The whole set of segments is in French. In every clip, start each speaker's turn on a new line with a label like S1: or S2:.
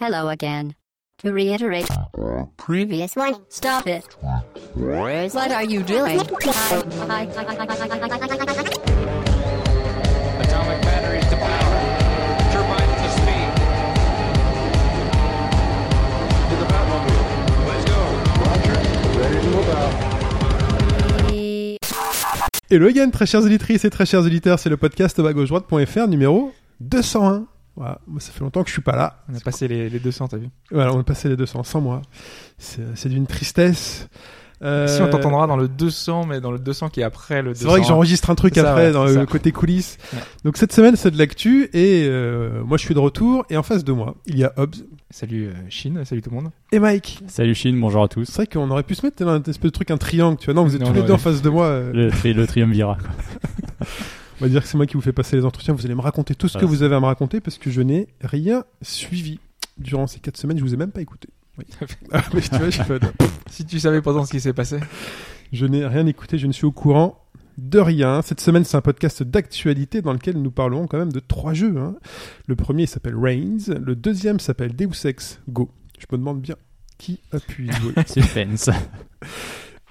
S1: Hello again. To reiterate, previous one, stop it. What are you doing?
S2: Atomic batteries to power. Turbines to speed. To the Batmobile. Let's go.
S3: Hello again, très chères éditrices et très chers éditeurs, c'est le podcast droite.fr numéro 201. Voilà, moi ça fait longtemps que je suis pas là.
S4: On a passé les, les 200, t'as vu
S3: Voilà, on est passé les 200 sans moi. C'est c'est d'une tristesse. Euh,
S4: Si on t'entendra dans le 200, mais dans le 200 qui est après le 200.
S3: C'est vrai que j'enregistre un truc
S4: C'est ça,
S3: après
S4: ouais,
S3: dans
S4: c'est
S3: le
S4: ça.
S3: côté coulisses.
S4: Ouais.
S3: Donc cette semaine c'est de l'actu et euh, moi je suis de retour et en face de moi il y a Hobbs
S4: Salut euh, Chine, salut tout le monde.
S3: et Mike.
S5: Salut Chine, bonjour à tous.
S3: C'est vrai qu'on aurait pu se mettre un espèce de truc, un triangle, tu vois. Non, vous êtes
S4: Non,
S3: tous les
S4: non,
S3: deux en
S4: ouais.
S3: face de moi. euh,
S5: Le, tri- le triumvirat.
S3: On va dire que c'est moi qui vous fais passer les entretiens. Vous allez me raconter tout ce que
S5: Voilà.
S3: vous avez à me raconter parce que je n'ai rien suivi. Durant ces 4 semaines, je vous ai même pas écouté. Oui. Ah, mais tu vois, j'ai fait,
S4: Si tu savais pourtant ce qui s'est passé.
S3: je n'ai rien écouté, je ne suis au courant de rien. Cette semaine, c'est un podcast d'actualité dans lequel nous parlerons quand même de trois jeux. hein. Le premier s'appelle Reigns, le deuxième s'appelle Deus Ex Go. Je me demande bien qui a pu y jouer.
S5: Suspense.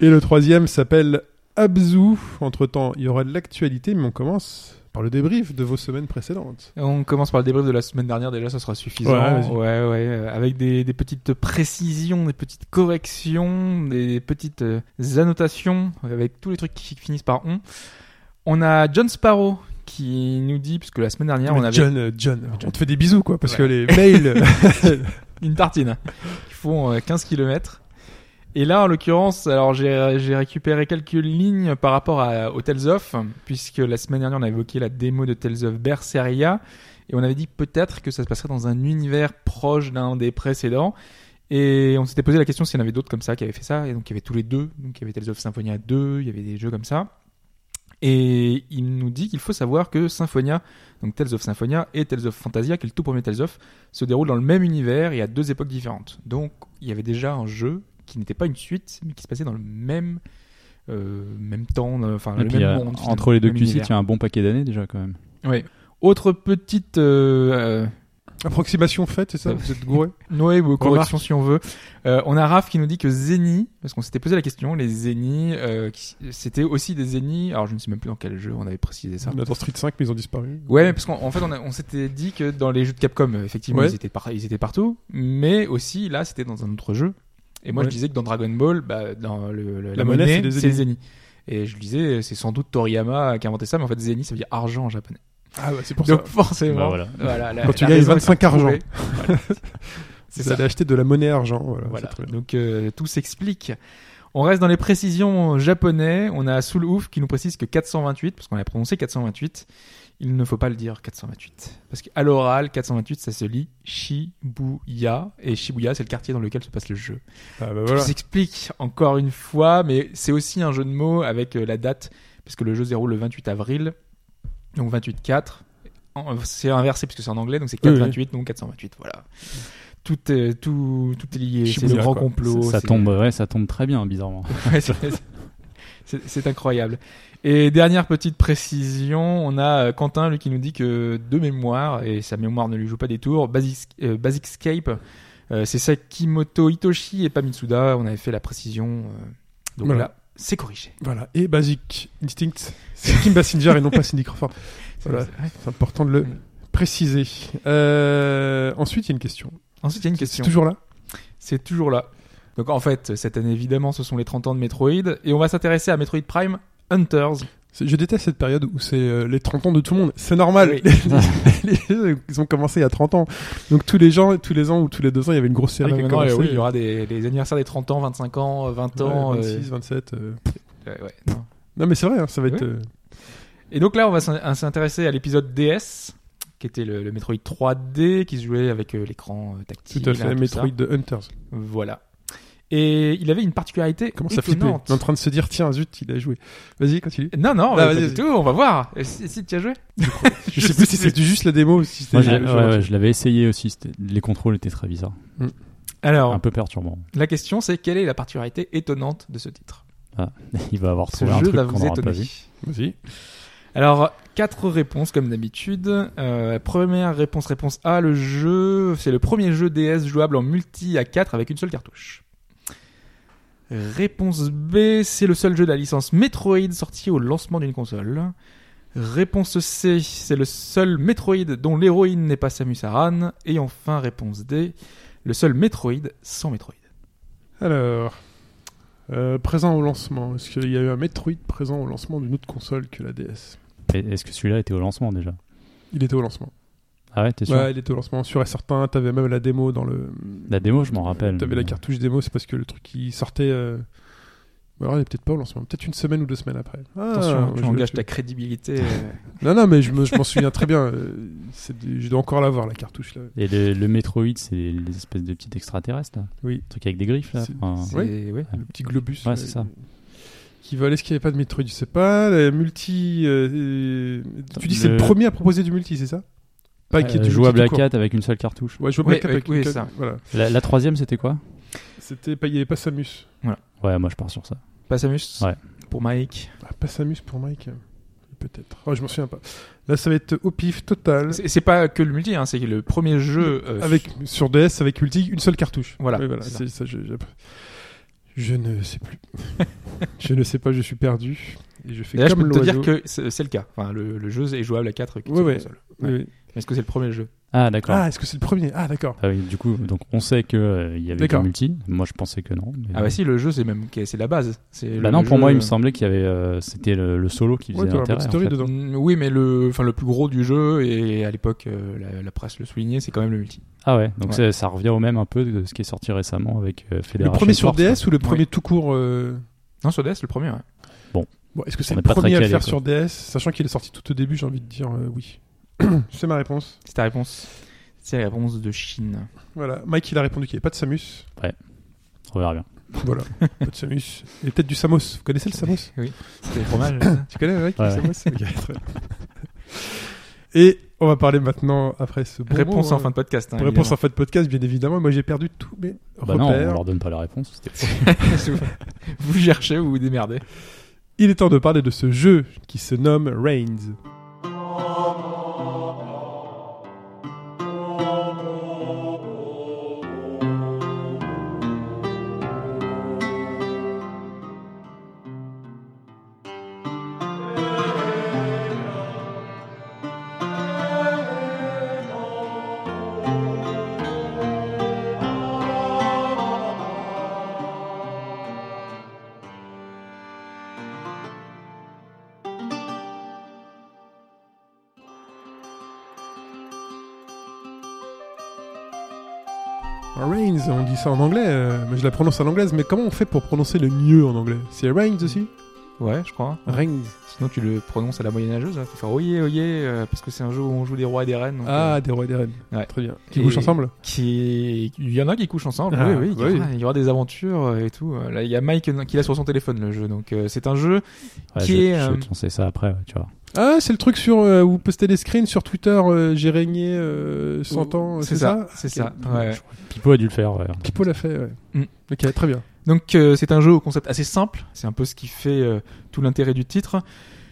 S3: Et le troisième s'appelle Abzu. Entre-temps, il y aura de l'actualité, mais on commence par le débrief de vos semaines précédentes.
S4: On commence par le débrief de la semaine dernière, déjà ça sera suffisant.
S3: Ouais, vas-y.
S4: ouais. ouais, euh, avec des, des petites précisions, des petites corrections, des petites euh, annotations, avec tous les trucs qui finissent par on. On a John Sparrow qui nous dit, puisque la semaine dernière on
S3: Mais
S4: avait
S3: John, euh, John, on te fait des bisous, quoi, parce
S4: Ouais.
S3: que les mails. euh,
S4: une tartine qui font euh, 15 km. Et là, en l'occurrence, alors j'ai j'ai récupéré quelques lignes par rapport à, au Tales of, puisque la semaine dernière on a évoqué la démo de Tales of Berseria, et on avait dit peut-être que ça se passerait dans un univers proche d'un des précédents, et on s'était posé la question s'il y en avait d'autres comme ça qui avaient fait ça, et donc il y avait tous les deux, donc il y avait Tales of Symphonia 2, il y avait des jeux comme ça, et il nous dit qu'il faut savoir que Symphonia, donc Tales of Symphonia et Tales of Fantasia, qui est le tout premier Tales of, se déroule dans le même univers et à deux époques différentes. Donc il y avait déjà un jeu qui n'était pas une suite, mais qui se passait dans le même, euh, même temps, dans- enfin
S5: Et
S4: le
S5: puis,
S4: même
S5: euh,
S4: monde. finalement,
S5: entre les deux
S4: même
S5: QC,
S4: univers.
S5: tu as un bon paquet d'années déjà quand même.
S4: Ouais. Autre petite euh, euh,
S3: Approximation faite, c'est ça Vous êtes gouré
S4: Noé ou correction
S3: Remarque.
S4: si on veut. Euh, on a Raph qui nous dit que Zeni, parce qu'on s'était posé la question, les Zeni, euh, qui- c'était aussi des Zeni. Alors je ne sais même plus dans quel jeu on avait précisé ça.
S3: On a dans Street 5, mais ils ont disparu.
S4: Ouais, mais parce qu'en en fait, on, a- on s'était dit que dans les jeux de Capcom, effectivement,
S3: Ouais.
S4: ils, étaient par- ils étaient partout, mais aussi là, c'était dans un autre jeu. Et moi,
S3: Ouais.
S4: je disais que dans Dragon Ball, bah, dans le, le- la,
S3: La monnaie,
S4: monnaie,
S3: c'est des
S4: c'est les Zeni. Et je disais, c'est sans doute Toriyama qui a inventé ça, mais en fait, Zeni, ça veut dire argent en japonais.
S3: Ah, bah, c'est pour
S4: Donc
S3: ça.
S4: forcément,
S5: Bah, voilà.
S4: la-
S3: Quand tu
S4: la
S3: gagnes
S4: raison
S3: 25
S4: est
S3: argent.
S4: trouvée. Voilà. C'est
S3: Vous
S4: ça.
S3: allez acheter de la monnaie argent. Voilà,
S4: Voilà.
S3: c'est très bien.
S4: Donc euh, tout s'explique. On reste dans les précisions japonais. On a Soul Ouf qui nous précise que 428, parce qu'on a prononcé 428, il ne faut pas le dire 428. Parce qu'à l'oral, 428, ça se lit Shibuya. Et Shibuya, c'est le quartier dans lequel se passe le jeu.
S3: Ah, bah,
S4: Tout
S3: voilà.
S4: s'explique encore une fois, mais c'est aussi un jeu de mots avec euh, la date, parce que le jeu se déroule le 28 avril, donc 28-4. En- C'est inversé puisque c'est en anglais, donc c'est
S3: Oui, oui.
S4: 428, donc 428, voilà. Tout est, tout, tout est lié, c'est
S3: Shibuya,
S4: le grand
S3: quoi.
S4: complot.
S5: ça, ça
S4: c'est-
S5: tombe, ouais, ça tombe très bien, bizarrement.
S4: Ouais, c'est- c'est c'est incroyable. Et dernière petite précision, on a euh, Quentin lui qui nous dit que de mémoire, et sa mémoire ne lui joue pas des tours, Basic, euh, Basicscape, euh, c'est Sakimoto Hitoshi et pas Mitsuda, on avait fait la précision. euh, donc
S3: Voilà.
S4: là, c'est corrigé.
S3: Voilà. Et Basic Instinct, c'est Kim Basinger et non pas Cindy Crawford.
S4: C'est-
S3: Voilà.
S4: c'est- ouais.
S3: C'est important de le
S4: Mm.
S3: préciser. Euh, ensuite, il y a une question.
S4: Ensuite, il y a une
S3: C'est
S4: question.
S3: toujours là
S4: C'est toujours là. Donc en fait, cette année évidemment, ce sont les 30 ans de Metroid, et on va s'intéresser à Metroid Prime Hunters.
S3: C'est- Je déteste cette période où c'est euh, les 30 ans de tout le monde. C'est normal.
S4: Oui.
S3: Les- les jeux, ils ont commencé il y a 30 ans. Donc tous les gens, tous les ans ou tous les deux ans, il y avait une grosse
S4: Ah,
S3: série
S4: bah,
S3: qui a
S4: maintenant,
S3: commencé.
S4: euh, oui, il y aura des, les anniversaires des 30 ans, 25 ans, 20 ans.
S3: Ouais,
S4: euh,
S3: 26, 27. euh.
S4: ouais, ouais, non.
S3: Non, mais c'est vrai, hein, ça va être.
S4: Oui.
S3: euh,
S4: Et donc là, on va s'in- s'intéresser à l'épisode DS, qui était le, le Metroid 3D, qui se jouait avec euh, l'écran euh,
S3: Tout
S4: tactile.
S3: à fait,
S4: hein,
S3: Metroid
S4: ça.
S3: de Hunters.
S4: Voilà. Et il avait une particularité
S3: Comment ça flippait
S4: étonnante.
S3: On est en train de se dire, tiens, zut, il a joué. Vas-y, continue.
S4: non, non,
S3: Ah,
S4: pas
S3: vas-y,
S4: du
S3: vas-y.
S4: tout, on va voir. Et Si, si tu as joué
S3: Je sais plus si c'était juste la démo ou si c'était.
S5: Moi, je, l'ai-
S3: le jeu
S5: ouais,
S3: entier.
S5: ouais, je l'avais essayé aussi. c'était- Les contrôles étaient très bizarres.
S4: Alors,
S3: Ah.
S5: Un peu perturbant.
S4: la question, c'est quelle est la particularité étonnante de ce titre
S5: Il va avoir
S4: Ce
S5: trouvé un
S4: jeu
S5: truc
S4: va
S5: qu'on
S4: vous
S5: n'aura pas
S4: étonner.
S5: vu.
S3: Vas-y.
S4: Alors, quatre réponses comme d'habitude. Euh, première réponse, réponse A, le jeu, c'est le premier jeu DS jouable en multi à 4 avec une seule cartouche. Réponse B, c'est le seul jeu de la licence Metroid sorti au lancement d'une console. Réponse C, c'est le seul Metroid dont l'héroïne n'est pas Samus Aran. Et enfin, réponse D, le seul Metroid sans Metroid.
S3: Alors, euh, présent au lancement. Est-ce qu'il y a eu un Metroid présent au lancement d'une autre console que la DS
S5: Et Est-ce que celui-là était au lancement déjà
S3: Il était au lancement.
S5: Ah ouais, t'es sûr
S3: Ouais, il était au lancement. Sur et certain, t'avais même la démo dans le.
S5: La démo, je m'en rappelle.
S3: T'avais la cartouche démo, c'est parce que le truc qui sortait. euh, ou alors il est peut-être pas au lancement, peut-être une semaine ou deux semaines après. Ah,
S4: Attention, hein, tu
S3: je-
S4: engages
S3: je-
S4: ta crédibilité. euh,
S3: Non, non, mais je me- je m'en souviens très bien. euh, c'est de- Je dois encore l'avoir, la cartouche là.
S5: Et le, le Metroid, c'est les espèces de petits extraterrestres, là.
S3: Oui.
S5: Un truc avec des griffes, là.
S3: C'est-
S5: Enfin,
S4: C'est-
S3: Oui.
S4: ouais.
S3: Le petit globus.
S5: Ouais,
S3: euh,
S5: c'est ça.
S3: Qui va aller, est-ce qu'il n'y avait pas de Metroid Je sais pas. La multi. euh, euh, tu dis que c'est le
S5: Le-
S3: premier à proposer du multi, c'est ça Pas qu'il y ait
S5: euh,
S3: du multi
S5: jouable
S3: tout
S5: à
S3: court.
S5: 4 avec une seule cartouche.
S3: Ouais, jouable
S4: Oui,
S3: à 4
S4: oui,
S3: avec
S4: oui,
S3: une-
S4: ça.
S3: Voilà.
S5: La, la troisième, c'était quoi
S3: C'était pas, il n'y avait pas Samus.
S5: Ouais, moi je pars sur ça.
S4: Pas Samus
S5: Ouais.
S4: Pour Mike.
S3: Ah, pas Samus pour Mike. hein. Peut-être. Oh, je m'en souviens pas. Là, ça va être au pif total.
S4: C'est c'est pas que le multi, hein, c'est le premier jeu. euh,
S3: Avec, sur DS, avec multi, une seule cartouche.
S4: Voilà,
S3: Oui, voilà
S4: c'est ça.
S3: c'est ça, je, je- je ne sais plus. je ne sais pas, je suis perdu. Et je fais
S4: Et là, je
S3: comme
S4: peux te dire
S3: l'oiseau.
S4: que c'est c'est le cas. Enfin, le, le jeu est jouable à 4
S3: Ouais, ouais.
S4: ouais.
S3: Oui, oui.
S4: Est-ce que c'est le premier jeu
S5: Ah, d'accord.
S3: Ah, est-ce que c'est le premier Ah, d'accord.
S5: Ah oui, du coup, donc on sait que euh, il y avait du
S3: D'accord.
S5: multi. Moi, je pensais que non. mais-
S4: Ah bah si, le jeu c'est même ok, c'est la base. C'est
S5: Bah
S4: le
S5: non, pour
S4: jeu-
S5: moi, il me semblait qu'il y avait, euh, c'était le, le solo qui faisait
S3: Ouais, t'as la
S5: l'intérêt.
S3: bonne
S5: en
S3: story
S5: fait.
S3: dedans.
S4: Mm, Oui, mais le, enfin le plus gros du jeu et à l'époque euh, la, la presse le soulignait, c'est quand même le multi.
S5: Ah ouais, donc
S4: Ouais.
S5: ça, ça revient au même un peu de ce qui est sorti récemment avec euh,
S3: Le
S5: Federation.
S3: premier sur
S5: Force.
S3: DS ou le premier tout court euh,
S4: Non, sur DS, le premier. ouais.
S3: Bon, est-ce que c'est
S5: On
S3: le
S5: est pas très
S3: premier à le
S5: calé,
S3: faire
S5: quoi.
S3: sur DS Sachant qu'il est sorti tout au début, j'ai envie de dire euh, oui. c'est ma réponse.
S4: C'est ta réponse. C'est la réponse de Chine.
S3: Voilà. Mike, il a répondu qu'il n'y avait pas de Samus.
S5: On verra bien.
S3: Voilà. pas de Samus. Et peut-être du Samos. Vous connaissez le Samos
S4: C'était le fromage. ça.
S3: Tu connais, Mike
S5: Ouais,
S3: le Samos Ok, très bien. Et on va parler maintenant, après ce bon
S4: réponse
S3: mot,
S4: en fin
S3: hein.
S4: de podcast. hein,
S3: Réponse en
S4: évidemment.
S3: fin de podcast, bien évidemment. Moi, j'ai perdu tous mes
S5: Bah
S4: Ah
S3: repères.
S5: non, on leur donne pas la réponse. c'était-
S4: vous cherchez ou vous démerdez.
S3: Il est temps de parler de ce jeu qui se nomme Reigns. Reigns, on dit ça en anglais, euh, mais je la prononce en anglaise, mais comment on fait pour prononcer le mieux en anglais C'est Reigns aussi
S4: Ouais, je crois.
S3: Reigns.
S4: Sinon, tu le prononces à la moyenâgeuse. Hein. Faut faire oyé, oyé, euh, parce que c'est un jeu où on joue des rois et des reines. donc,
S3: Ah, des rois et des reines.
S4: Ouais.
S3: Très bien. Qui
S4: Et-
S3: couchent ensemble
S4: qui il y en a qui couchent ensemble
S3: Ah,
S4: oui oui, il y
S3: oui.
S4: aura- il y aura des aventures euh, et tout Euh, là il y a Mike euh, qui l'a sur son téléphone le jeu donc euh, c'est un jeu
S5: Ouais,
S4: Qui
S5: je,
S4: est,
S5: je
S4: euh,
S5: vais te lancer ça après, ouais, tu vois.
S3: Ah, c'est le truc sur euh, où vous postez des screens sur Twitter, euh, j'ai régné euh, 100 ans, c'est ça
S4: c'est
S3: Ok.
S4: ça ouais.
S3: Je-
S5: Pipo a dû le faire. ouais.
S3: Pipo l'a fait, ouais.
S4: Mm.
S3: Ok, très bien.
S4: donc euh, c'est un jeu au concept assez simple c'est un peu ce qui fait euh, tout l'intérêt du titre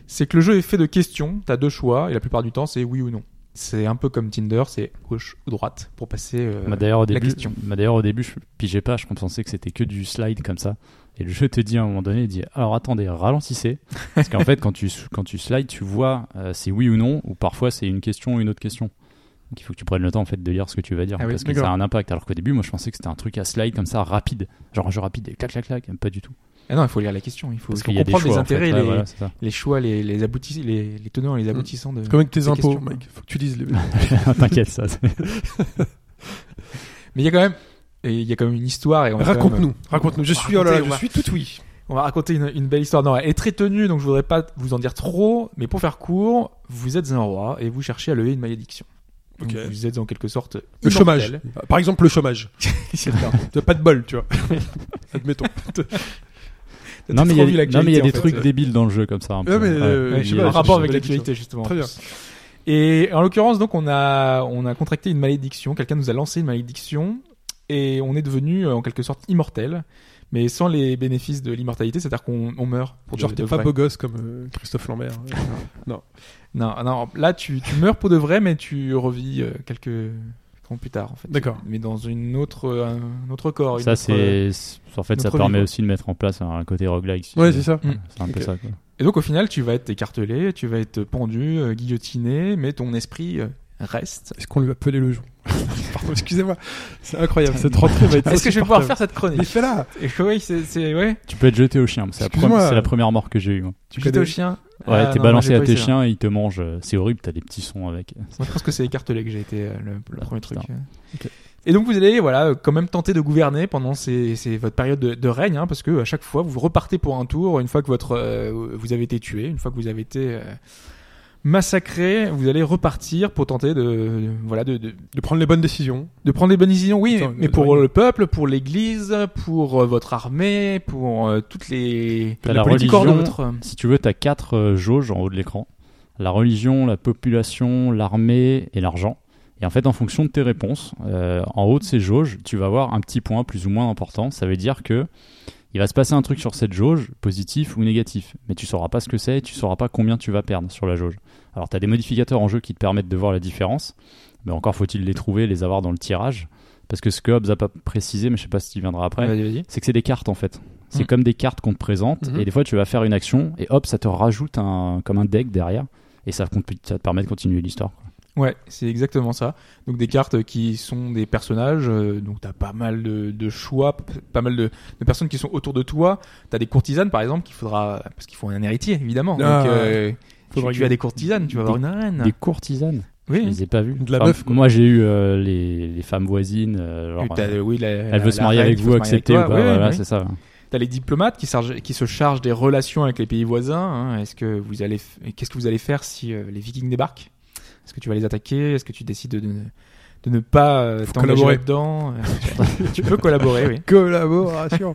S4: c'est que le jeu est fait de questions t'as deux choix et la plupart du temps c'est oui ou non c'est un peu comme Tinder c'est gauche ou droite pour passer euh,
S5: Bah, d'ailleurs au
S4: la
S5: début,
S4: question.
S5: bah, d'ailleurs au début, je pigeais pas. Je pensais que c'était que du slide comme ça. Et le jeu te dit à un moment donné, il dit alors attendez, ralentissez, parce qu'en fait quand tu quand tu slides, tu vois euh, c'est oui ou non, ou parfois c'est une question ou une autre question. Donc il faut que tu prennes le temps en fait de lire ce que tu vas dire
S4: Ah oui,
S5: parce que
S3: d'accord.
S5: ça a un impact. Alors qu'au début, moi je pensais que c'était un truc à slide comme ça rapide, genre un jeu rapide, et clac clac clac, pas du tout.
S4: ah non il faut lire la question il faut,
S5: Parce
S4: il faut
S5: qu'il y a des
S4: comprendre
S5: choix.
S4: les
S5: en fait.
S4: intérêts
S5: Ouais,
S4: les,
S5: voilà, c'est ça.
S4: les choix les les, aboutis- les les tenants
S5: Hmm.
S4: et les aboutissants de
S3: Comme avec tes
S4: Des
S3: impôts,
S4: questions, quoi.
S3: Mike. Faut que tu lises les.
S5: T'inquiète ça. c'est-
S4: mais il y a quand même et il y a quand même une histoire et on va quand même-
S3: raconte-nous, raconte-nous. Je
S4: On va
S3: suis, oh là là,
S4: raconter, on
S3: je
S4: va-
S3: suis tout oui.
S4: On va raconter une, une belle histoire. Non, elle est très tenue, donc je voudrais pas vous en dire trop, mais pour faire court, vous êtes un roi et vous cherchez à lever une malédiction. Donc
S3: Ok.
S4: Vous êtes en quelque sorte
S3: Le
S4: immortel.
S3: chômage. Par exemple, le chômage.
S4: C'est le cas.
S3: T'as pas de bol, tu vois. Admettons.
S4: T'as
S5: non mais il y
S4: trop
S5: a,
S4: vu
S5: des- non,
S4: l'actualité,
S5: mais il y a
S4: en
S5: des
S4: fait.
S5: trucs débiles dans le jeu comme ça. Un peu.
S3: Ouais, mais,
S5: Ouais.
S3: euh,
S4: Ouais,
S3: je
S5: Il
S3: sais
S5: y
S3: pas,
S5: a-
S4: en
S3: je
S4: rapport
S3: sais
S4: avec
S3: pas du tout.
S4: l'actualité justement.
S3: Très bien.
S4: Et en l'occurrence, donc on a on a contracté une malédiction. Quelqu'un nous a lancé une malédiction et on est devenu euh, en quelque sorte immortel. mais sans les bénéfices de l'immortalité, c'est-à-dire qu'on on meurt. Pour
S3: Genre,
S4: de-
S3: t'es
S4: de
S3: pas
S4: vrai.
S3: beau gosse comme euh, Christophe Lambert.
S4: Non, non, là tu, tu meurs pour de vrai, mais tu revis euh, quelques temps plus tard en fait.
S3: D'accord.
S4: Mais dans une autre, euh, un autre corps. une
S5: Ça,
S4: autre- euh.
S5: c'est. c'est- En fait, ça
S4: notre
S5: permet
S4: vie, quoi.
S5: aussi de mettre en place un, un côté roguelike. si
S3: ouais,
S5: tu
S3: c'est
S5: veux.
S3: ça.
S4: Mm.
S5: C'est un peu
S3: Ok.
S5: ça. quoi.
S4: Et donc au final, tu vas être écartelé, tu vas être pendu, euh, guillotiné, mais ton esprit euh, reste.
S3: Est-ce qu'on lui a pelé le jour Pardon, excusez-moi. C'est incroyable, cette rentrée va être
S4: Est-ce que je vais pouvoir faire
S3: insupportable.
S4: cette
S3: Mais
S4: chronique
S3: fais là
S4: Et Oui, c'est- c'est ouais.
S5: Tu peux être jeté au chien. C'est la,
S3: Excuse-moi.
S5: première- c'est la première mort que j'ai eue. moi.
S4: Tu
S3: connais-
S4: jeté au chien.
S5: Ouais,
S4: Ah,
S5: t'es
S4: non,
S5: balancé
S4: moi, j'ai
S5: à
S4: pas hein.
S5: tes
S4: eu ça.
S5: chiens et ils te mangent. euh, C'est horrible, t'as des petits sons avec.
S4: Moi, je pense que c'est écartelé que j'ai été euh, le, le premier truc.
S5: Bah, Putain.
S3: Ok.
S4: Et donc vous allez voilà euh, quand même tenter de gouverner pendant ces, ces- votre période de, de règne hein, parce que à chaque fois vous repartez pour un tour une fois que votre euh, vous avez été tué une fois que vous avez été euh, massacré vous allez repartir pour tenter de, de- voilà de, de,
S3: De prendre les bonnes décisions.
S4: de prendre les bonnes décisions oui
S3: Putain,
S4: mais
S3: de-
S4: pour
S3: de-
S5: euh,
S4: le peuple pour l'Église pour euh, votre armée pour euh, toutes les les
S5: T'as la
S4: politiques hors de
S5: religion.
S4: votre-
S5: Si tu veux, t'as quatre euh, jauges en haut de l'écran la religion, la population, l'armée et l'argent. Et en fait, en fonction de tes réponses, euh, en haut de ces jauges, tu vas avoir un petit point plus ou moins important. Ça veut dire que il va se passer un truc sur cette jauge, positif ou négatif, mais tu sauras pas ce que c'est, tu sauras pas combien tu vas perdre sur la jauge. Alors, tu as des modificateurs en jeu qui te permettent de voir la différence, mais encore faut-il les trouver, les avoir dans le tirage. Parce que ce que Hobbes a pas précisé, mais je sais pas s'il viendra après,
S4: Vas-y, vas-y.
S5: c'est que c'est des cartes en fait. C'est
S4: Mm. Mm-hmm.
S5: comme des cartes qu'on te présente
S3: Mhm.
S5: et des fois tu vas faire une action et hop ça te rajoute un comme un deck derrière et ça, compl- ça te permet de continuer l'histoire. quoi.
S4: Ouais, c'est exactement ça. Donc des cartes qui sont des personnages, euh, donc t'as pas mal de, de choix, p- pas mal de, de personnes qui sont autour de toi. T'as des courtisanes par exemple qu'il faudra, parce qu'il faut un héritier évidemment.
S3: Ah,
S4: donc euh, tu,
S3: Faudra
S4: tu
S3: que-
S4: as des courtisanes, tu vas avoir une reine.
S5: Des courtisanes, je
S4: Ah. Oui.
S5: les ai pas vues.
S3: De la
S5: Enfin,
S3: meuf, quoi.
S5: Moi j'ai eu euh, les, les femmes voisines. euh, genre,
S4: Et t'as,
S5: euh,
S4: oui, la- la-
S5: elle veut se
S4: la
S5: marier
S4: reine
S5: avec
S4: qui
S5: vous,
S4: veut se marier
S5: acceptez
S4: avec
S5: ou
S4: toi.
S5: pas
S4: Oui,
S5: Voilà,
S4: oui.
S5: c'est ça.
S4: T'as les diplomates qui, sarge- qui se chargent des relations avec les pays voisins. hein. Est-ce que vous allez, f- qu'est-ce que vous allez faire si euh, les Vikings débarquent Est-ce que tu vas les attaquer Est-ce que tu décides de, ne- de ne pas euh,
S3: Faut
S4: t'engager
S3: collaborer.
S4: là-dedans Tu peux collaborer, oui.
S3: Collaboration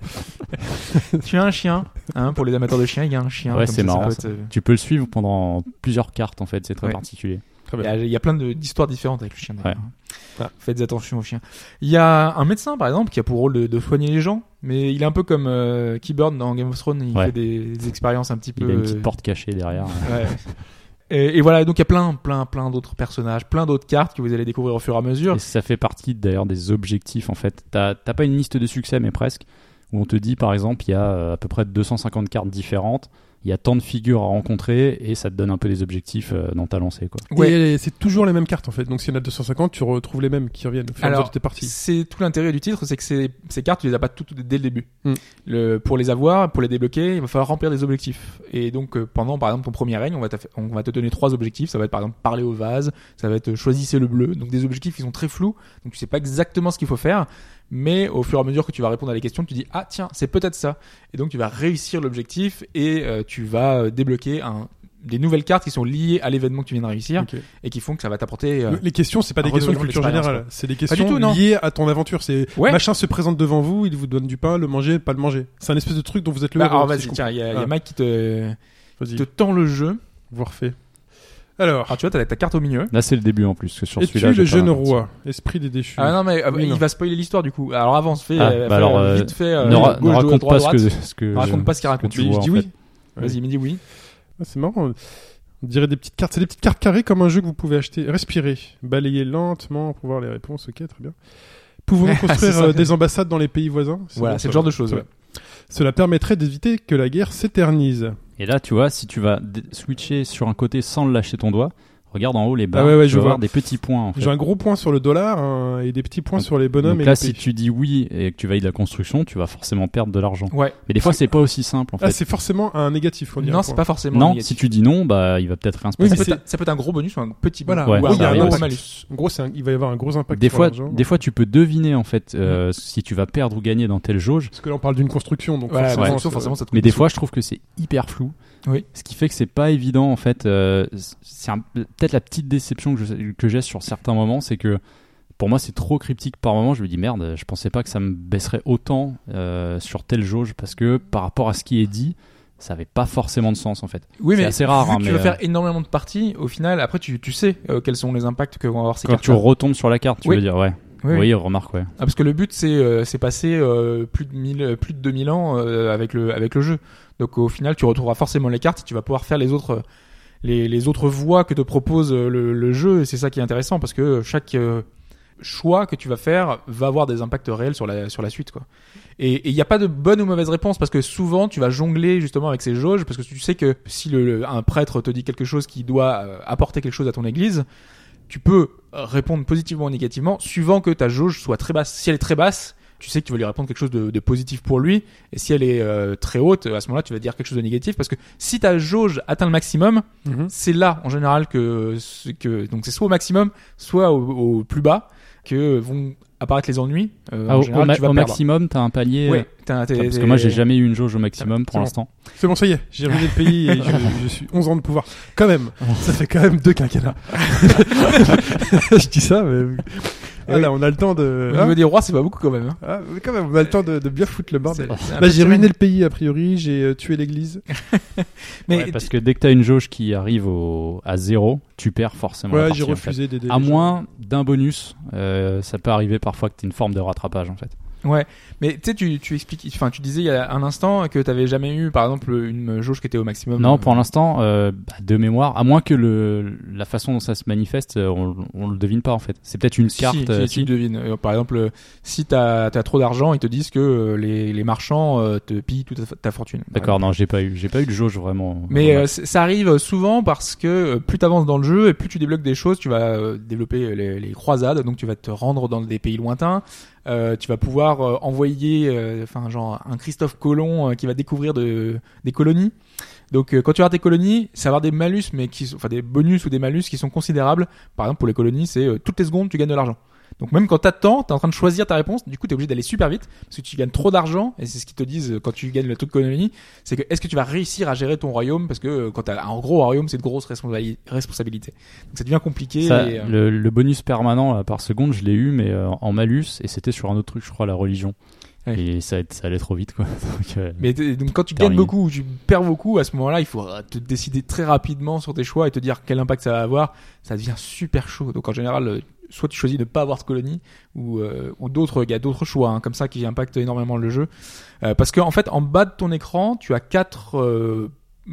S4: Tu as un chien, hein, pour les amateurs de chiens, il y a un chien.
S5: Ouais,
S4: comme
S5: c'est
S4: ça, ça
S5: marrant,
S4: peut être, euh,
S5: Tu peux le suivre pendant plusieurs cartes en fait, c'est très
S4: Ouais.
S5: particulier.
S4: Il y a- il y, a plein de- d'histoires différentes avec le chien. d'ailleurs. hein.
S3: Ah.
S4: Faites attention aux chiens. Il y a un médecin, par exemple, qui a pour rôle de, de soigner les gens, mais il est un peu comme euh, Keyburn dans Game of Thrones. Il
S5: Ouais.
S4: fait des, des expériences un petit
S5: Il
S4: peu.
S5: a une petite
S4: euh,
S5: porte cachée derrière.
S4: ouais. Et, et voilà, donc il y a plein, plein, plein d'autres personnages, plein d'autres cartes que vous allez découvrir au fur et à mesure.
S5: Et ça fait partie d'ailleurs des objectifs en fait. T'as t'as pas une liste de succès, mais presque, où on te dit par exemple, il y a euh, à peu près 250 cartes différentes, il y a tant de figures à rencontrer et ça te donne un peu des objectifs euh, dans ta lancée. Quoi.
S4: Ouais.
S3: Et c'est toujours les mêmes cartes en fait. Donc s'il y en a 250, tu retrouves les mêmes qui reviennent au fur et à mesure
S4: Alors,
S3: de tes parties.
S4: C'est tout l'intérêt du titre, c'est que ces, ces cartes, tu les as pas toutes dès le début.
S3: Mm.
S4: Le, pour les avoir, pour les débloquer, il va falloir remplir des objectifs. Et donc, euh, pendant, par exemple, ton premier règne, on va, te, on va te donner trois objectifs. Ça va être, par exemple, parler au vase, ça va être euh, choisissez le bleu. Donc, des objectifs qui sont très flous, donc tu sais pas exactement ce qu'il faut faire. Mais au fur et à mesure que tu vas répondre à les questions, tu dis ah tiens c'est peut-être ça et donc tu vas réussir l'objectif et euh, tu vas euh, débloquer un, des nouvelles cartes qui sont liées à l'événement que tu viens de réussir
S3: Ok.
S4: et qui font que ça va t'apporter euh,
S3: Le- Les questions, c'est pas des
S4: un
S3: questions de
S4: renouvelation
S3: culture
S4: d'expérience,
S3: générale, c'est des
S4: du
S3: questions
S4: tout, non.
S3: liées à ton aventure. C'est
S4: Ouais.
S3: machin se présente devant vous, il vous donne du pain, le manger, pas le manger. C'est un espèce de truc dont vous êtes le
S4: Bah,
S3: héros,
S4: alors
S3: si
S4: vas-y
S3: je
S4: tiens il y, a- il y
S3: Ah.
S4: a Mike qui te
S3: comprends. Vas-y,
S4: te tend le jeu.
S3: voir fait. Alors,
S4: Alors tu vois, t'as ta carte au milieu.
S5: Là, c'est le début en plus. parce Que sur
S3: es-tu
S5: celui-là,
S3: le
S5: j'ai pas
S3: jeune
S5: l'intention.
S3: roi, esprit des déchus
S4: Ah non mais euh,
S3: Oui,
S4: il
S3: non.
S4: va spoiler l'histoire du coup. Alors avance, fais,
S5: Ah,
S4: euh, fais,
S5: bah alors,
S4: euh,
S5: euh,
S4: vite fait. euh,
S5: ne, ra-
S4: gauche,
S5: ne raconte
S4: droite,
S5: pas ce
S4: droite.
S5: que, ce que
S4: Ne raconte pas ce qu'il raconte.
S5: tu
S3: Mais
S5: vois,
S3: je dis
S5: en
S3: oui.
S5: fait.
S4: Vas-y, mais dis oui.
S3: Ah, c'est marrant. On dirait des petites cartes. C'est des petites cartes carrées comme un jeu que vous pouvez acheter. Respirer, balayer lentement pour voir les réponses. Ok, très bien. Pouvons-nous
S4: Ah,
S3: construire
S4: c'est ça.
S3: euh, des ambassades dans les pays voisins C'est
S4: Voilà,
S3: bon,
S4: c'est
S3: ça
S4: le genre
S3: va.
S4: de choses.
S3: Ça
S4: ouais.
S3: Cela permettrait d'éviter que la guerre s'éternise.
S5: Et là, tu vois, si tu vas d- switcher sur un côté sans le lâcher ton doigt, regarde en haut les barres.
S3: Ah ouais, ouais,
S5: tu
S3: je
S5: vas
S3: vois.
S5: voir des petits points. En fait.
S3: J'ai un gros point sur le dollar hein, et des petits points
S5: Donc-
S3: sur les bonhommes
S5: Donc
S3: et
S5: là,
S3: les
S5: si
S3: pays.
S5: tu dis oui et que tu valides la construction, tu vas forcément perdre de l'argent.
S4: Ouais.
S5: Mais des fois, c'est pas aussi simple en
S3: Ah,
S5: fait.
S3: c'est forcément un négatif, on dirait.
S4: Non, c'est pas forcément.
S5: Non,
S4: négatif.
S5: si tu dis non, bah il va peut-être rien se
S3: Oui,
S5: passer.
S4: ça,
S3: mais
S4: peut
S3: c'est-
S4: être, ça peut être un gros bonus ou un petit bonus.
S3: Voilà,
S5: Ouais,
S3: oui, il y a
S5: ça
S3: un
S5: arrive
S3: gros
S5: aussi.
S3: malus. En gros, c'est un- il va y avoir un gros impact
S5: des
S3: sur
S5: fois,
S3: l'argent.
S5: des fois, tu peux deviner en fait
S4: Mm-hmm.
S5: euh, si tu vas perdre ou gagner dans telle jauge.
S3: Parce que là, on parle d'une construction, donc
S4: Voilà, la
S3: forcément,
S4: construction,
S3: c'est-
S4: bah, forcément, ça te coûte
S5: Mais des
S4: sous.
S5: fois, je trouve que c'est hyper flou.
S4: Oui.
S5: Ce qui fait que c'est pas évident en fait. euh, c'est un- peut-être la petite déception que je- que j'ai sur certains moments, c'est que pour moi, c'est trop cryptique par moment. Je me dis merde, je pensais pas que ça me baisserait autant euh, sur telle jauge parce que par rapport à ce qui est dit, ça avait pas forcément de sens en fait.
S4: Oui,
S5: c'est
S4: mais
S5: assez rare,
S4: vu
S5: hein,
S4: que tu
S5: mais,
S4: vas
S5: euh,
S4: faire énormément de parties. Au final, après, tu, tu sais euh, quels sont les impacts que vont avoir ces
S5: Quand
S4: cartes.
S5: tu retombes sur la carte, tu
S4: Oui.
S5: veux dire ouais.
S4: Oui, oui.
S5: Oui, remarque, ouais.
S4: Ah, parce que le but, c'est euh, c'est passer euh, plus, de 1000, euh, plus de 2000 ans euh, avec, le, avec le jeu. Donc au final, tu retrouveras forcément les cartes et tu vas pouvoir faire les autres, euh, les, les autres voies que te propose euh, le, le jeu. Et c'est ça qui est intéressant parce que chaque euh, choix que tu vas faire va avoir des impacts réels sur la, sur la suite. Quoi. Et il n'y a pas de bonne ou mauvaise réponse parce que souvent, tu vas jongler justement avec ces jauges parce que tu sais que si le, le- un prêtre te dit quelque chose qui doit euh, apporter quelque chose à ton église, tu peux euh, répondre positivement ou négativement suivant que ta jauge soit très basse. Si elle est très basse, tu sais que tu vas lui répondre quelque chose de, de positif pour lui. Et si elle est euh, très haute, à ce moment-là, tu vas dire quelque chose de négatif. Parce que si ta jauge atteint le maximum,
S3: Mhm.
S4: c'est là, en général, que, ce que donc c'est soit au maximum, soit au, au plus bas que vont apparaître les ennuis. Euh,
S5: Ah,
S4: en
S5: au,
S4: général,
S5: au ma-
S4: tu vas
S5: au
S4: perdre.
S5: maximum, t'as un palier.
S4: Ouais,
S5: euh,
S4: t'as- t'es-
S5: parce que
S4: t'es-
S5: moi, j'ai jamais eu une jauge au maximum pour
S4: bon.
S5: l'instant.
S3: C'est bon, ça y est, j'ai ruiné le pays et je, je suis 11 ans de pouvoir. Quand même, ça fait quand même deux quinquennats. je dis ça, mais.
S4: Eh
S3: Voilà, on a le temps de. hein
S4: Au niveau des rois, c'est pas beaucoup quand même. hein.
S3: Ah, mais quand même, on a le temps de, de bien foutre le bordel.
S4: C'est- c'est un
S3: Là,
S4: peu
S3: j'ai
S4: tiré.
S3: ruiné le pays, a priori, j'ai euh, tué l'église.
S4: Mais
S5: Ouais, parce que dès que t'as une jauge qui arrive au, à zéro, tu perds forcément. la
S3: Ouais,
S5: partie,
S3: j'ai
S5: en fait.
S3: refusé d'aider.
S5: À
S3: les gens.
S5: moins d'un bonus, euh, ça peut arriver parfois que t'aies une forme de rattrapage en fait.
S4: Ouais, mais tu sais, tu, tu expliques, enfin, tu disais il y a un instant que t'avais jamais eu, par exemple, une jauge qui était au maximum.
S5: Non, pour l'instant, euh, bah, de mémoire, à moins que le, la façon dont ça se manifeste, euh, on, on le devine pas en fait. C'est peut-être une
S4: Si,
S5: carte.
S4: si,
S5: euh,
S4: tu
S5: si.
S4: devines. Euh, Par exemple, euh, si t'as as trop d'argent, ils te disent que euh, les, les marchands euh, te pillent toute ta, ta fortune.
S5: D'accord, non, j'ai pas eu, j'ai pas eu de jauge vraiment.
S4: Mais
S5: Ouais.
S4: euh, c- ça arrive souvent parce que euh, plus t'avances dans le jeu et plus tu débloques des choses, tu vas euh, développer les, les croisades, donc tu vas te rendre dans des pays lointains, euh, tu vas pouvoir euh, envoyer, euh, enfin genre un Christophe Colomb euh, qui va découvrir de, des colonies. Donc euh, quand tu as tes colonies, ça va avoir des malus, mais qui, sont- enfin des bonus ou des malus qui sont considérables. Par exemple pour les colonies, c'est euh, toutes les secondes tu gagnes de l'argent. Donc même quand t'attends, t'es en train de choisir ta réponse, du coup t'es obligé d'aller super vite parce que tu gagnes trop d'argent et c'est ce qu'ils te disent euh, quand tu gagnes le truc colonie, c'est que est-ce que tu vas réussir à gérer ton royaume parce que euh, quand t'as un gros royaume, c'est de grosses responsabili- responsabilités. Donc ça devient compliqué.
S5: Ça,
S4: et, euh,
S5: le, le bonus permanent là, par seconde, je l'ai eu, mais euh, en malus, et c'était sur un autre truc, je crois, la religion.
S4: Ouais.
S5: Et ça, ça allait trop vite, quoi. Donc, euh,
S4: Mais t'es- donc quand tu
S5: Terminé.
S4: gagnes beaucoup ou tu perds beaucoup, à ce moment-là, il faut euh, te décider très rapidement sur tes choix et te dire quel impact ça va avoir. Ça devient super chaud. Donc en général, euh, soit tu choisis de pas avoir de colonie ou, euh, ou d'autres, il y a d'autres choix hein, comme ça qui impactent énormément le jeu. Euh, parce qu'en en fait, en bas de ton écran, tu as quatre euh,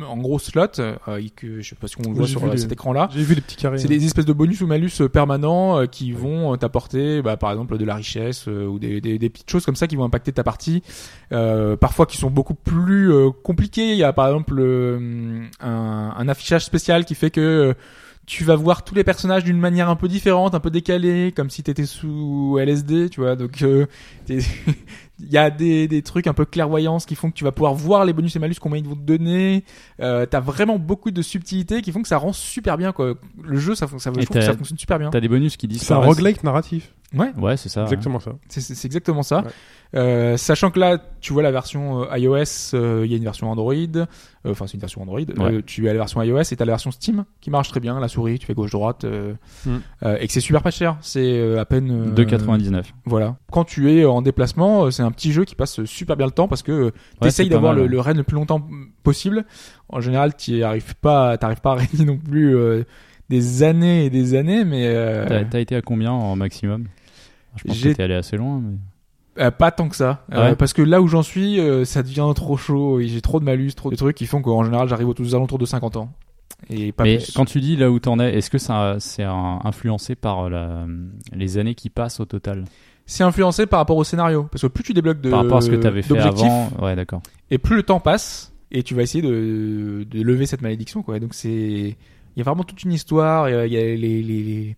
S4: en gros slots. Euh, et que, je sais pas si on le
S3: Oui,
S4: voit
S3: j'ai
S4: sur
S3: vu
S4: euh,
S3: les-
S4: cet écran-là.
S3: J'ai vu les petits carrés. hein.
S4: C'est des espèces de bonus ou malus euh, permanents euh, qui vont euh, t'apporter, bah, par exemple, de la richesse euh, ou des, des, des petites choses comme ça qui vont impacter ta partie. Euh, parfois, qui sont beaucoup plus euh, compliquées. Il y a par exemple euh, un, un affichage spécial qui fait que euh, tu vas voir tous les personnages d'une manière un peu différente, un peu décalée, comme si t'étais sous LSD, tu vois. Donc, euh, t'es- il y a des, des trucs un peu clairvoyance qui font que tu vas pouvoir voir les bonus et malus combien ils vont te donner. Euh, t'as vraiment beaucoup de subtilités qui font que ça rend super bien quoi. Le jeu ça, fon- ça, je
S5: Et
S4: trouve que
S5: t'as-
S4: ça fonctionne super bien.
S5: T'as des bonus qui
S3: C'est un
S5: disparaissent.
S3: roguelike narratif.
S5: Ouais, c'est ça. hein.
S3: Exactement ça.
S4: C'est- C'est c'est exactement ça.
S3: Ouais.
S4: Euh, sachant que là, tu vois la version euh, iOS, euh, il y a une version Android, euh, enfin c'est une version Android, Euh, tu as la version iOS et tu as la version Steam qui marche très bien, la souris, tu fais gauche-droite, euh,
S3: Mm.
S4: euh, et que c'est super pas cher, c'est euh, à peine...
S5: ouais.
S4: euh,
S5: 2,99.
S4: Voilà. Quand tu es en déplacement, euh, c'est un petit jeu qui passe super bien le temps parce que euh,
S5: Ouais, c'est
S4: t'essayes
S5: pas
S4: d'avoir
S5: mal,
S4: le,
S5: hein.
S4: le renne le plus longtemps possible. En général, tu arrives pas, t'arrives pas à régner non plus euh, des années et des années, mais euh,
S5: T'as t'as été à combien en maximum Je pense que
S4: j'ai-
S5: t'es allé assez loin. mais-
S4: euh, pas tant que ça. Euh,
S5: Ouais.
S4: parce que là où j'en suis, euh, ça devient trop chaud et j'ai trop de malus, trop de trucs qui font qu'en général, j'arrive aux alentours de 50 ans et pas
S5: Mais
S4: plus.
S5: quand tu dis là où t'en es, est-ce que ça c'est un- influencé par la- les années qui passent au total
S4: C'est influencé par rapport au scénario, parce que plus tu débloques de
S5: Par rapport à ce que t'avais fait
S4: d'objectifs,
S5: avant Ouais, d'accord.
S4: et plus le temps passe et tu vas essayer de, de lever cette malédiction quoi donc c'est il y a vraiment toute une histoire il y a- il y a les, les- les-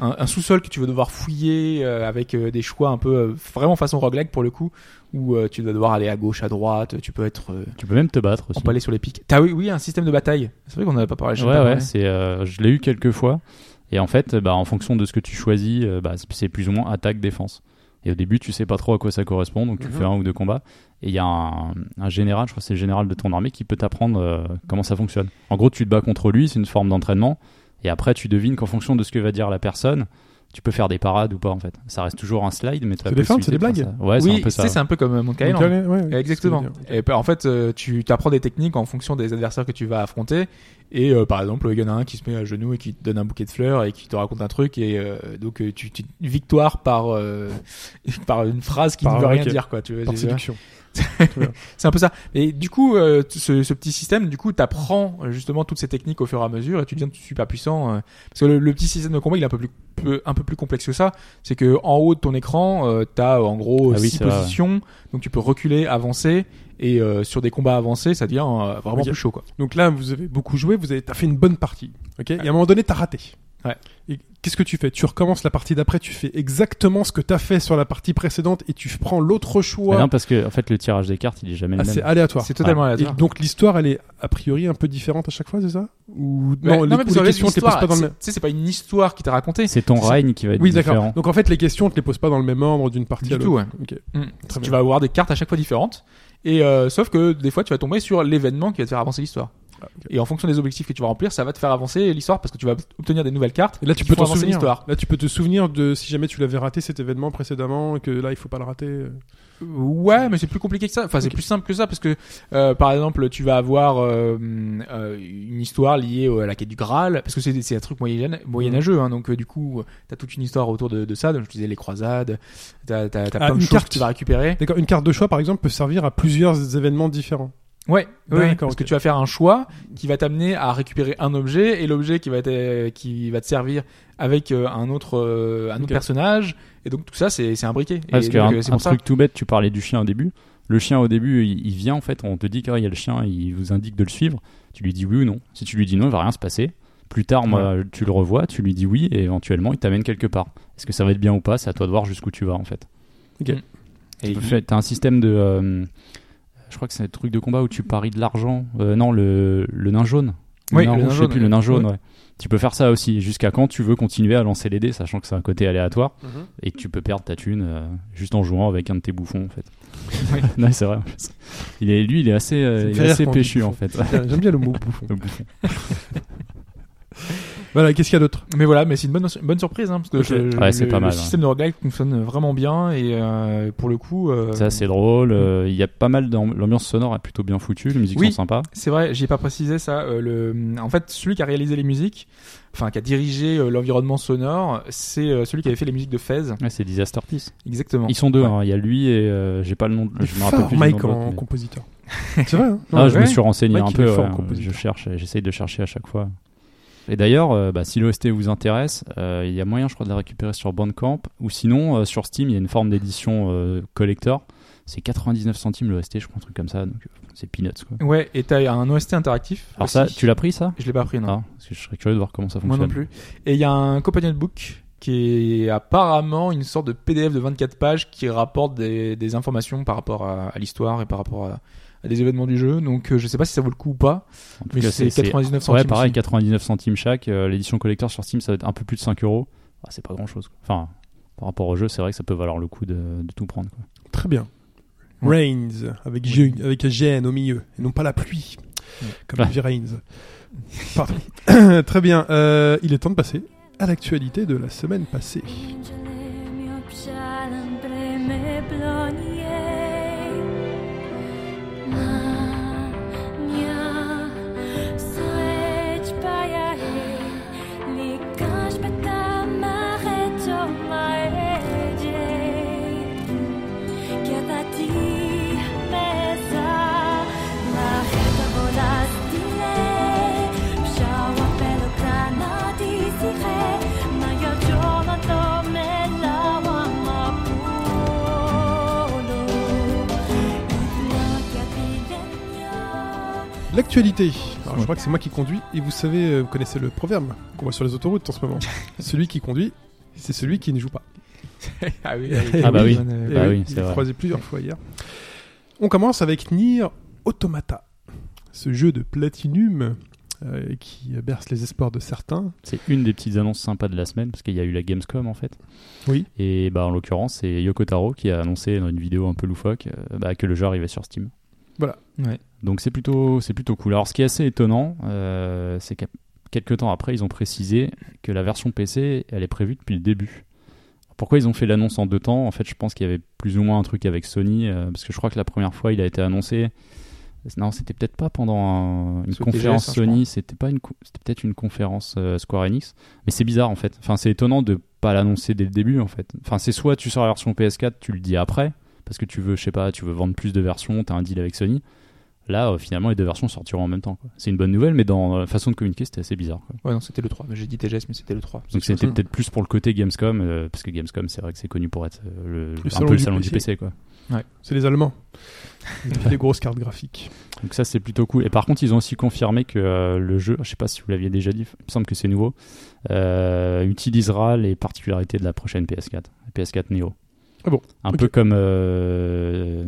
S4: un, un sous-sol que tu vas devoir fouiller euh, avec euh, des choix un peu euh, vraiment façon roguelike pour le coup où euh, tu vas devoir aller à gauche à droite tu peux être euh,
S5: Tu peux même te battre aussi.
S4: empalé sur les pics t'as oui oui un système de bataille c'est vrai qu'on n'en a pas parlé j'en ai
S5: Ouais,
S4: pas
S5: ouais,
S4: parlé.
S5: c'est, euh, je l'ai eu quelques fois. Et en fait, bah, en fonction de ce que tu choisis, euh, bah, c'est- c'est plus ou moins attaque-défense. Et au début, tu sais pas trop à quoi ça correspond, donc tu
S3: Mhm.
S5: fais un ou deux combats. Et il y a un, un général, je crois que c'est le général de ton armée, qui peut t'apprendre euh, comment ça fonctionne. En gros, tu te bats contre lui, c'est une forme d'entraînement. Et après, tu devines qu'en fonction de ce que va dire la personne, tu peux faire des parades ou pas, en fait. Ça reste toujours un slide, mais tu as
S3: C'est des feintes, c'est des
S5: possibilité de faire ça. Ouais, c'est
S4: oui
S5: un peu
S4: tu
S5: ça.
S4: sais, c'est un peu comme euh, Monkey Island
S3: Ouais, ouais,
S4: Exactement. ben,
S3: c'est ce que je veux dire.
S4: Et bah, en fait, euh, tu apprends des techniques en fonction des adversaires que tu vas affronter Et euh, par exemple, il y en a un qui se met à genoux et qui te donne un bouquet de fleurs et qui te raconte un truc et euh, donc euh, tu, tu victoire par euh, par une phrase qui
S3: Par
S4: ne
S3: un
S4: veut rien
S3: racket.
S4: dire quoi. Tu vois,
S3: Par
S4: c'est-
S3: séduction.
S4: c'est un peu ça. Et du coup, euh, t- ce, ce petit système, du coup, t'apprends euh, justement toutes ces techniques au fur et à mesure et tu deviens super puissant. euh, parce que le, le petit système de combat, il est un peu plus, peu- un peu plus complexe que ça. C'est que en haut de ton écran, euh, t'as euh, en gros
S5: Ah oui,
S4: six
S5: c'est vrai, ouais.
S4: positions, donc tu peux reculer, avancer. Et euh, sur des combats avancés, ça devient euh, vraiment
S3: Oui.
S4: plus chaud, quoi.
S3: Donc là, vous avez beaucoup joué, vous avez, t'as fait une bonne partie. Ok. Et à un moment donné, t'as raté.
S4: Ouais.
S3: Et qu'est-ce que tu fais Tu recommences la partie d'après, tu fais exactement ce que t'as fait sur la partie précédente et tu prends l'autre
S5: Mais
S3: choix.
S5: non, parce que en fait, le tirage des cartes, il est jamais
S3: Ah,
S5: le
S3: c'est
S5: même.
S3: aléatoire.
S4: C'est totalement
S3: Et
S4: aléatoire.
S3: donc l'histoire, elle est a priori un peu différente à chaque fois, c'est ça Ou non, les,
S4: mais
S3: ou
S4: parce
S3: les
S4: que
S3: questions, on te les pose
S4: l'histoire,
S3: pas dans le
S4: c'est-
S3: même.
S4: Tu sais, c'est pas une histoire qui t'a racontée.
S5: C'est ton
S4: c'est-
S5: règne qui va être
S3: Oui, d'accord.
S5: différent.
S3: Donc en fait, les questions, on te les pose pas dans le même ordre d'une partie
S4: Du
S3: à l'autre.
S4: tout, ouais.
S3: Ok.
S4: Mm.
S3: Très
S4: Tu
S3: bien.
S4: vas avoir des cartes à chaque fois différentes. Et euh, sauf que des fois, tu vas tomber sur l'événement qui va te faire avancer l'histoire.
S3: Ah,
S4: Et en fonction des objectifs que tu vas remplir, ça va te faire avancer l'histoire parce que tu vas obtenir des nouvelles cartes.
S3: Et là, tu
S4: qui
S3: peux
S4: font
S3: t'en
S4: avancer
S3: souvenir.
S4: l'histoire.
S3: Là, tu peux te souvenir de si jamais tu l'avais raté cet événement précédemment, et que là, il faut pas le rater. euh.
S4: Ouais, mais c'est plus compliqué que ça. Enfin, c'est
S3: Ok.
S4: plus simple que ça parce que, euh, par exemple, tu vas avoir euh, hum, euh, une histoire liée au- à la quête du Graal, parce que c'est c'est un truc moyen moyenâgeux. Hein, donc, euh, du coup, t'as toute une histoire autour de, de ça. Donc, je te disais les croisades. T'as t'as- t'as
S3: Ah,
S4: plein de
S3: une
S4: choses
S3: carte.
S4: que tu vas récupérer.
S3: D'accord. Une carte de choix, par exemple, peut servir à plusieurs événements différents.
S4: Ouais,
S3: D'accord,
S4: oui,
S3: ok.
S4: parce que tu vas faire un choix qui va t'amener à récupérer un objet et l'objet qui va te, qui va te servir avec euh, un autre, euh, un autre
S3: Ok.
S4: personnage et donc tout ça c'est c'est imbriqué. Et
S5: Parce
S4: donc,
S5: qu'un
S4: euh, c'est
S5: un
S4: pour ça.
S5: truc tout bête, tu parlais du chien au début. Le chien au début, il, il vient en fait, on te dit qu'il y a le chien, il vous indique de le suivre. Tu lui dis oui ou non. Si tu lui dis non, il va rien se passer. Plus tard, moi, tu le revois, tu lui dis oui, et éventuellement, il t'amène quelque part. Est-ce que ça va être bien ou pas C'est à toi de voir jusqu'où tu vas en fait.
S4: Et
S5: Tu as un système de, euh, je crois que c'est un truc de combat où tu paries de l'argent. Euh, non, le, le nain jaune.
S4: Oui,
S5: nain
S4: le
S5: rouge,
S4: nain
S5: je sais
S4: jaune,
S5: plus,
S4: oui.
S5: le nain jaune. ouais. Tu peux faire ça aussi. Jusqu'à quand tu veux continuer à lancer les dés, sachant que c'est un côté aléatoire
S3: Mhm.
S5: et que tu peux perdre ta thune euh, juste en jouant avec un de tes bouffons en fait. non, c'est vrai. Il est, lui, il est assez, euh,
S3: Ça me
S5: il
S3: fait
S5: est
S3: rire
S5: assez
S3: quand on dit
S5: péchu en
S3: bouffon.
S5: fait.
S3: Tiens, J'aime bien le mot bouffon.
S5: Le bouffon.
S3: Voilà. Qu'est-ce qu'il y a d'autre
S4: Mais voilà, mais c'est une bonne, une bonne surprise hein, parce que
S3: Ok.
S4: je- je-
S5: Ouais, c'est
S4: le,
S5: pas mal,
S4: le système de roguelike fonctionne vraiment bien et euh, pour le coup. euh,
S5: C'est assez drôle. euh, Il y a pas mal d'amb- l'ambiance sonore est plutôt bien foutue, les musiques
S4: Oui.
S5: sont sympas.
S4: C'est vrai, j'ai pas précisé ça. euh, le, en fait, celui qui a réalisé les musiques, enfin qui a dirigé euh, l'environnement sonore, c'est euh, celui qui avait fait les musiques de Fez.
S5: Ouais, c'est Disaster Piece.
S4: Exactement.
S5: Ils sont deux.
S4: Ouais.
S5: hein. Il y a lui et euh, j'ai pas le nom. de- Je me rappelle
S3: Fort
S5: plus. du nom de
S3: Mike
S5: l'autre,
S3: en
S5: mais-
S3: compositeur. C'est vrai. hein
S5: Ah, je
S4: Ouais.
S5: me suis renseigné
S3: Ouais,
S5: un
S3: qu'il
S5: peu.
S3: est fort
S5: ouais,
S3: en compositeur.
S5: je cherche, j'essaye de chercher à chaque fois. Et d'ailleurs, euh, bah, si l'OST vous intéresse, euh, il y a moyen, je crois, de la récupérer sur Bandcamp ou sinon euh, sur Steam, il y a une forme d'édition euh, collector. C'est 99 centimes l'OST, je crois, un truc comme ça. Donc euh, c'est peanuts quoi.
S4: Ouais, et t'as un OST interactif.
S5: Alors
S4: aussi.
S5: ça, tu l'as pris ça
S4: Je l'ai pas pris, Ah, non.
S5: Ah, parce que je serais curieux de voir comment ça
S4: Moi
S5: Ah, fonctionne.
S4: non plus. Et il y a un compagnon de book qui est apparemment une sorte de PDF de 24 pages qui rapporte des, des informations par rapport à, à l'histoire et par rapport à, à des événements du jeu. Donc euh, je sais pas si ça vaut le coup ou pas.
S5: En tout
S4: Mais
S5: cas,
S4: c'est 99 centimes.
S5: Ouais, pareil,
S4: aussi.
S5: 99 centimes chaque. Euh, L'édition collector sur Steam, ça va être un peu plus de 5 euros. Ah, c'est pas grand chose. Enfin, par rapport au jeu, c'est vrai que ça peut valoir le coup de, de tout prendre. quoi.
S3: Très bien. Rains avec G, avec un GN au milieu, et non pas la pluie,
S4: Ouais.
S3: comme
S5: Ah.
S3: le dit Rains. Pardon. Très bien. euh, il est temps de passer à l'actualité de la semaine passée.
S6: Czernią przelębremy bloniej. Ma, mia, sreć paja hej. Likaś peta mare to majedziej. Kiata ti pesa, mareta vola stile. Psiała pelokrana disiche, na ja dzioma to melała ma pulu. Idna kapilenia.
S3: L'actualité. Alors, je crois que c'est moi qui conduis, et vous savez, euh, vous connaissez le proverbe qu'on voit sur les autoroutes en ce moment. celui qui conduit, c'est celui qui ne joue pas.
S4: ah oui,
S5: Ah bah oui.
S3: Eh
S5: Bah oui,
S3: je
S5: c'est
S3: l'ai
S5: vrai.
S3: croisé plusieurs fois hier. On commence avec Nier Automata, ce jeu de Platinum euh, qui berce les espoirs de certains.
S5: C'est une des petites annonces sympas de la semaine parce qu'il y a eu la Gamescom en fait.
S3: Oui.
S5: Et bah en l'occurrence, c'est Yoko Taro qui a annoncé dans une vidéo un peu loufoque euh, bah, que le jeu arrivait sur Steam.
S4: Ouais.
S5: Donc c'est plutôt c'est plutôt cool. Alors ce qui est assez étonnant, euh, c'est qu'à quelques temps après, ils ont précisé que la version PC, elle est prévue depuis le début. Pourquoi ils ont fait l'annonce en deux temps En fait, je pense qu'il y avait plus ou moins un truc avec Sony, euh, parce que je crois que la première fois, il a été annoncé Non, c'était peut-être pas pendant un- une
S4: C'était
S5: conférence
S4: TGS, hein, je
S5: Sony, c'était pas une, co- c'était peut-être une conférence euh, Square Enix, mais c'est bizarre en fait. Enfin, c'est étonnant de pas l'annoncer dès le début en fait. Enfin, c'est soit tu sors la version PS4, tu le dis après parce que tu veux, je sais pas, tu veux vendre plus de versions, t'as un deal avec Sony. Là, euh, finalement, les deux versions sortiront en même temps. quoi. C'est une bonne nouvelle, mais dans euh, la façon de communiquer, c'était assez bizarre. quoi.
S4: Ouais, non, c'était le 3. J'ai dit TGS, mais c'était le 3.
S5: Donc c'était peut-être plus pour le côté Gamescom, euh, parce que Gamescom, c'est vrai que c'est connu pour être euh, le, un
S3: salon
S5: peu le
S3: du
S5: salon du
S3: PC.
S5: PC. quoi.
S3: C'est les Allemands. Ils ont des grosses cartes graphiques.
S5: Donc ça, c'est plutôt cool. Et par contre, ils ont aussi confirmé que euh, le jeu, je sais pas si vous l'aviez déjà dit, il me semble que c'est nouveau, euh, utilisera les particularités de la prochaine PS4, la PS4 Neo.
S3: Ah bon,
S5: Un
S3: ok.
S5: peu comme euh,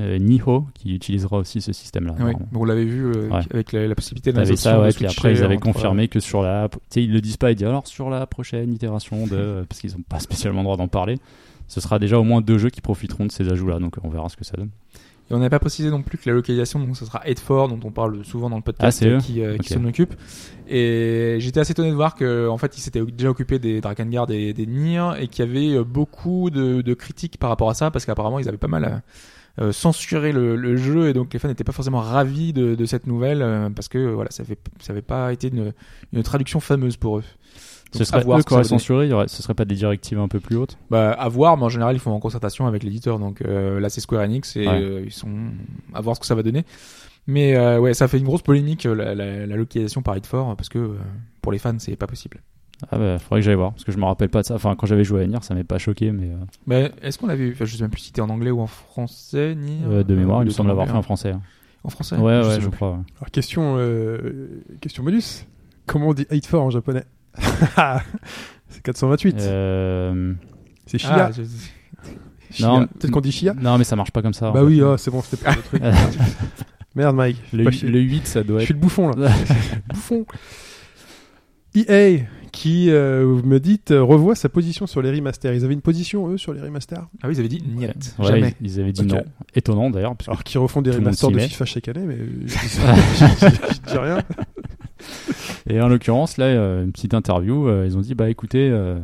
S5: euh, Niho, qui utilisera aussi ce système-là.
S4: Oui,
S5: apparemment.
S4: bon, on l'avait vu euh,
S5: Ah, Ouais.
S4: avec la, la possibilité d'un
S5: T'avais ça, ouais, puis après ils avaient
S4: euh,
S5: confirmé que sur la. Tu sais, ils le disent pas, ils disent alors sur la prochaine itération de. euh, parce qu'ils ont pas spécialement le droit d'en parler. Ce sera déjà au moins deux jeux qui profiteront de ces ajouts-là, donc on verra ce que ça donne.
S4: Et on n'avait pas précisé non plus que la localisation, donc ça sera Edford, dont on parle souvent dans le podcast,
S5: Ah, c'est
S4: euh,
S5: eux
S4: qui, euh, qui
S5: Ok.
S4: s'en occupe. Et j'étais assez étonné de voir que, en fait, ils s'étaient déjà occupés des Dragon Guard et des Nier, et qu'il y avait euh, beaucoup de, de critiques par rapport à ça, parce qu'apparemment, ils avaient pas mal euh, censuré le, le jeu, et donc les fans n'étaient pas forcément ravis de, de cette nouvelle, euh, parce que, euh, voilà, ça n'avait ça avait pas été une, une traduction fameuse pour eux. Donc,
S5: ce
S4: à
S5: serait
S4: voir
S5: eux
S4: ce
S5: qui
S4: que ça
S5: auraient
S4: va donner.
S5: censuré, il y aurait- ce serait pas des directives un peu plus hautes
S4: Bah, à voir, mais en général, ils font en concertation avec l'éditeur. Donc euh, là, c'est Square Enix et
S5: Ouais.
S4: euh, ils sont à voir ce que ça va donner. Mais euh, ouais, ça fait une grosse polémique euh, la, la- la localisation par Fort parce que euh, pour les fans, c'est pas possible.
S5: Ah bah, faudrait que j'aille voir, parce que je me rappelle pas de ça. Enfin, quand j'avais joué à Nier, ça m'avait pas choqué, mais euh,
S4: Mais est-ce qu'on l'avait vu enfin, Je sais même plus si c'était en anglais ou en français, ni
S5: euh, de mémoire, il me semble l'avoir
S4: l'avoir
S5: fait en français. hein.
S4: En français.
S5: Ouais, ouais,
S4: Je sais
S5: je
S4: plus.
S5: crois. ouais.
S3: Alors, question, euh, question bonus. Comment on dit 8 4 en japonais C'est 428.
S5: Euh,
S3: C'est Shia.
S4: Ah, je- je-
S3: Shia.
S5: non.
S3: Peut-être qu'on dit Shia
S5: Non, mais ça marche pas comme ça. en
S3: Bah
S5: fait.
S3: oui, ah, c'est bon, c'était pas le truc. Merde, Mike. je suis
S5: Le,
S3: pas chez-
S5: le 8, ça doit
S3: Je
S5: être.
S3: suis le bouffon là. bouffon. EA qui, euh, vous me dites, euh, revoit sa position sur les remasters. Ils avaient une position, eux, sur les remasters
S5: Oh.
S4: ah oui, ils avaient dit Niet.
S5: Ouais,
S4: Jamais.
S5: ils, ils avaient dit
S3: Ok.
S5: non. Étonnant d'ailleurs, parce que
S3: Alors qu'ils refont des
S5: Tout le monde
S3: remasters
S5: s'y
S3: de
S5: met.
S3: FIFA chaque année, mais euh, je, je- je- je dis rien.
S5: Et en l'occurrence, là, euh, une petite interview, euh, ils ont dit bah écoutez, euh,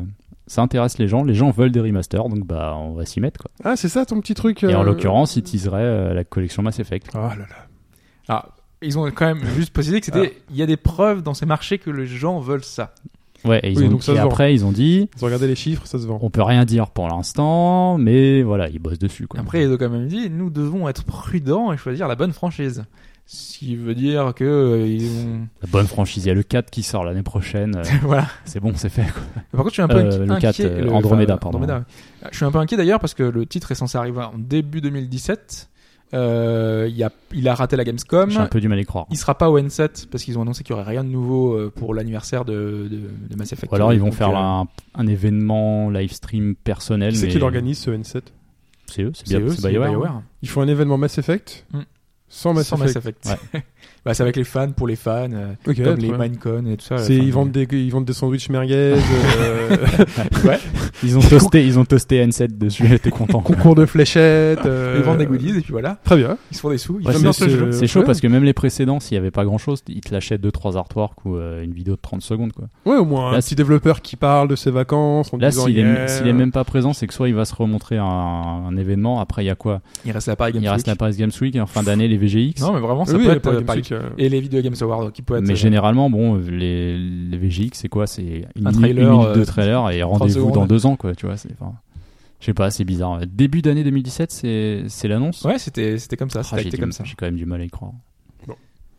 S5: ça intéresse les gens, les gens veulent des remasters, donc bah on va s'y mettre quoi.
S3: Ah, c'est ça ton petit truc
S5: Et en
S3: euh,
S5: l'occurrence, ils teaseraient euh, la collection Mass Effect.
S3: Ah là là.
S4: Ah, ils ont quand même juste précisé que c'était.
S5: Ah.
S4: Il y a des preuves dans ces marchés que les gens veulent ça.
S5: Ouais, et, ils
S3: Oui,
S5: ont-
S3: donc ça
S5: et
S3: se vend.
S5: après, ils ont dit
S3: Vous regardez les chiffres, ça se vend.
S5: on peut rien dire pour l'instant, mais voilà, ils bossent dessus quoi.
S4: Après, ils ont quand même dit, nous devons être prudents et choisir la bonne franchise. Ce qui veut dire que euh, ils ont...
S5: La bonne franchise, il y a le 4 qui sort l'année prochaine, euh,
S4: voilà.
S5: c'est bon, c'est fait quoi.
S4: Par contre, je suis un peu
S5: Euh,
S4: inqui-
S5: le
S4: inquiet.
S5: quatre, euh, Andromeda,
S4: enfin,
S5: pardon.
S4: oui. Je suis un peu inquiet d'ailleurs parce que le titre est censé arriver en début 2017. Euh, il, a, il a raté la Gamescom.
S5: J'ai un peu du mal à y croire.
S4: Il sera pas au N7 parce qu'ils ont annoncé qu'il y aurait rien de nouveau euh, pour l'anniversaire de, de, de Mass Effect.
S5: Ou alors ils vont
S4: Donc,
S5: faire
S4: euh,
S5: un, un événement live stream personnel.
S3: Qui c'est
S5: mais
S3: qui l'organise ce N7
S5: C'est eux, c'est
S4: C'est
S5: bien,
S4: eux,
S5: c'est BioWare. hein.
S3: Ils font un événement Mass Effect
S4: Hmm.
S3: sans Mass
S4: Sans Mass
S3: Effect.
S4: Effect. Bah, c'est avec les fans, pour les fans, euh,
S3: Ok,
S4: comme
S3: très
S4: les
S3: bien.
S4: Minecon et tout ça.
S3: C'est-
S4: Enfin,
S3: ils, vendent des, ils vendent des sandwichs merguez, euh,
S5: hein. Ils ont toasté, ils ont toasté N7 dessus, j'étais content.
S3: concours de fléchettes. euh,
S4: ils vendent des goodies et puis voilà.
S3: Très bien.
S4: Ils se font des sous, ils
S5: Ouais,
S4: font
S5: c'est-
S4: bien ce
S3: c'est-
S4: jeu.
S5: C'est chaud
S3: Ouais.
S5: parce que même les précédents, s'il n'y avait pas grand chose, ils te lâchaient 2-3 artworks ou euh, une vidéo de 30 secondes. Quoi.
S3: Ouais, au moins un
S5: Là,
S3: petit développeur qui parle de ses vacances. En
S5: Là,
S3: disant
S5: s'il
S3: yeah.
S5: est, s'il est même pas présent, c'est que soit il va se remontrer un, un événement, après il y a quoi
S4: Il reste la Paris Games
S5: Il reste la
S4: Week.
S5: Paris Games Week et en fin d'année les VGX.
S4: Non, mais vraiment, ça
S3: Oui,
S4: peut
S3: oui,
S4: être
S3: pas
S4: euh,
S3: Game
S4: Paris.
S3: Freak, euh,
S4: Et les Video Games Awards qui peut être.
S5: mais
S4: euh,
S5: généralement, bon, les, les VGX, c'est quoi C'est une,
S4: Un
S5: minute-
S4: trailer,
S5: une minute
S4: euh,
S5: de trailer et rendez-vous
S4: secondes.
S5: dans deux ans, quoi. Tu vois, c'est. enfin, Je sais pas, c'est bizarre. Début d'année 2017, c'est c'est l'annonce.
S4: Ouais, c'était c'était comme ça,
S5: Ah,
S4: c'était
S5: j'ai
S4: acté
S5: du-
S4: comme ça.
S5: J'ai quand même du mal à y croire.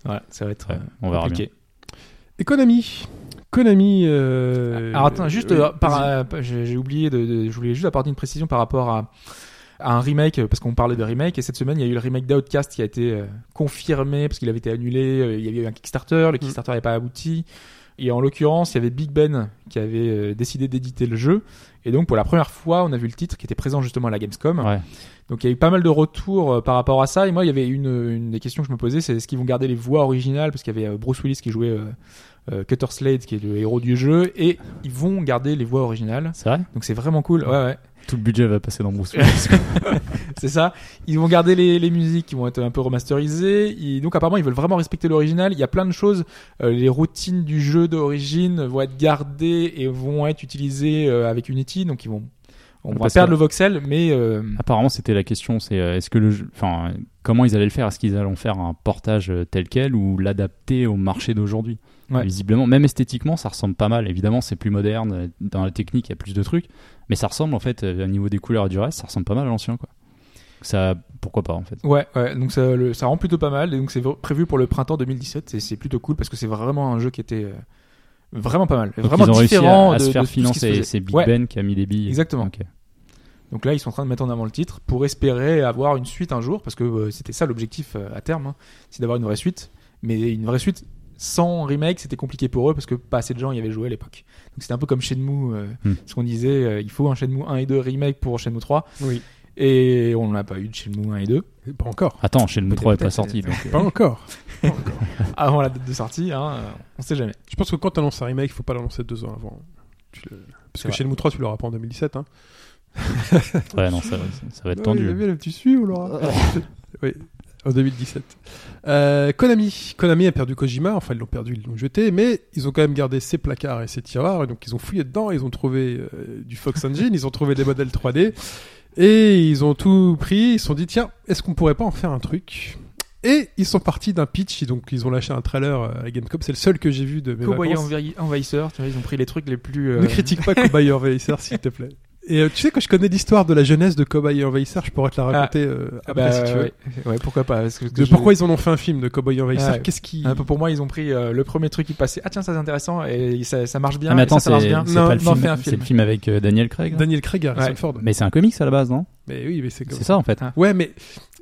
S4: Ouais, ça va être
S5: Ouais,
S4: euh,
S5: on verra bien.
S4: compliqué.
S3: Et Konami. Konami. euh,
S4: Alors attends, juste
S3: oui,
S4: euh, par,
S3: vas-y.
S4: euh, par- j'ai j'ai oublié de, de- je voulais juste apporter une précision par rapport à à un remake euh, parce qu'on parlait de remake et cette semaine il y a eu le remake d'Outcast qui a été euh, confirmé parce qu'il avait été annulé, euh, il y avait eu un Kickstarter, le Kickstarter n'avait pas abouti. Et en l'occurrence, il y avait Big Ben qui avait euh, décidé d'éditer le jeu. Et donc, pour la première fois, on a vu le titre qui était présent justement à la Gamescom.
S5: Ouais.
S4: Donc il y a eu pas mal de retours euh, par rapport à ça. Et moi, il y avait une, une des questions que je me posais, c'est est-ce qu'ils vont garder les voix originales Parce qu'il y avait euh, Bruce Willis qui jouait euh, euh, Cutter Slade, qui est le héros du jeu, et ils vont garder les voix originales.
S5: C'est vrai
S4: Donc c'est vraiment cool. Ouais, ouais,
S5: Tout le budget va passer dans Bruce Willis.
S4: c'est ça. Ils vont garder les, les musiques qui vont être un peu remasterisées. Ils- donc apparemment, ils veulent vraiment respecter l'original. Il y a plein de choses. Euh, les routines du jeu d'origine vont être gardées et vont être utilisées euh, avec Unity. Donc ils vont On va
S5: Parce
S4: perdre
S5: que-
S4: le voxel, mais euh,
S5: Apparemment, c'était la question, c'est euh, est-ce que le, jeu- enfin, euh, comment ils allaient le faire Est-ce qu'ils allaient en faire un portage euh, tel quel ou l'adapter au marché d'aujourd'hui
S4: Ouais.
S5: Visiblement, même esthétiquement, ça ressemble pas mal. Évidemment, c'est plus moderne euh, dans la technique, il y a plus de trucs, mais ça ressemble en fait euh, au niveau des couleurs et du reste, ça ressemble pas mal à l'ancien, quoi. Ça, pourquoi pas en fait
S4: ouais, ouais. Donc ça, le- ça rend plutôt pas mal. Et donc c'est v- prévu pour le printemps 2017. Et c'est plutôt cool parce que c'est vraiment un jeu qui était euh, vraiment pas mal,
S5: Donc,
S4: vraiment
S5: ils ont réussi à,
S4: différent
S5: à
S4: de,
S5: se
S4: de
S5: faire
S4: tout ce qui se
S5: financer.
S4: faisait.
S5: C'est Big
S4: Ouais.
S5: Ben qui a mis des billes.
S4: Exactement.
S5: Ok.
S4: Donc là, ils sont en train de mettre en avant le titre pour espérer avoir une suite un jour, parce que euh, c'était ça l'objectif euh, à terme, hein, c'est d'avoir une vraie suite. Mais une vraie suite sans remake, c'était compliqué pour eux parce que pas assez de gens y avaient joué à l'époque. Donc c'était un peu comme Shenmue, euh,
S5: Hmm.
S4: ce qu'on disait, euh, il faut un Shenmue 1 et 2 remake pour Shenmue 3.
S3: Oui.
S4: Et on n'a pas eu de Shenmue 1 et 2
S3: Pas encore.
S5: Attends, chez le
S4: Peut-être,
S5: 3 est pas
S4: peut-être,
S5: sorti,
S4: c'est-
S5: donc
S3: Pas encore.
S4: avant la date de sortie, hein, euh, on sait jamais.
S3: Je pense que quand tu annonces un remake, il faut pas l'annoncer deux ans avant. Tu le- Parce
S4: C'est
S3: que
S4: vrai.
S3: chez le 3, tu l'auras pas en 2017. Hein.
S5: ouais, non, ça, ça va être
S3: Ouais,
S5: tendu. Euh.
S3: t'as vu, là, tu suis ou Laura Oui, en 2017. Euh, Konami. Konami a perdu Kojima, enfin ils l'ont perdu, ils l'ont jeté, mais ils ont quand même gardé ses placards et ses tiroirs, et donc ils ont fouillé dedans, ils ont trouvé euh, du Fox Engine, ils ont trouvé des modèles 3D, et ils ont tout pris, ils se sont dit tiens, est-ce qu'on pourrait pas en faire un truc et ils sont partis d'un pitch, donc ils ont lâché un trailer euh, à la Gamecom, c'est le seul que j'ai vu de mes
S4: Cowboy
S3: vacances.
S4: envahi- envahisseur, tu vois, ils ont pris les trucs les plus. euh,
S3: Ne critique pas Cowboy Envahisseur, s'il te plaît. Et euh, tu sais que je connais l'histoire de la jeunesse de Cowboy Envahisseur, je pourrais te la raconter euh, après
S4: Ah bah,
S3: si tu veux.
S4: ouais, ouais, pourquoi pas parce que-
S3: De
S4: je-
S3: pourquoi ils en ont fait un film de Cowboy Envahisseur
S4: Ah, ouais.
S3: Qu'est-ce qui
S4: Un peu pour moi, ils ont pris euh, le premier truc qui passait. Ah tiens, ça c'est intéressant et ça, ça marche bien.
S5: Ah,
S4: et
S5: mais attends,
S4: ça, ça
S5: c'est
S4: marche bien.
S5: c'est
S3: Non,
S5: pas le
S4: non,
S5: film,
S4: fais un
S5: c'est
S4: film.
S5: le film avec euh, Daniel Craig. là
S3: Daniel Craig, Harrison
S4: Ouais.
S3: Ford.
S5: Mais c'est un comics à la base, non
S3: Mais oui, mais c'est comme
S5: C'est ça en fait.
S3: Ouais, mais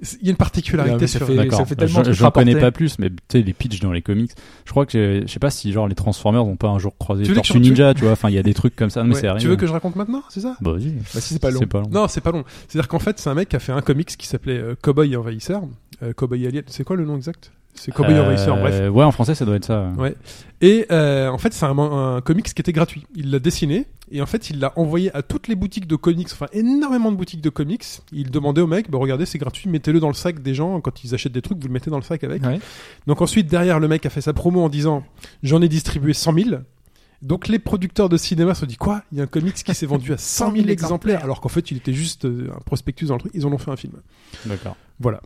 S3: c'est- il y a une particularité
S4: Non, mais ça
S3: sur.
S4: fait-
S3: Ouais,
S5: D'accord.
S4: fait
S5: Je
S4: tellement de trucs
S5: j'en connais
S4: rapportés.
S5: pas plus, mais tu sais, les pitchs dans les comics. Je crois que j'ai- je sais pas si genre les Transformers ont pas un jour croisé
S3: Tu veux que
S5: Tortue
S3: je- tu-
S5: Ninja, tu vois. Enfin, il y a des trucs comme ça. Non, mais c'est
S3: Tu veux
S5: arrivé.
S3: que je raconte maintenant C'est ça
S5: Bah, vas-y.
S4: Bah, si c'est pas long.
S5: C'est pas long.
S3: Non, c'est pas long. C'est-à-dire qu'en fait, c'est un mec qui a fait un comics qui s'appelait euh, Cowboy Envahisseur, euh, Cowboy Alien. C'est quoi le nom exact C'est Cowboy
S5: Euh,
S3: Envahisseur, bref.
S5: Ouais, en français, ça doit être ça.
S3: Ouais. Et euh, en fait, c'est un, man- un comics qui était gratuit. Il l'a dessiné et en fait, il l'a envoyé à toutes les boutiques de comics, enfin énormément de boutiques de comics. Il demandait aux mecs, bah, regardez, c'est gratuit, mettez-le dans le sac des gens quand ils achètent des trucs, vous le mettez dans le sac avec.
S4: Ouais.
S3: Donc ensuite, derrière, le mec a fait sa promo en disant j'en ai distribué 100 000. Donc les producteurs de cinéma se sont dit quoi Il y a un comics qui s'est vendu à 100 000 exemplaires, alors qu'en fait, il était juste euh, un prospectus dans le truc. Ils en ont fait un film.
S5: D'accord.
S3: Voilà.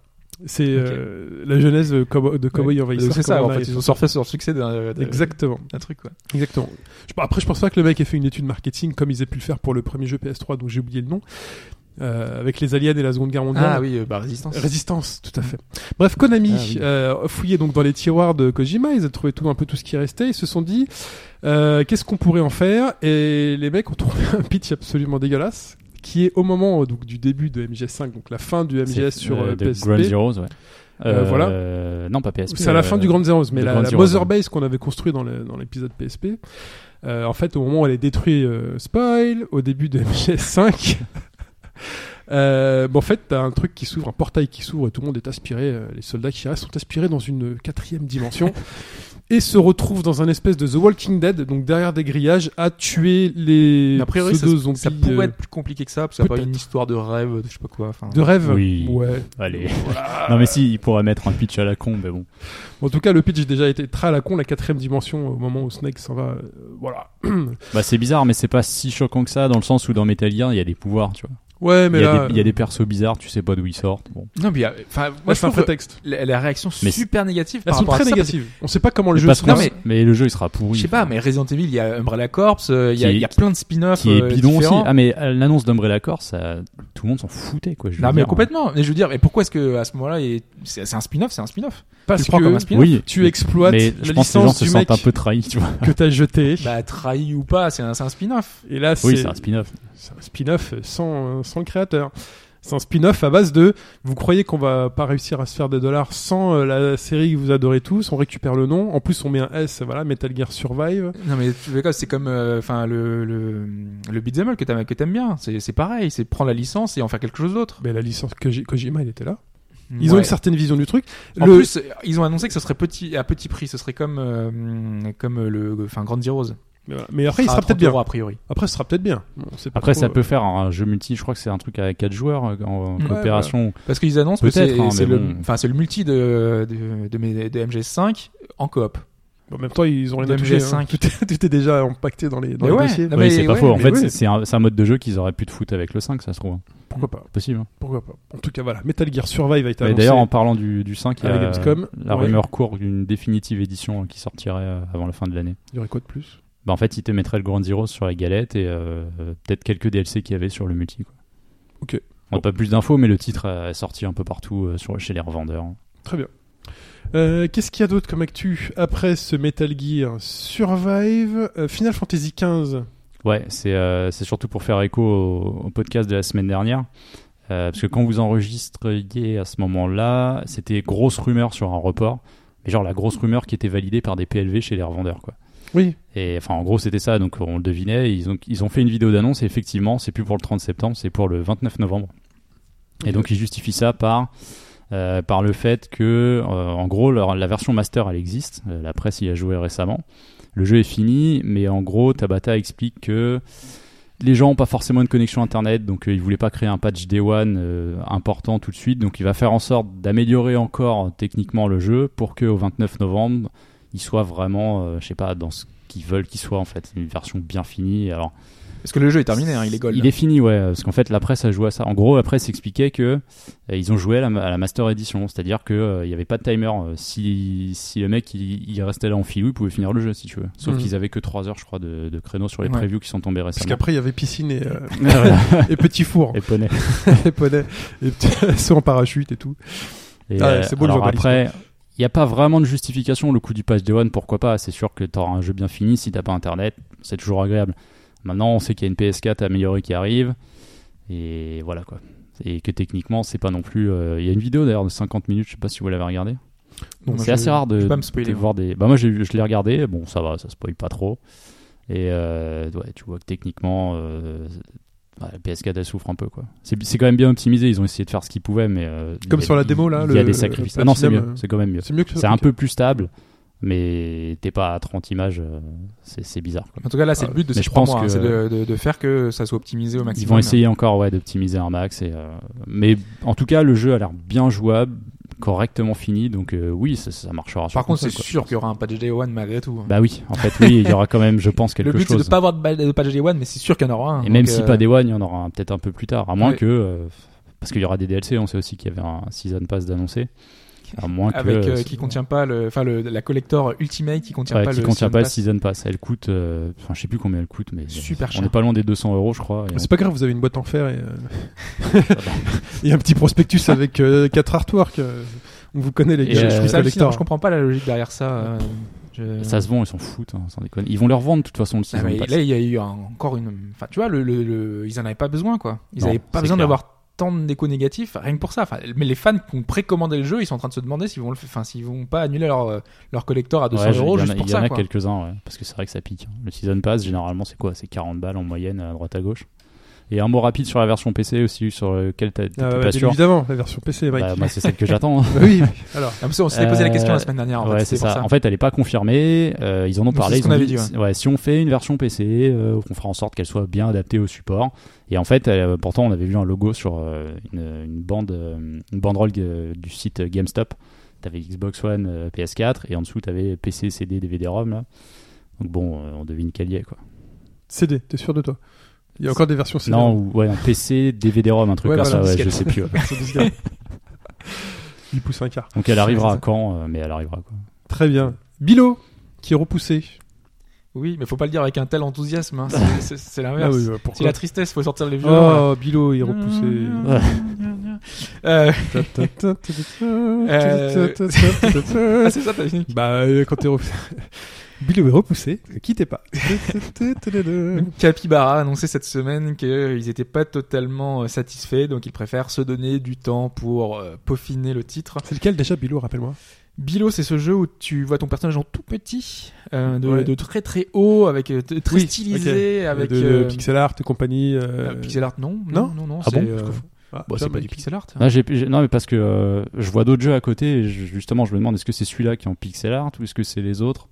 S3: C'est euh, la jeunesse de Cowboy, de Cowboy Envahisseur,
S4: Donc, C'est ça,
S3: comme
S4: en
S3: on a-
S4: fait. Ils ont surfé sur le succès d'un d'un-
S3: Exactement.
S4: d'un truc, quoi.
S3: Exactement. Je- après, je pense pas que le mec ait fait une étude marketing comme ils aient pu le faire pour le premier jeu PS3, dont j'ai oublié le nom, euh, avec les aliens et la Seconde Guerre mondiale.
S4: Ah oui, euh, bah, résistance.
S3: Résistance, tout à fait. Bref, Konami
S4: Ah oui.
S3: euh, fouillait donc dans les tiroirs de Kojima, ils ont trouvé tout un peu tout ce qui restait, ils se sont dit euh, qu'est-ce qu'on pourrait en faire et les mecs ont trouvé un pitch absolument dégueulasse qui est au moment euh, donc du début de MGS5, donc la fin du
S5: C'est,
S3: MGS sur
S5: euh,
S3: euh,
S5: de
S3: PSP.
S5: Ground Zeroes, ouais.
S3: Euh, voilà.
S5: euh, Non, pas PSP.
S3: C'est à la
S5: euh,
S3: fin du Grand Zeroes, mais
S5: de
S3: la,
S5: Ground
S3: la
S5: Zeroes,
S3: Mother
S4: hein.
S5: ouais.
S3: Base qu'on avait construit dans le- dans l'épisode PSP, euh, en fait, au moment où elle est détruite, euh, spoil, au début de MGS5, euh, bon, en fait, t'as un truc qui s'ouvre, un portail qui s'ouvre et tout le monde est aspiré, euh, les soldats qui restent sont aspirés dans une quatrième dimension. Et se retrouvent dans un espèce de The Walking Dead, donc derrière des grillages, à tuer les
S4: A priori, ça,
S3: pseudo-zombies
S4: ça pourrait
S3: euh,
S4: être plus compliqué que ça, parce que ça a pas
S3: peut-être.
S4: une histoire de rêve, de je sais pas quoi. Enfin,
S3: de rêve.
S5: Oui.
S3: Ouais.
S5: Allez. non, mais si, il pourrait mettre un pitch à la con, mais bon.
S3: En tout cas, le pitch déjà été très à la con, la quatrième dimension, au moment où Snake s'en va. euh, voilà.
S5: Bah, c'est bizarre, mais c'est pas si choquant que ça, dans le sens où dans Metal Gear, il y a des pouvoirs, tu vois.
S3: Ouais,
S5: Il
S3: mais
S5: y, a
S3: là. euh,
S5: des- il y a des persos bizarres, tu sais pas d'où ils sortent. Bon.
S4: Non, mais euh, enfin, moi
S3: Ouais,
S4: je
S3: c'est un
S4: trouve que Bah,
S3: prétexte.
S4: la, la réaction
S5: Mais c'est-
S4: super négative
S3: Elles
S4: par
S3: sont
S4: rapport à
S3: très
S4: ça. parce que-
S3: négatives. On sait pas comment le
S5: Mais
S3: jeu
S5: parce
S3: se
S5: qu'on-
S3: passe.
S4: mais-
S5: mais le jeu, il sera pourri.
S4: Je sais pas, mais Resident Evil, il y a Umbrella Corpse, euh, il y a-
S5: Qui est-
S4: il y a plein de spin-offs.
S5: qui est
S4: euh,
S5: bidon aussi.
S4: différents.
S5: Ah mais euh, l'annonce d'Umbrella Corps, ça, tout le monde s'en foutait quoi. Je veux
S4: Non, mais
S5: dire.
S4: complètement. Mais je veux dire, mais pourquoi est-ce que à ce moment-là, il- c'est c'est un spin-off, c'est un spin-off.
S3: Parce
S4: Tu le prends comme un
S3: que
S4: spin-off.
S5: Oui.
S3: tu exploites
S5: mais
S3: la
S5: je pense que les gens
S3: licence
S5: se
S3: du
S5: sentent
S3: mec
S5: un peu trahis, tu vois.
S3: que t'as jeté.
S4: Bah, trahi ou pas, c'est un, c'est un spin-off.
S3: et là, c'est
S5: Oui, c'est un spin-off.
S3: c'est un spin-off sans, sans le créateur. C'est un spin-off à base de vous croyez qu'on va pas réussir à se faire des dollars sans euh, la série que vous adorez tous, on récupère le nom, en plus on met un S, voilà, Metal Gear Survive.
S4: Non, mais tu fais quoi C'est comme euh, enfin le, le, le beat'em up que t'aimes que t'aimes bien. C'est c'est pareil, c'est prendre la licence et en faire quelque chose d'autre.
S3: Mais la licence que Kojima, il était là. Ils ont
S4: Ouais.
S3: une certaine vision du truc.
S4: En
S3: Le-
S4: plus, ils ont annoncé que ce serait petit, à petit prix. Ce serait comme, euh, comme le, enfin, Grand Zero.
S3: mais, voilà. Mais après, il sera peut-être bien.
S4: a priori.
S3: Après, ce sera peut-être bien. On sait pas
S5: Après
S3: trop,
S5: ça
S3: euh,
S5: peut faire un jeu multi, je crois que c'est un truc à 4 joueurs euh, en
S4: Ouais,
S5: coopération.
S4: Parce qu'ils annoncent que
S5: Peut-être,
S4: c'est
S5: hein,
S4: c'est
S5: mais
S4: le,
S5: bon.
S4: enfin, c'est le multi de, de, de, mes- de MGS5 en coop.
S3: En même temps, ils ont rien à toucher.
S4: MGS5.
S3: hein. Tout, est, tout est déjà empaqueté dans les, dans
S4: Mais
S3: les
S4: ouais,
S3: dossiers.
S4: non,
S5: oui,
S4: mais
S5: c'est pas
S4: ouais,
S5: faux. En
S4: mais
S5: fait,
S4: oui.
S5: c'est- c'est un, c'est un mode de jeu qu'ils auraient pu te foutre avec le 5, ça se trouve. hein.
S3: Pourquoi pas
S5: C'est possible. hein.
S3: Pourquoi pas En tout cas, voilà. Metal Gear Survive a été
S5: Mais
S3: annoncé.
S5: D'ailleurs, en parlant du, du 5, il y
S3: à
S5: a
S3: la Gamescom,
S5: la
S3: ouais.
S5: rumeur court d'une définitive édition qui sortirait euh, avant la fin de l'année.
S3: Il y aurait quoi de plus
S5: Bah, en fait, ils te mettraient le Grand Zero sur la galette et euh, euh, peut-être quelques DLC qu'il y avait sur le multi. Quoi.
S3: Ok.
S5: On n'a pas plus d'infos, mais le titre euh, est sorti un peu partout euh, sur, chez les revendeurs.
S3: Très bien. Euh, Qu'est-ce qu'il y a d'autre comme actu après ce Metal Gear Survive euh, Final Fantasy XV.
S5: Ouais, c'est euh, c'est surtout pour faire écho au, au podcast de la semaine dernière. Euh, parce que quand vous enregistriez à ce moment-là, c'était grosse rumeur sur un report. Mais genre la grosse rumeur qui était validée par des PLV chez les revendeurs. Quoi.
S3: Oui.
S5: Et enfin, en gros, c'était ça. Donc on le devinait. Ils ont, ils ont fait une vidéo d'annonce. Et effectivement, c'est plus pour le 30 septembre, c'est pour le 29 novembre. Et donc ils justifient ça par. euh, par le fait que, euh, en gros, leur- la version master, elle existe. Euh, la presse y a joué récemment. Le jeu est fini, mais en gros, Tabata explique que les gens n'ont pas forcément une connexion internet, donc euh, il voulait pas créer un patch Day One euh, important tout de suite, donc il va faire en sorte d'améliorer encore euh, techniquement le jeu pour que au 29 novembre, il soit vraiment, euh, je sais pas, dans ce qu'ils veulent qu'il soit en fait, une version bien finie. Alors
S4: Parce que le jeu est terminé, hein, il est gold.
S5: il est fini, ouais. Parce qu'en fait, la presse a joué à ça. En gros, la presse expliquait que euh, ils ont joué à la, à la Master Edition, c'est-à-dire que euh, il n'y avait pas de timer. Euh, Si, si le mec il, il restait là en filou, il pouvait finir le jeu si tu veux. Sauf
S3: Mhm.
S5: qu'ils avaient que 3 heures, je crois, de, de créneaux sur les
S4: Ouais.
S5: previews qui sont tombés
S3: Parce
S5: récemment.
S3: qu'après, il y avait piscine et, euh,
S5: Voilà.
S3: et petit four,
S5: Ah Et poney.
S3: et poney, et petit- saut en parachute et tout.
S5: Et,
S3: Ah ouais,
S5: euh,
S3: c'est beau, le
S5: alors
S3: jeu balise.
S5: après, il n'y a pas vraiment de justification. Le coup du patch day one, pourquoi pas C'est sûr que tu auras un jeu bien fini si t'as pas internet. C'est toujours agréable. Maintenant, on sait qu'il y a une PS4 améliorée qui arrive. Et voilà quoi. Et que techniquement, c'est pas non plus. euh, Il y a une vidéo d'ailleurs de 50 minutes, je sais pas si vous l'avez regardée.
S3: Non,
S5: C'est assez rare
S4: je
S5: de,
S4: vais pas me
S5: de
S4: spoiler, moi.
S5: voir des. Bah, moi, j'ai vu- je l'ai regardé. Bon, ça va, ça spoil pas trop. Et euh, ouais, tu vois que techniquement, euh, ouais, la PS4 elle souffre un peu quoi. C'est c'est quand même bien optimisé. Ils ont essayé de faire ce qu'ils pouvaient, mais euh,
S3: Comme
S5: il y a-
S3: sur la démo, là,
S5: Il y a
S3: le-
S5: des sacrifices.
S3: le
S5: Ah non, c'est
S3: Platinum,
S5: mieux.
S3: euh,
S5: C'est quand même mieux.
S3: C'est mieux que
S5: C'est un
S3: ok.
S5: peu plus stable, mais t'es pas à 30 images. euh, C'est c'est bizarre. quoi.
S4: En tout cas, là, c'est le but de
S5: Mais
S4: ces
S5: je
S4: trois
S5: pense
S4: mois, hein,
S5: que-
S4: c'est de, de- de faire que ça soit optimisé au maximum.
S5: Ils vont essayer encore ouais, d'optimiser un max. Et, euh, Mais en tout cas, le jeu a l'air bien jouable, correctement fini. Donc euh, oui, ça, ça marchera. sur
S4: Par contre, c'est
S5: console, quoi.
S4: sûr qu'il y aura un patch day one malgré tout. hein.
S5: Bah oui, en fait, oui, il y aura quand même, je pense, quelque
S4: le but, c'est
S5: chose.
S4: de pas avoir de, ba- de patch day one, mais c'est sûr qu'il y en aura un.
S5: Et
S4: donc,
S5: même si
S4: euh,
S5: pas des one, il y en aura un- peut-être un peu plus tard. À moins
S4: Ouais.
S5: que. euh, Parce qu'il y aura des DLC, on sait aussi qu'il y avait un Season Pass d'annoncé. À moins que.
S4: avec euh,
S5: euh,
S4: qui contient pas le enfin le, la collector ultimate qui contient
S5: Ouais,
S4: pas
S5: qui
S4: le
S5: contient
S4: Season
S5: pas le
S4: Pass.
S5: season pass. Elle coûte, euh, enfin, je sais plus combien elle coûte, mais
S4: Super
S5: on
S4: cher.
S5: n'est pas loin des 200 euros, je crois. et
S3: Mais C'est pas grave, vous avez une boîte en fer et, euh, et un petit prospectus avec 4 artworks. euh, On vous connaît les
S5: Et
S3: gars,
S5: euh,
S3: je suis
S4: Ça, hallucinant,
S3: collector.
S4: je comprends pas la logique derrière ça. euh, je-
S5: on- Ça se vend, ils s'en foutent, hein, sans déconner. Ils vont leur vendre de toute façon le
S4: Ah,
S5: season
S4: mais
S5: pass.
S4: là, il y a eu un- encore une. Enfin, tu vois, le, le- le- ils en avaient pas besoin, quoi. Ils
S5: Non,
S4: avaient pas
S5: c'est
S4: besoin
S5: clair.
S4: d'avoir tant d'échos négatifs, rien que pour ça. Enfin, mais les fans qui ont précommandé le jeu, ils sont en train de se demander s'ils vont le, f- enfin, s'ils vont pas annuler leur euh, leur collector à 200
S5: Ouais, je-
S4: euros
S5: il y en
S4: juste
S5: a-
S4: pour
S5: il y en
S4: ça,
S5: a
S4: quoi.
S5: quelques-uns, ouais, parce que c'est vrai que ça pique. hein. Le season pass, généralement, c'est quoi C'est 40 balles en moyenne à droite à gauche. Et un mot rapide sur la version PC aussi, sur lequel t'as- t'étais
S3: Ah ouais,
S5: pas
S4: bah,
S3: bien
S5: sûr.
S3: évidemment, la version PC, Mike.
S5: Bah, moi, c'est celle que j'attends. hein.
S3: Bah oui, alors.
S4: Ah, parce qu'on s'était posé la question
S5: Euh,
S4: la semaine dernière. En
S5: ouais,
S4: fait,
S5: c'est
S4: c'était pour
S5: ça. En fait, elle n'est pas confirmée. euh, ils en ont
S4: Donc,
S5: parlé.
S4: c'est ce
S5: ils
S4: qu'on
S5: ont
S4: avait
S5: dit,
S4: dit,
S5: ouais, si on fait une version PC, euh, on fera en sorte qu'elle soit bien adaptée au support. Et en fait, euh, pourtant, on avait vu un logo sur euh, une, une bande, euh, une banderole euh, du site GameStop. T'avais Xbox One, euh, PS4, et en dessous, t'avais PC, CD, DVD-ROM. là. Donc bon, euh, on devine quelle y est, quoi.
S3: CD, t'es sûr de toi Il y a encore des versions hein, CD.
S5: Non, ou, ouais, un PC, DVD-ROM, un truc
S3: Ouais,
S5: comme
S3: voilà,
S5: ça. Ouais,
S3: disquette.
S5: je sais plus. ouais.
S3: Version disque. Il pousse un quart.
S5: Donc elle arrivera
S4: C'est
S5: à quand euh, Mais elle arrivera, quoi.
S3: Très bien. Bilo, qui est repoussé.
S4: Oui, mais faut pas le dire avec un tel enthousiasme. hein. C'est- C'est c'est
S3: Ah
S4: l'inverse.
S3: oui, bah,
S4: C'est
S3: pourquoi
S4: la tristesse, faut sortir les vieux.
S3: Oh, Bilo est repoussé.
S5: Ouais.
S4: Euh,
S3: Ta, ta, ta, ta, ta, ta, ta, ta, ta, ta, ta.
S4: ah, c'est ça, t'as fini.
S3: Bah, euh, quand t'es repoussé. Bilo est repoussé, ne quittez pas.
S4: Capybara a annoncé cette semaine qu'ils n'étaient pas totalement euh, satisfaits, donc ils préfèrent se donner du temps pour euh, peaufiner le titre.
S3: C'est lequel déjà, Bilo, rappelle-moi
S4: Bilo, c'est ce jeu où tu vois ton personnage en tout petit, euh, de,
S3: Ouais.
S4: de très très haut, avec euh, t- très
S3: Oui,
S4: stylisé, avec
S3: De
S4: euh,
S3: Pixel Art et compagnie. euh,
S4: euh, pixel art. Non,
S3: non
S4: non, non, non.
S5: Ah
S4: c'est,
S5: bon
S4: euh,
S5: Je
S3: ah,
S4: bah,
S3: ça,
S4: c'est pas
S3: mec.
S4: du pixel art.
S5: Ah, j'ai- j'ai- non, mais parce que euh, je vois d'autres jeux à côté et je- justement, je me demande est-ce que c'est celui-là qui est en pixel art ou est-ce que c'est les autres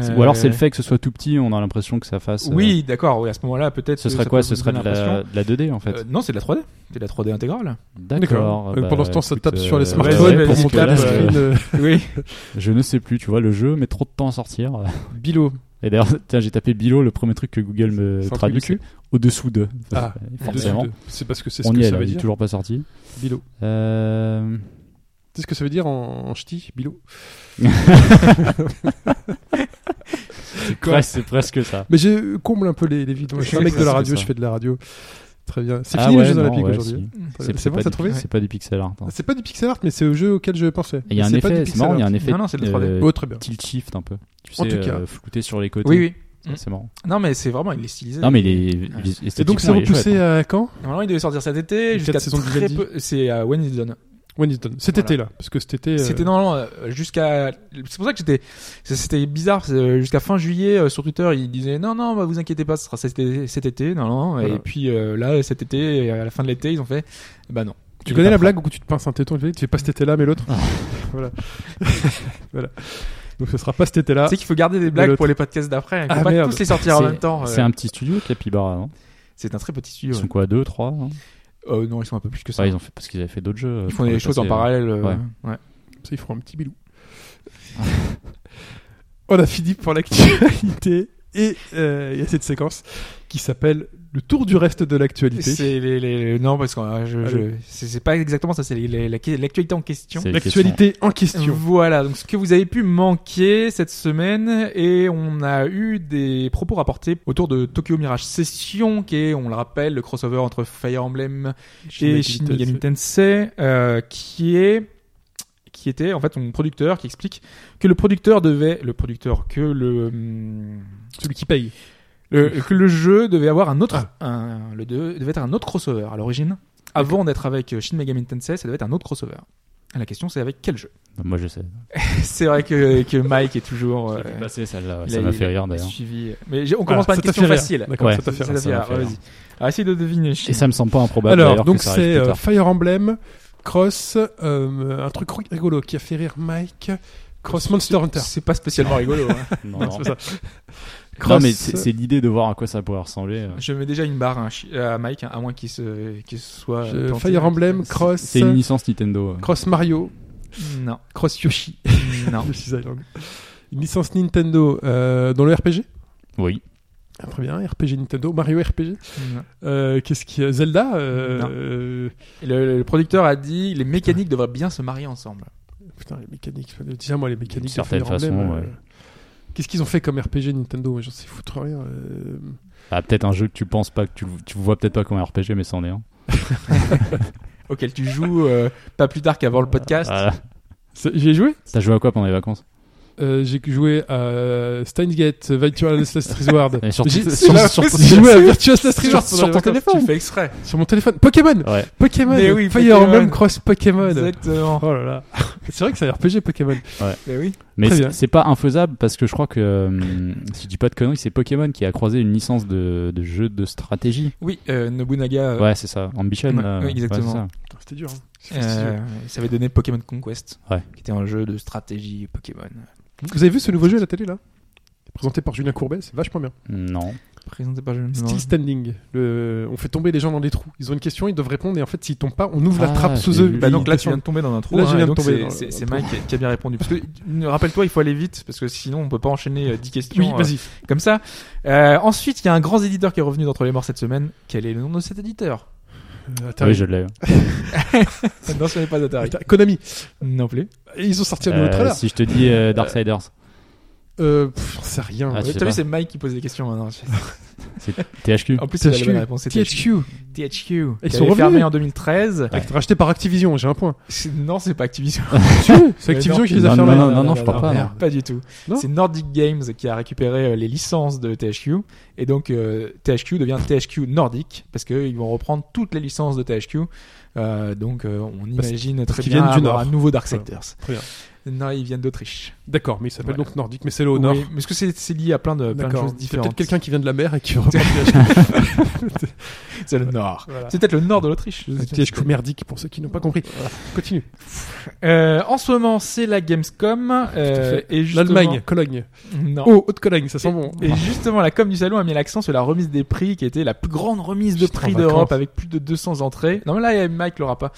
S5: C'est- Ou alors c'est le fait que ce soit tout petit, on a l'impression que ça fasse. euh,
S4: Oui, d'accord. Oui, à ce moment-là, peut-être.
S5: ce
S4: que
S5: serait
S4: ça
S5: quoi
S4: peut
S5: Ce
S4: vous
S5: serait de
S4: donner
S5: la,
S4: l'impression.
S5: de la 2D en fait.
S4: Euh, non, c'est de la 3D. C'est de la 3D intégrale.
S5: D'accord.
S3: Euh,
S5: bah,
S3: pendant ce temps, ça
S5: écoute,
S3: tape sur
S5: euh,
S3: les
S4: ouais,
S3: smartphones
S4: vas-y,
S3: pour monter
S4: tape,
S3: la
S5: parce que
S4: euh,
S3: screen. euh,
S4: oui.
S5: Je ne sais plus, tu vois, le jeu met trop de temps à sortir.
S3: Bilo.
S5: Et d'ailleurs, tiens, j'ai tapé Bilo, le premier truc que Google me
S3: C'est un truc
S5: traduit,
S3: du
S5: c'est
S3: cul
S5: au-dessous de.
S3: Ah,
S5: forcément.
S3: Dessous de- C'est parce que c'est ce
S5: On y
S3: que
S5: est,
S3: ça
S5: là,
S3: veut
S5: il est
S3: dire.
S5: toujours pas sorti.
S3: Bilo.
S5: Euh...
S3: Tu sais ce que ça veut dire en, en ch'ti, Bilo
S5: C'est
S3: quoi
S5: presque- c'est presque ça.
S3: Mais je comble un peu les, les vides. Moi, Je suis un mec de la radio, je fais de la radio. Très bien. C'est
S5: Ah
S3: fini
S5: ouais,
S3: les Jeux
S5: non,
S3: Olympiques
S5: ouais,
S3: aujourd'hui.
S5: si.
S3: Très bien.
S5: C'est c'est
S3: bon,
S5: pas,
S3: t'as
S5: du-
S3: trouvé
S5: c'est pas du pixel art. hein.
S3: C'est pas du pixel art, mais c'est au jeu auquel je pensais.
S5: Et Il y a un
S3: C'est pas du
S5: effet, c'est
S3: pixel
S5: marrant, il y a
S3: art.
S5: un effet
S4: Non, non, c'est de la 3D.
S5: euh,
S3: Oh, très bien.
S5: tilt shift un peu. Tu sais,
S3: En tout cas.
S5: euh, flouté sur les côtés.
S4: Oui, oui.
S5: Ça, C'est marrant.
S4: Non, mais c'est vraiment, il est stylisé.
S5: Non, mais les.
S3: Et donc, c'est repoussé
S5: hein.
S3: à quand
S4: Normalement, il devait sortir cet été.
S3: Les
S4: Jusqu'à
S3: quatre saisons de
S4: très
S3: Vivaldi.
S4: peu. C'est à When It's Done.
S3: Wellington. Cet
S4: Voilà.
S3: été-là. Parce que cet été. euh,
S4: C'était non, non, euh, jusqu'à. C'est pour ça que j'étais. c'est- C'était bizarre. c'est, euh, Jusqu'à fin juillet euh, sur Twitter, il disait non, non, bah, vous inquiétez pas, ce sera cet été. Cet été non, non.
S3: Voilà.
S4: Et puis euh, là, cet été, euh, à la fin de l'été, ils ont fait. Bah non.
S3: Tu
S5: il
S3: connais
S5: est
S3: la
S5: pas prêt.
S3: blague où tu te pinces un téton Tu dis, tu fais pas cet été-là, mais l'autre Voilà. Voilà. Donc, ce sera pas cet été-là.
S4: Tu sais qu'il faut garder des
S3: Mais
S4: blagues
S3: le-
S4: pour les podcasts d'après. hein, Il faut
S3: Ah,
S4: pas
S3: merde.
S4: tous les sortir en même temps. euh,
S5: hein. C'est un petit studio, Capybara. non
S4: C'est un très petit
S5: Ils
S4: studio.
S5: sont quoi, deux, trois hein
S4: ouais. Euh, non, ils sont un peu plus que ça.
S5: Ouais, ils ont fait parce qu'ils avaient fait d'autres jeux.
S4: Ils font des choses en parallèle. euh,
S5: ouais.
S4: ouais.
S3: Ça, ils feront un petit bilou. On a fini pour l'actualité. Et euh, il y a cette séquence qui s'appelle le tour du reste de l'actualité.
S4: C'est les, les- les- non parce que euh, je, je-
S3: Allez.
S4: c'est c'est pas exactement ça. C'est les- les- la- l'actualité en question. Mmh.
S5: C'est-
S3: L'actualité en question.
S4: Voilà, donc ce que vous avez pu manquer cette semaine, et on a eu des propos rapportés autour de Tokyo Mirage Session, qui est, on le rappelle, le crossover entre Fire Emblem et Shin Megami Tensei, euh, qui est qui était en fait son producteur qui explique que le producteur devait le producteur que le hum,
S3: Celui qui paye. Ah.
S4: le- que le jeu devait avoir un autre un- le deux- devait être un autre crossover à l'origine avant d'être avec Shin Megami Tensei ça devait être un autre crossover la question c'est avec quel jeu
S5: Moi, je sais.
S4: c'est vrai que, que Mike est toujours euh,
S5: celle-là.
S4: il
S5: Ça
S4: a-
S5: m'a
S4: il
S5: fait
S4: a-
S5: rire
S4: il a
S5: d'ailleurs.
S4: suivi mais j'ai- on commence
S3: Voilà, Ah, ça t'a
S4: par une question
S3: fait rire.
S4: facile Bah,
S3: D'accord,
S5: Ouais.
S3: ça t'a fait
S4: Ça
S3: rire.
S4: t'a
S5: ça
S4: fait
S5: m'a
S4: rire,
S5: fait rire.
S4: vas-y Alors, essaye de deviner
S5: Et ça me semble pas improbable.
S3: Alors,
S5: d'ailleurs, bah, que
S3: donc
S5: ça arrive
S3: c'est
S5: plus
S3: euh,
S5: tard.
S3: Fire Emblem, Cross, euh, un truc rigolo qui a fait rire Mike, Cross Monster Hunter.
S4: c'est pas spécialement rigolo hein.
S5: Non,
S3: Non,
S5: non.
S3: c'est pas ça.
S5: Non,
S3: Cross,
S5: mais c'est c'est l'idée de voir à quoi ça pourrait ressembler. euh.
S4: je mets déjà une barre hein, chi- à Mike hein, à moins qu'il se qu'il se soit
S3: euh,
S4: euh, tenté.
S3: Fire Emblem,
S4: C'est-
S3: Cross,
S5: C'est une licence Nintendo. euh.
S3: Cross Mario,
S4: non
S3: Cross Yoshi.
S4: non
S3: Yoshi's Island. Une licence Nintendo euh, dans le RPG.
S5: Oui.
S3: Ah, très bien, RPG Nintendo, Mario RPG.
S4: non.
S3: Euh, Qu'est-ce qu'il y a Zelda
S4: Non.
S3: euh,
S4: Le, le producteur a dit les mécaniques devraient bien se marier ensemble.
S3: euh, Putain, les mécaniques. Tiens-moi les mécaniques de
S5: certaine
S3: Fire Emblem.
S5: façon,
S3: euh,
S5: ouais.
S3: Qu'est-ce qu'ils ont fait comme RPG Nintendo Moi, J'en sais foutre rien. euh.
S5: Ah, peut-être un jeu que tu penses pas, que tu, tu vois peut-être pas comme un RPG, mais c'en est un.
S4: Auquel tu joues euh, pas plus tard qu'avant le
S3: Ah.
S4: podcast.
S5: Voilà.
S3: C'est- J'y ai joué
S5: T'as joué à quoi pendant les vacances
S3: Euh, J'ai joué à Steins Gate, Virtual Last Reward.
S5: Et surtout-
S3: J'ai
S5: surtout-
S3: j'ai
S5: surtout-
S3: joué à Virtual Last
S4: Sur,
S3: Reward
S4: sur ton téléphone. Tu fais exprès.
S3: Sur mon téléphone. Pokémon
S5: Ouais.
S3: Pokémon
S4: Mais oui,
S3: Fire
S4: Pokémon.
S3: Emblem Cross Pokémon
S4: Exactement.
S3: Oh là là. C'est vrai que c'est un RPG Pokémon.
S4: Mais oui.
S5: Mais
S3: Très
S5: c'est-
S3: bien.
S5: c'est pas infaisable parce que je crois que, euh, si je dis pas de conneries, c'est Pokémon qui a croisé une licence de, de jeu de stratégie.
S4: Oui, euh, Nobunaga. euh,
S5: Ouais, c'est ça. Ambition.
S4: Ouais,
S5: là.
S4: ouais, exactement.
S5: c'est ça.
S3: Putain, C'était dur. hein. C'est fastidieux.
S4: euh, ça avait donné Pokémon Conquest,
S5: Ouais.
S4: qui était un jeu de stratégie Pokémon.
S3: Vous avez vu ce nouveau jeu à la télé là Présenté par Julien Courbet, c'est vachement bien.
S5: non.
S4: Présenté par Jean
S3: Still standing. Le... On fait tomber les gens dans des trous. Ils ont une question, ils doivent répondre et en fait s'ils tombent pas, on ouvre la
S5: Ah,
S3: trappe sous
S5: j'ai
S3: eux.
S5: vu.
S4: Bah
S3: et
S4: donc
S3: ils
S4: là tu viens
S3: descendent.
S4: de tomber dans un trou.
S3: Là,
S4: hein,
S3: je viens
S4: et
S3: de
S4: donc
S3: tomber
S4: c'est-
S3: dans-
S4: C'est
S3: dans
S4: c'est
S3: le
S4: Mike qui a bien répondu. Parce que ne- rappelle-toi, il faut aller vite parce que sinon on peut pas enchaîner euh, 10 questions.
S3: Oui,
S4: euh,
S3: vas-y.
S4: comme ça. Euh, ensuite, il y a un grand éditeur qui est revenu d'entre les morts cette semaine. Quel est le nom de cet éditeur
S3: Euh, Atari.
S5: Oui, je l'ai.
S4: Non, ce n'est pas Atari.
S3: Atari. Konami.
S4: Non plus.
S3: Et ils ont sorti un nouveau
S5: Euh,
S3: trailer.
S5: si je te dis euh, Darksiders,
S3: Euh, pff, J'en sais rien.
S5: Ah,
S4: Ouais,
S5: je sais
S4: T'as vu,
S5: pas.
S4: c'est Mike qui pose des questions maintenant.
S5: THQ.
S4: En plus, c'est la bonne
S3: THQ.
S4: réponse. c'est THQ.
S3: THQ.
S4: THQ.
S3: Ils
S4: qui
S3: sont
S4: avait fermé
S3: revenus.
S4: en 2013.
S3: Racheté par Activision, j'ai un point.
S4: C'est- Non, c'est pas Activision.
S3: Tu veux C'est Activision
S4: non.
S3: qui les a
S5: Non,
S3: fermés.
S5: non, non, non, je crois pas,
S3: merde.
S4: Pas du tout.
S3: Non
S4: C'est Nordic Games qui a récupéré euh, les licences de THQ. Et donc, euh, THQ devient THQ Nordic parce qu'ils vont reprendre toutes les licences de THQ. Euh, donc, euh, on
S3: Parce-
S4: imagine très
S3: qu'ils
S4: bien
S3: viennent du
S4: avoir
S3: Nord.
S4: un nouveau Darksiders.
S3: Très bien.
S4: Non, ils viennent d'Autriche.
S3: D'accord, mais il s'appelle
S4: Voilà.
S3: donc Nordic, mais c'est le au nord. Euh,
S4: Oui, mais est-ce que c'est c'est lié à plein de, plein de
S3: D'accord.
S4: choses
S3: C'est peut-être
S4: différentes
S3: quelqu'un qui vient de la mer et qui veut reprendre THQ.
S4: C'est le nord.
S3: Voilà.
S4: C'est peut-être le nord de l'Autriche.
S3: Un piège coup merdique pour ceux qui n'ont pas compris. Continue.
S4: Euh, en ce moment, c'est la Gamescom. euh, et justement-
S3: L'Allemagne, Cologne.
S5: Ah.
S4: Non.
S3: Oh, Haute-Cologne, ça sent bon.
S4: Et justement, la com du salon a mis l'accent sur la remise des prix, qui était la plus grande remise de
S5: Putain,
S4: prix
S5: vacances.
S4: d'Europe, avec plus de 200 entrées. Non, mais là, Mike l'aura pas.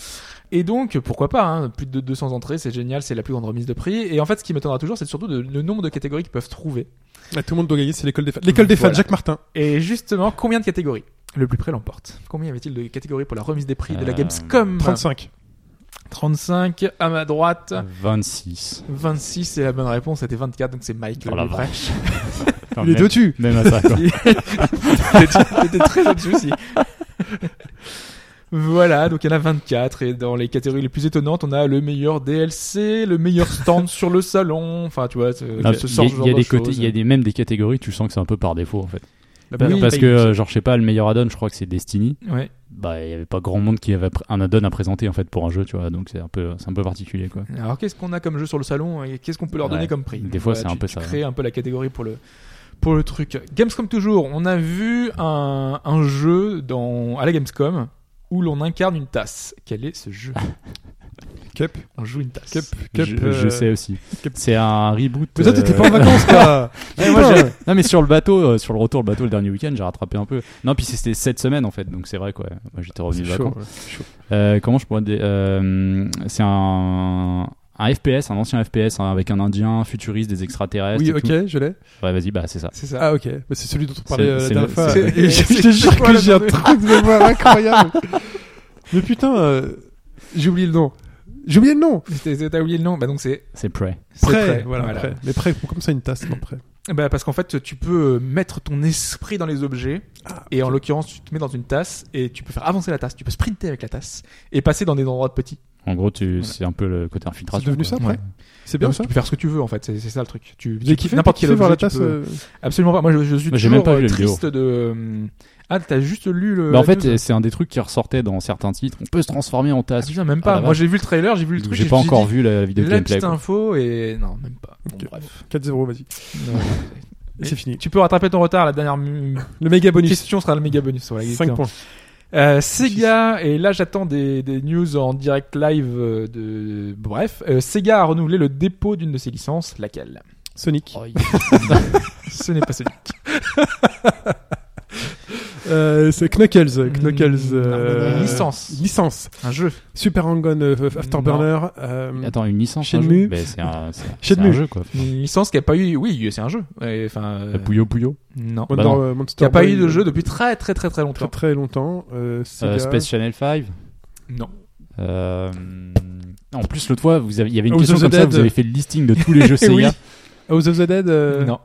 S4: Et donc, pourquoi pas, hein, plus de 200 entrées, c'est génial, c'est la plus grande remise de prix. Et en fait, ce qui m'étonnera toujours, c'est surtout de- le nombre de catégories qu'ils peuvent trouver.
S3: Là, tout le monde doit gagner, c'est l'école des fans. L'école des fans,
S4: Voilà.
S3: Jacques Martin.
S4: Et justement, combien de catégories Le plus près l'emporte. Combien y avait-il de catégories pour la remise des prix de la
S5: Euh,
S4: Gamescom
S3: 35.
S4: 35, à ma droite.
S5: 26.
S4: 26, c'est la bonne réponse, c'était 24, donc c'est Mike.
S5: Oh
S4: le
S5: la
S4: plus près.
S5: vache. Enfin,
S3: Il est
S5: même-
S3: dessus.
S5: Même à ça, quoi.
S4: T'étais très au-dessus aussi. Voilà, donc il y en a 24 et dans les catégories les plus étonnantes, on a le meilleur DLC, le meilleur stand sur le salon, enfin tu vois, ce-
S5: Non,
S4: ce
S5: Il
S4: sort
S5: Ah, y a-
S4: ce
S5: il
S4: genre
S5: y a
S4: de
S5: des côtés,
S4: choses.
S5: il y a des, même des catégories, tu sens que c'est un peu par défaut en fait.
S4: Bah
S5: Parce-
S4: oui,
S5: parce
S4: bah,
S5: que, euh, genre, je sais pas, le meilleur add-on, je crois que c'est Destiny.
S4: ouais.
S5: Bah, il y avait pas grand monde qui avait pr- un add-on à présenter en fait pour un jeu, tu vois. Donc c'est un peu, c'est un peu particulier quoi.
S4: Alors qu'est-ce qu'on a comme jeu sur le salon et qu'est-ce qu'on peut leur donner
S5: Ouais.
S4: comme prix
S5: Bah, Des fois,
S4: Voilà,
S5: c'est un
S4: tu-
S5: peu
S4: tu
S5: ça, hein.
S4: Créer un peu la catégorie pour le pour le truc. Gamescom toujours, on a vu un, un jeu dans à la Gamescom où l'on incarne une tasse. Quel est ce jeu
S3: Cup,
S4: On joue une tasse.
S3: cup, cup.
S5: Ah. Je,
S3: euh,
S5: je sais aussi.
S3: Cap-
S5: C'est un reboot.
S3: Mais toi,
S5: euh,
S3: t'étais pas en vacances, quoi.
S5: Eh, moi,
S3: Putain.
S5: j'ai- non mais sur le bateau, euh, sur le retour le bateau le dernier week-end, j'ai rattrapé un peu. Non puis c'était cette semaine en fait, donc c'est vrai quoi. Moi j'étais revenu de
S3: C'est chaud,
S5: vacances.
S3: ouais.
S5: Euh, comment je pourrais dé- euh, C'est un, un FPS, un ancien FPS hein, avec un Indien futuriste, des extraterrestres.
S3: Oui,
S5: et tout.
S3: ok, je l'ai.
S5: Ouais vas-y bah c'est ça.
S4: C'est ça.
S3: Ah, ok. Mais c'est celui dont on parlait
S5: C'est-
S3: euh, la
S5: c'est
S3: dernière
S5: le-
S3: fois.
S5: c'est-
S3: Et je je te
S4: c'est
S3: jure
S4: quoi
S3: que
S4: la
S3: j'ai un
S4: journée
S3: truc de voir incroyable. Mais putain, euh, j'ai oublié le nom. J'ai oublié le nom.
S4: T'as t'as oublié le nom Bah donc c'est
S5: C'est Prey.
S4: c'est
S3: Prêt,
S4: Prey,
S3: voilà, prêt. Mais prêt, pour- comme ça, une tasse, non, prêt.
S4: Bah parce qu'en fait, tu peux euh, mettre ton esprit dans les objets.
S3: Ah,
S4: et en l'occurrence, tu te mets dans une tasse et tu peux faire avancer la tasse. Tu peux sprinter avec la tasse et passer dans des endroits petits.
S5: En gros tu,
S4: Voilà.
S5: c'est un peu le côté
S3: C'est
S5: infiltration.
S3: devenu ça,
S5: quoi.
S3: prêt
S4: Ouais.
S3: C'est bien
S4: Donc,
S3: ça.
S4: Tu peux faire ce que tu veux en fait. C'est c'est ça le truc. Tu, tu
S3: J'ai
S4: peux-
S3: kiffé,
S4: n'importe
S3: t'as
S4: quel
S3: kiffé voir
S4: objet.
S3: la
S4: tu
S3: tasse.
S4: peux-
S3: euh,
S4: Absolument pas. Moi, je, je suis
S5: Moi, j'ai
S4: toujours
S5: même pas vu
S4: euh,
S5: la vidéo.
S4: triste de. Ah, t'as juste lu le.
S5: Bah,
S3: euh,
S5: en
S4: la news
S5: fait, c'est un des trucs qui ressortait dans certains titres. On peut se transformer en
S4: Ah,
S5: tasse.
S4: putain, même
S5: Ah,
S4: pas.
S5: la
S4: Moi,
S5: vache.
S4: j'ai vu le trailer, j'ai vu le truc.
S5: J'ai
S4: et
S5: pas
S4: je me suis
S5: encore
S4: dit,
S5: vu la vidéo de
S4: La
S5: gameplay.
S4: petite
S5: quoi.
S4: info et non, même pas. Bon,
S3: Ok.
S4: bref.
S3: 4-0, vas-y.
S4: Non, non.
S3: Et c'est fini.
S4: tu peux rattraper ton retard. La dernière mu-
S3: Le méga bonus.
S4: question sera le méga bonus. Voilà,
S3: 5
S4: exactement.
S3: points.
S4: Euh, Sega, et là j'attends des, des news en direct live euh, de... Bref, euh, Sega a renouvelé le dépôt d'une de ses licences, laquelle
S3: Sonic.
S4: Ce n'est pas Sonic.
S3: Euh, c'est Knuckles. Knuckles.
S4: Mm,
S3: euh,
S4: une licence.
S3: Licence.
S4: Un jeu.
S3: Super Angon euh, Afterburner. euh,
S5: Attends, une licence un
S3: Shenmue.
S5: jeu Bah, c'est un, c'est- c'est
S3: Shenmue.
S5: un jeu quoi.
S4: Une licence qui n'a pas eu... Oui, c'est un jeu. Ouais, Enfin... euh,
S5: Euh, Puyo Puyo.
S4: non.
S5: Bah
S3: Wonder-
S5: non.
S3: euh, Monster
S4: Qui n'a pas
S3: Boy,
S4: eu de
S3: euh,
S4: jeu depuis très très très très
S3: très
S4: longtemps.
S3: très longtemps. Euh, Sega.
S5: Euh, Space Channel 5.
S4: Non.
S5: Euh, En plus, l'autre fois, vous avez- il y avait une
S3: House
S5: question
S3: of Oh, the
S5: comme ça,
S3: Dead.
S5: vous avez fait le listing de tous les jeux Sega.
S3: Eh Oui. House of the Dead. euh,
S4: non.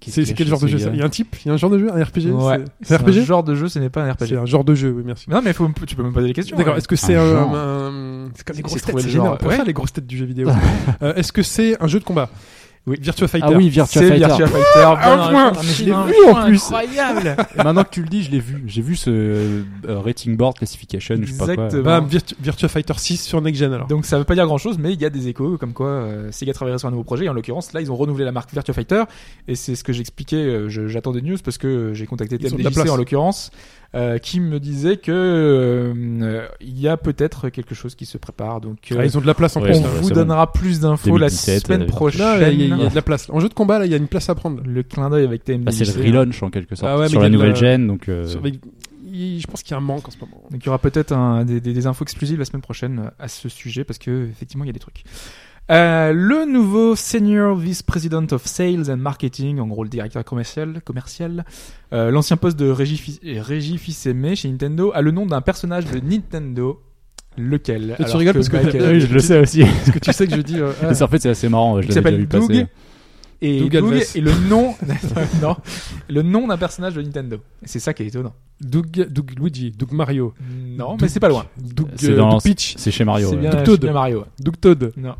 S5: Qu'est-ce
S3: C'est
S5: qu'il y
S3: c'est
S5: a
S3: quel
S5: chez
S3: genre de jeu
S5: Sega
S3: ça Il y a un type Il y a un genre de jeu Un RPG
S4: Ouais.
S3: C'est- C'est un
S4: un
S3: RPG
S4: genre de jeu, ce n'est pas un
S3: C'est
S4: RPG.
S3: un genre de jeu, oui, merci.
S4: Non mais faut, tu peux me poser des questions. hein.
S3: D'accord,
S4: Ouais.
S3: est-ce que c'est
S5: Un
S3: un.
S5: genre.
S3: un- C'est comme les
S4: C'est
S3: grosses têtes,
S4: trouver le
S3: c'est génial.
S4: genre,
S3: On peut
S4: ouais.
S3: faire les grosses têtes du jeu vidéo. Euh, Est-ce que c'est un jeu de combat
S4: Oui.
S3: Virtua Fighter.
S5: Ah oui, Virtua
S4: C'est
S5: Fighter.
S4: Virtua Fighter. Ah,
S3: un point.
S4: Je
S3: l'ai vu, en plus.
S4: Incroyable
S5: Et Maintenant que tu le dis, je l'ai vu. J'ai vu ce euh, euh, rating board classification, je sais pas quoi.
S4: Exactement.
S3: Bah, Virtu- Virtua Fighter 6 sur Next Gen alors.
S4: Donc ça veut pas dire grand chose, mais il y a des échos comme quoi euh, Sega travaillerait sur un nouveau projet. Et en l'occurrence, là, ils ont renouvelé la marque Virtua Fighter. Et c'est ce que j'expliquais. euh, je- J'attends des news parce que euh, j'ai contacté
S3: Ils ont de la
S4: TMDJC
S3: place.
S4: en l'occurrence, euh, qui me disait que euh, euh, il y a peut-être quelque chose qui se prépare. Donc euh,
S3: Ah, ils ont de la place en
S5: Ouais,
S4: on
S3: plus.
S5: ça
S3: là.
S5: va,
S4: vous
S5: c'est
S4: donnera plus d'infos la
S5: 2017,
S4: semaine
S5: euh,
S4: prochaine.
S3: Là, Ah, il y, a- Ah, il y a de la place. En jeu de combat, là, il y a une place à prendre.
S4: Le clin d'œil avec TMDJC.
S5: Bah, c'est le relaunch en quelque sorte
S3: Ah ouais, mais
S5: sur
S3: il y a
S5: la
S3: de
S5: nouvelle
S3: la-
S5: gen. Donc, euh,
S3: Sur- avec- il- Je pense qu'il y a un manque en ce moment.
S4: Donc il y aura peut-être un- des, des- des infos exclusives la semaine prochaine euh, à ce sujet parce que effectivement il y a des trucs. Euh, le nouveau senior vice president of sales and marketing, en gros le directeur commercial, commercial, euh, l'ancien poste de Régie Fils- Régie Fils-Aimé chez Nintendo a le nom d'un personnage de Nintendo. Lequel
S3: tu
S4: Alors
S3: rigoles parce que-
S4: Michael-
S5: oui, je le sais aussi.
S3: Parce que tu sais que je dis. euh, ah,
S5: Mais ça, en fait, c'est assez marrant. ouais, Je
S4: qui
S5: l'avais déjà
S4: s'appelle
S5: vu
S4: Doug
S5: passer.
S4: et
S3: Doug
S4: Doug
S3: Alves.
S4: et le nom non, le nom d'un personnage de Nintendo. C'est ça qui est étonnant.
S3: Doug, Doug Luigi, Doug Mario,
S4: Non,
S3: Mm, Doug-
S4: mais c'est pas loin.
S3: Doug,
S5: C'est
S3: euh,
S5: dans-
S3: Doug Peach,
S5: C'est chez Mario.
S4: c'est
S5: ouais.
S4: bien,
S3: Doug
S4: c'est
S3: Toad.
S4: bien Mario. ouais.
S3: Doug Todd,
S4: Non.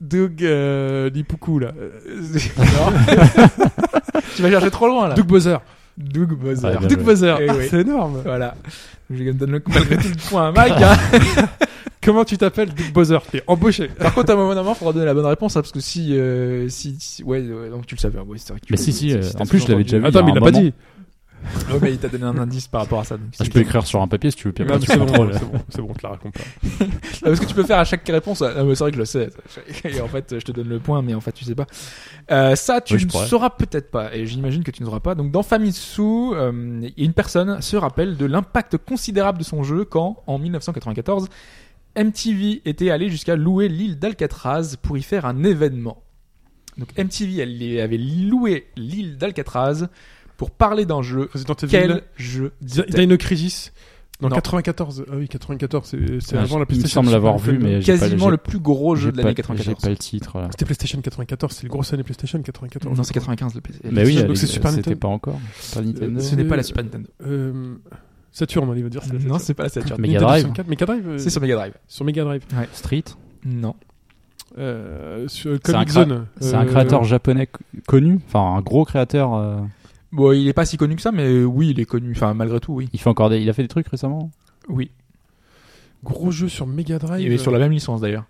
S3: Doug euh, Lipuku là, euh,
S4: Non. tu vas chercher trop loin là.
S3: Doug Bowser,
S4: Doug Bowser.
S5: Ah, bien
S3: Doug
S5: joué.
S3: Bowser,
S4: Eh oui.
S3: c'est énorme.
S4: Voilà. Je donne le, malgré tout le point à Mike. hein.
S3: Comment tu t'appelles Doug Bowser T'es embauché.
S4: Par contre, à un moment donné, il faudra donner la bonne réponse hein, parce que si, euh, si, si- ouais, ouais, donc tu le savais. Ouais, c'est vrai que tu
S5: Mais
S4: l'as
S5: si,
S4: dit,
S5: si,
S4: c'est-
S5: euh,
S4: c'est-
S5: en
S4: c'est
S5: plus, je l'avais déjà vu.
S3: Attends, mais il
S5: un
S3: l'a pas
S5: moment.
S3: dit.
S4: Ouais, mais il t'a donné un indice par rapport à ça. donc
S5: Ah,
S4: c'est-
S5: je peux écrire sur un papier si tu veux, puis
S3: Non,
S5: après
S3: mais
S5: tu
S3: c'est
S5: fais
S3: bon,
S5: trop, là.
S3: c'est bon, c'est bon, on te la raconte pas.
S4: Ah, Parce que tu peux faire à chaque réponse. ah, mais c'est vrai que je le sais. Et en fait, je te donne le point, mais en fait, tu sais pas. Euh, ça, tu
S5: Oui, je
S4: ne
S5: pourrais.
S4: sauras peut-être pas. Et j'imagine que tu n'auras pas. Donc, dans Famitsu, euh, une personne se rappelle de l'impact considérable de son jeu quand, en 1994, MTV était allé jusqu'à louer l'île d'Alcatraz pour y faire un événement. Donc, MTV elle avait loué l'île d'Alcatraz pour parler d'un jeu.
S3: Resident Evil,
S4: Quel jeu
S3: Di- Dino Crisis, dans
S4: Non.
S3: 94. Ah oui, 94, c'est c'est
S5: Ah,
S3: avant la
S5: Il me
S3: PlayStation.
S5: semble l'avoir
S3: Super
S5: vu,
S3: Nintendo.
S5: mais j'ai pas-
S4: Quasiment
S5: j'ai-
S4: le plus gros jeu
S5: j'ai
S4: de l'année
S5: pas- J'ai
S4: 94.
S5: pas le titre, là.
S3: C'était PlayStation 94, c'est le gros année PlayStation 94.
S4: Non, c'est 95 le PC.
S5: Bah oui,
S3: Donc
S5: elle-
S3: c'est Super
S5: c'était
S3: Nintendo.
S5: pas encore. C'est Pas Nintendo.
S4: Ce n'est pas la Super Nintendo.
S3: Euh, Saturn, il va dire. c'est la
S4: Non,
S3: Saturn.
S4: c'est pas la Saturn.
S5: Mega
S3: Nintendo
S5: Drive.
S3: 64, Mega Drive. euh,
S4: C'est sur Mega Drive.
S3: Sur Mega Drive.
S5: Street.
S4: Non.
S3: Euh, sur
S5: C'est un
S3: Comic
S5: cra-
S3: Zone.
S5: C'est
S3: euh,
S5: un créateur japonais co- connu, enfin un gros créateur. euh,
S4: Bon, il est pas si connu que ça, mais oui, il est connu. Enfin, malgré tout, oui.
S5: Il fait encore des, il a fait des trucs récemment.
S4: Oui.
S3: Gros jeu sur Mega Drive.
S4: Il est sur la même licence d'ailleurs.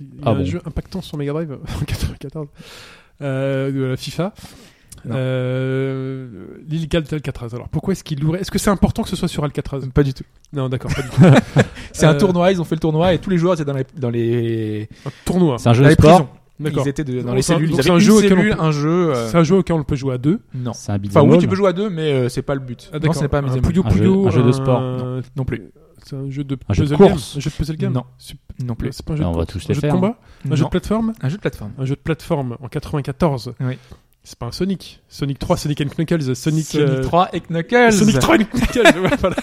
S3: Il y a
S5: Ah
S3: un
S5: bon.
S3: jeu impactant sur Mega Drive en 94. Euh, de la FIFA.
S4: Non.
S3: Euh, L'île d'Alcatraz. Alors pourquoi est-ce qu'il louerait Est-ce que c'est important que ce soit sur Alcatraz
S4: Pas du tout.
S3: Non, d'accord. pas du tout.
S4: C'est un
S3: Euh,
S4: tournoi, ils ont fait le tournoi et tous les joueurs étaient dans les, dans les,
S3: Un tournoi.
S5: C'est un jeu
S4: dans les
S5: de sport.
S4: prisons.
S3: D'accord.
S4: Ils étaient de- dans
S3: Donc,
S4: les
S3: c'est un-
S4: cellules. Ils
S3: donc, c'est
S4: avaient
S3: un
S4: une
S3: jeu auquel
S4: cellule,
S3: on peut-
S4: un jeu. euh,
S3: C'est un jeu auquel on peut jouer à deux.
S4: Non.
S5: C'est un beat'em
S4: Enfin, oui,
S5: up.
S4: tu peux jouer à deux, mais euh, c'est pas le but.
S3: Ah,
S4: non,
S3: d'accord.
S4: ce n'est pas
S3: un
S4: Miseem.
S3: Puyo
S5: Un jeu-
S3: Puyo,
S5: un jeu de sport.
S3: un-
S4: Non plus.
S3: C'est un jeu de
S5: Un jeu de
S3: puzzle
S5: course.
S3: game. Un jeu de puzzle game.
S4: Non.
S3: C'est
S4: Non plus.
S3: c'est pas un jeu
S5: Mais
S3: de
S5: on va
S3: course.
S5: tous
S3: un
S5: les
S3: jeu
S5: faire, hein.
S3: de combat, un jeu de
S4: Non.
S3: plateforme,
S4: Un jeu de plateforme.
S3: un jeu de plateforme en 94.
S4: Oui.
S3: C'est pas un Sonic. Sonic 3, Sonic and Knuckles, Sonic, euh,
S4: 3 et Knuckles.
S3: Sonic 3 and Knuckles. ouais, voilà.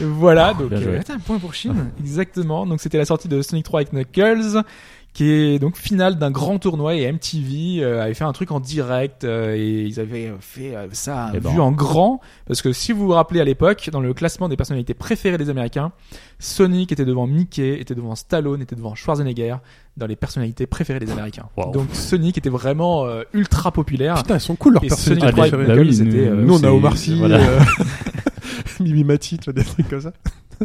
S4: Voilà,
S3: Ah,
S4: donc
S5: bien joué.
S4: euh, attends, un point pour Chine, exactement. Donc c'était la sortie de Sonic 3 avec Knuckles, qui est donc finale d'un grand tournoi et MTV euh, avait fait un truc en direct euh, et ils avaient euh, fait euh, ça
S5: Eh
S4: vu
S5: ben.
S4: en grand parce que si vous vous rappelez à l'époque dans le classement des personnalités préférées des Américains, Sonic était devant Mickey, était devant Stallone, était devant Schwarzenegger dans les personnalités préférées des Américains.
S5: Wow.
S4: Donc Sonic était vraiment euh, ultra
S5: Ah.
S4: populaire.
S3: Putain, elles sont cool leurs
S4: Et
S3: personnalités
S4: Sonic Prime,
S3: préférées.
S4: bah oui, c'était, euh,
S3: Ah Nous, on
S5: c'est-
S3: a Omar Sy,
S5: voilà.
S3: euh, Mimi Mati, tu vois, des trucs comme ça.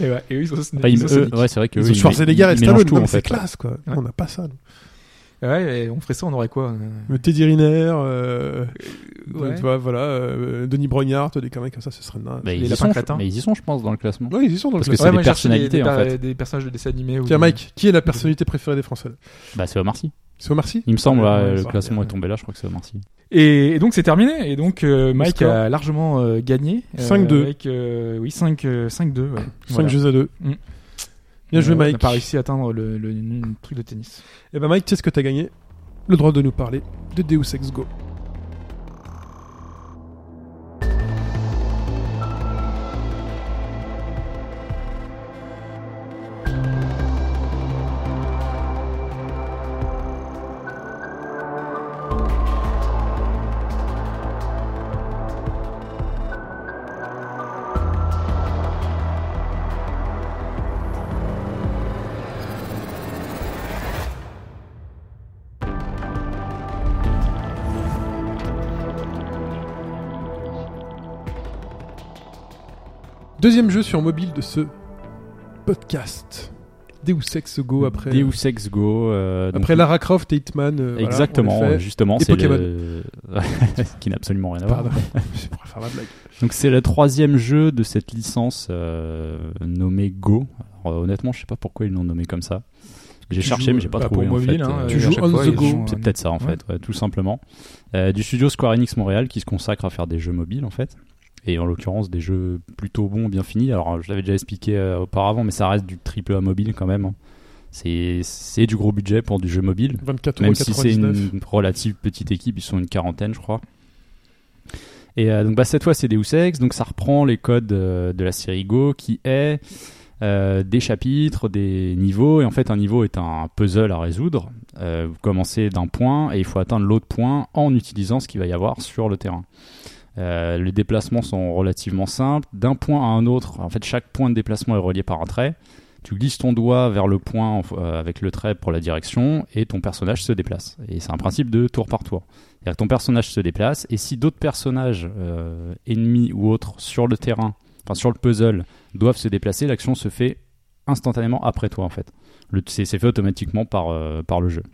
S4: Et, ouais, et eux, ils ont,
S5: Enfin,
S4: ils
S5: ils-
S4: ont
S5: eux,
S4: Sonic.
S5: ouais, c'est vrai que
S3: Ils
S5: eux,
S3: ont Schwarzenegger et
S5: ils mélangent
S3: Stallone,
S5: tout
S3: non, mais
S5: en
S3: c'est
S5: fait.
S3: classe quoi. Nous, On n'a pas ça. nous.
S5: euh.
S4: Ouais, et on ferait ça, on aurait quoi euh,
S3: Le Teddy Riner, euh,
S4: ouais.
S3: tu vois, voilà, euh, Denis Brognard, des conneries comme ça, ce serait naze.
S5: Mais
S4: Les
S5: Bah, ils y
S4: lapins
S5: sont,
S4: crétins.
S5: mais ils y sont, je pense, dans le classement.
S3: Ouais, ils y sont dans le
S5: Parce
S3: classement.
S4: moi,
S5: que c'est des
S4: je cherchais
S5: personnalités,
S4: des, des,
S5: en fait.
S4: des personnages de dessins animés. ou
S3: Tiens,
S4: des-
S3: Mike, qui est la personnalité préférée des Français là
S5: Bah, c'est Omar Sy.
S3: C'est Omar Sy
S5: Il me semble, là,
S3: Ouais,
S5: le
S3: ça,
S5: classement
S3: ouais.
S5: est tombé là, je crois que c'est Omar Sy.
S4: Et, et donc c'est terminé. Et donc euh, Mike
S3: score
S4: a largement euh, gagné. euh,
S3: 5-2.
S4: avec, euh, oui, 5, euh, 5-2. ouais.
S3: 5
S4: Voilà.
S3: jeux à 2.
S4: Mm.
S3: Bien joué,
S4: Euh, On n'a
S3: Mike.
S4: pas réussi à atteindre le, le- le truc de tennis.
S3: Et ben, Mike, tu sais ce que t'as gagné Le droit de nous parler de Deus Ex Go. Deuxième jeu sur mobile de ce podcast. Deus Ex Go après,
S5: Deus Ex Go. euh, donc-
S3: après Lara Croft et Hitman. euh, voilà, on
S5: Exactement,
S3: les fait.
S5: justement,
S3: Et
S5: c'est le... qui n'a absolument rien à voir.
S3: Pardon, je pourrais faire la blague.
S5: Donc c'est le troisième jeu de cette licence euh, nommée Go. Alors, euh, honnêtement, je sais pas pourquoi ils l'ont nommé comme ça. J'ai
S4: tu
S5: cherché,
S4: joues,
S5: mais j'ai pas
S4: bah,
S5: trouvé.
S4: pour
S5: en
S4: mobile,
S5: fait,
S4: hein,
S5: euh,
S4: euh,
S3: Tu
S4: à
S3: joues
S4: chaque
S3: on
S4: fois,
S3: the
S4: ils
S3: go.
S4: jouent,
S5: C'est
S4: euh,
S5: peut-être ça en
S4: Ouais.
S5: fait, ouais, tout simplement. Euh, du studio Square Enix Montréal qui se consacre à faire des jeux mobiles en fait. Et en l'occurrence des jeux plutôt bons, bien finis. Alors je l'avais déjà expliqué euh, auparavant, mais ça reste du triple A mobile quand même. hein. C'est c'est du gros budget pour du jeu mobile.
S3: 24,99
S5: Même si c'est une relative petite équipe, ils sont une quarantaine, je crois. Et euh, donc bah, cette fois, c'est Deus Ex, donc ça reprend les codes euh, de la série Go, qui est euh, des chapitres, des niveaux, et en fait un niveau est un puzzle à résoudre. Euh, vous commencez d'un point et il faut atteindre l'autre point en utilisant ce qu'il va y avoir sur le terrain. Euh, les déplacements sont relativement simples. D'un point à un autre, en fait chaque point de déplacement est relié par un trait. Tu glisses ton doigt vers le point en f- euh, avec le trait pour la direction et ton personnage se déplace. Et c'est un principe de tour par tour. C'est-à-dire que ton personnage se déplace et si d'autres personnages euh, ennemis ou autres sur le terrain, enfin sur le puzzle, doivent se déplacer, l'action se fait instantanément après toi en fait. Le- C'est c'est fait automatiquement par, euh, par le jeu.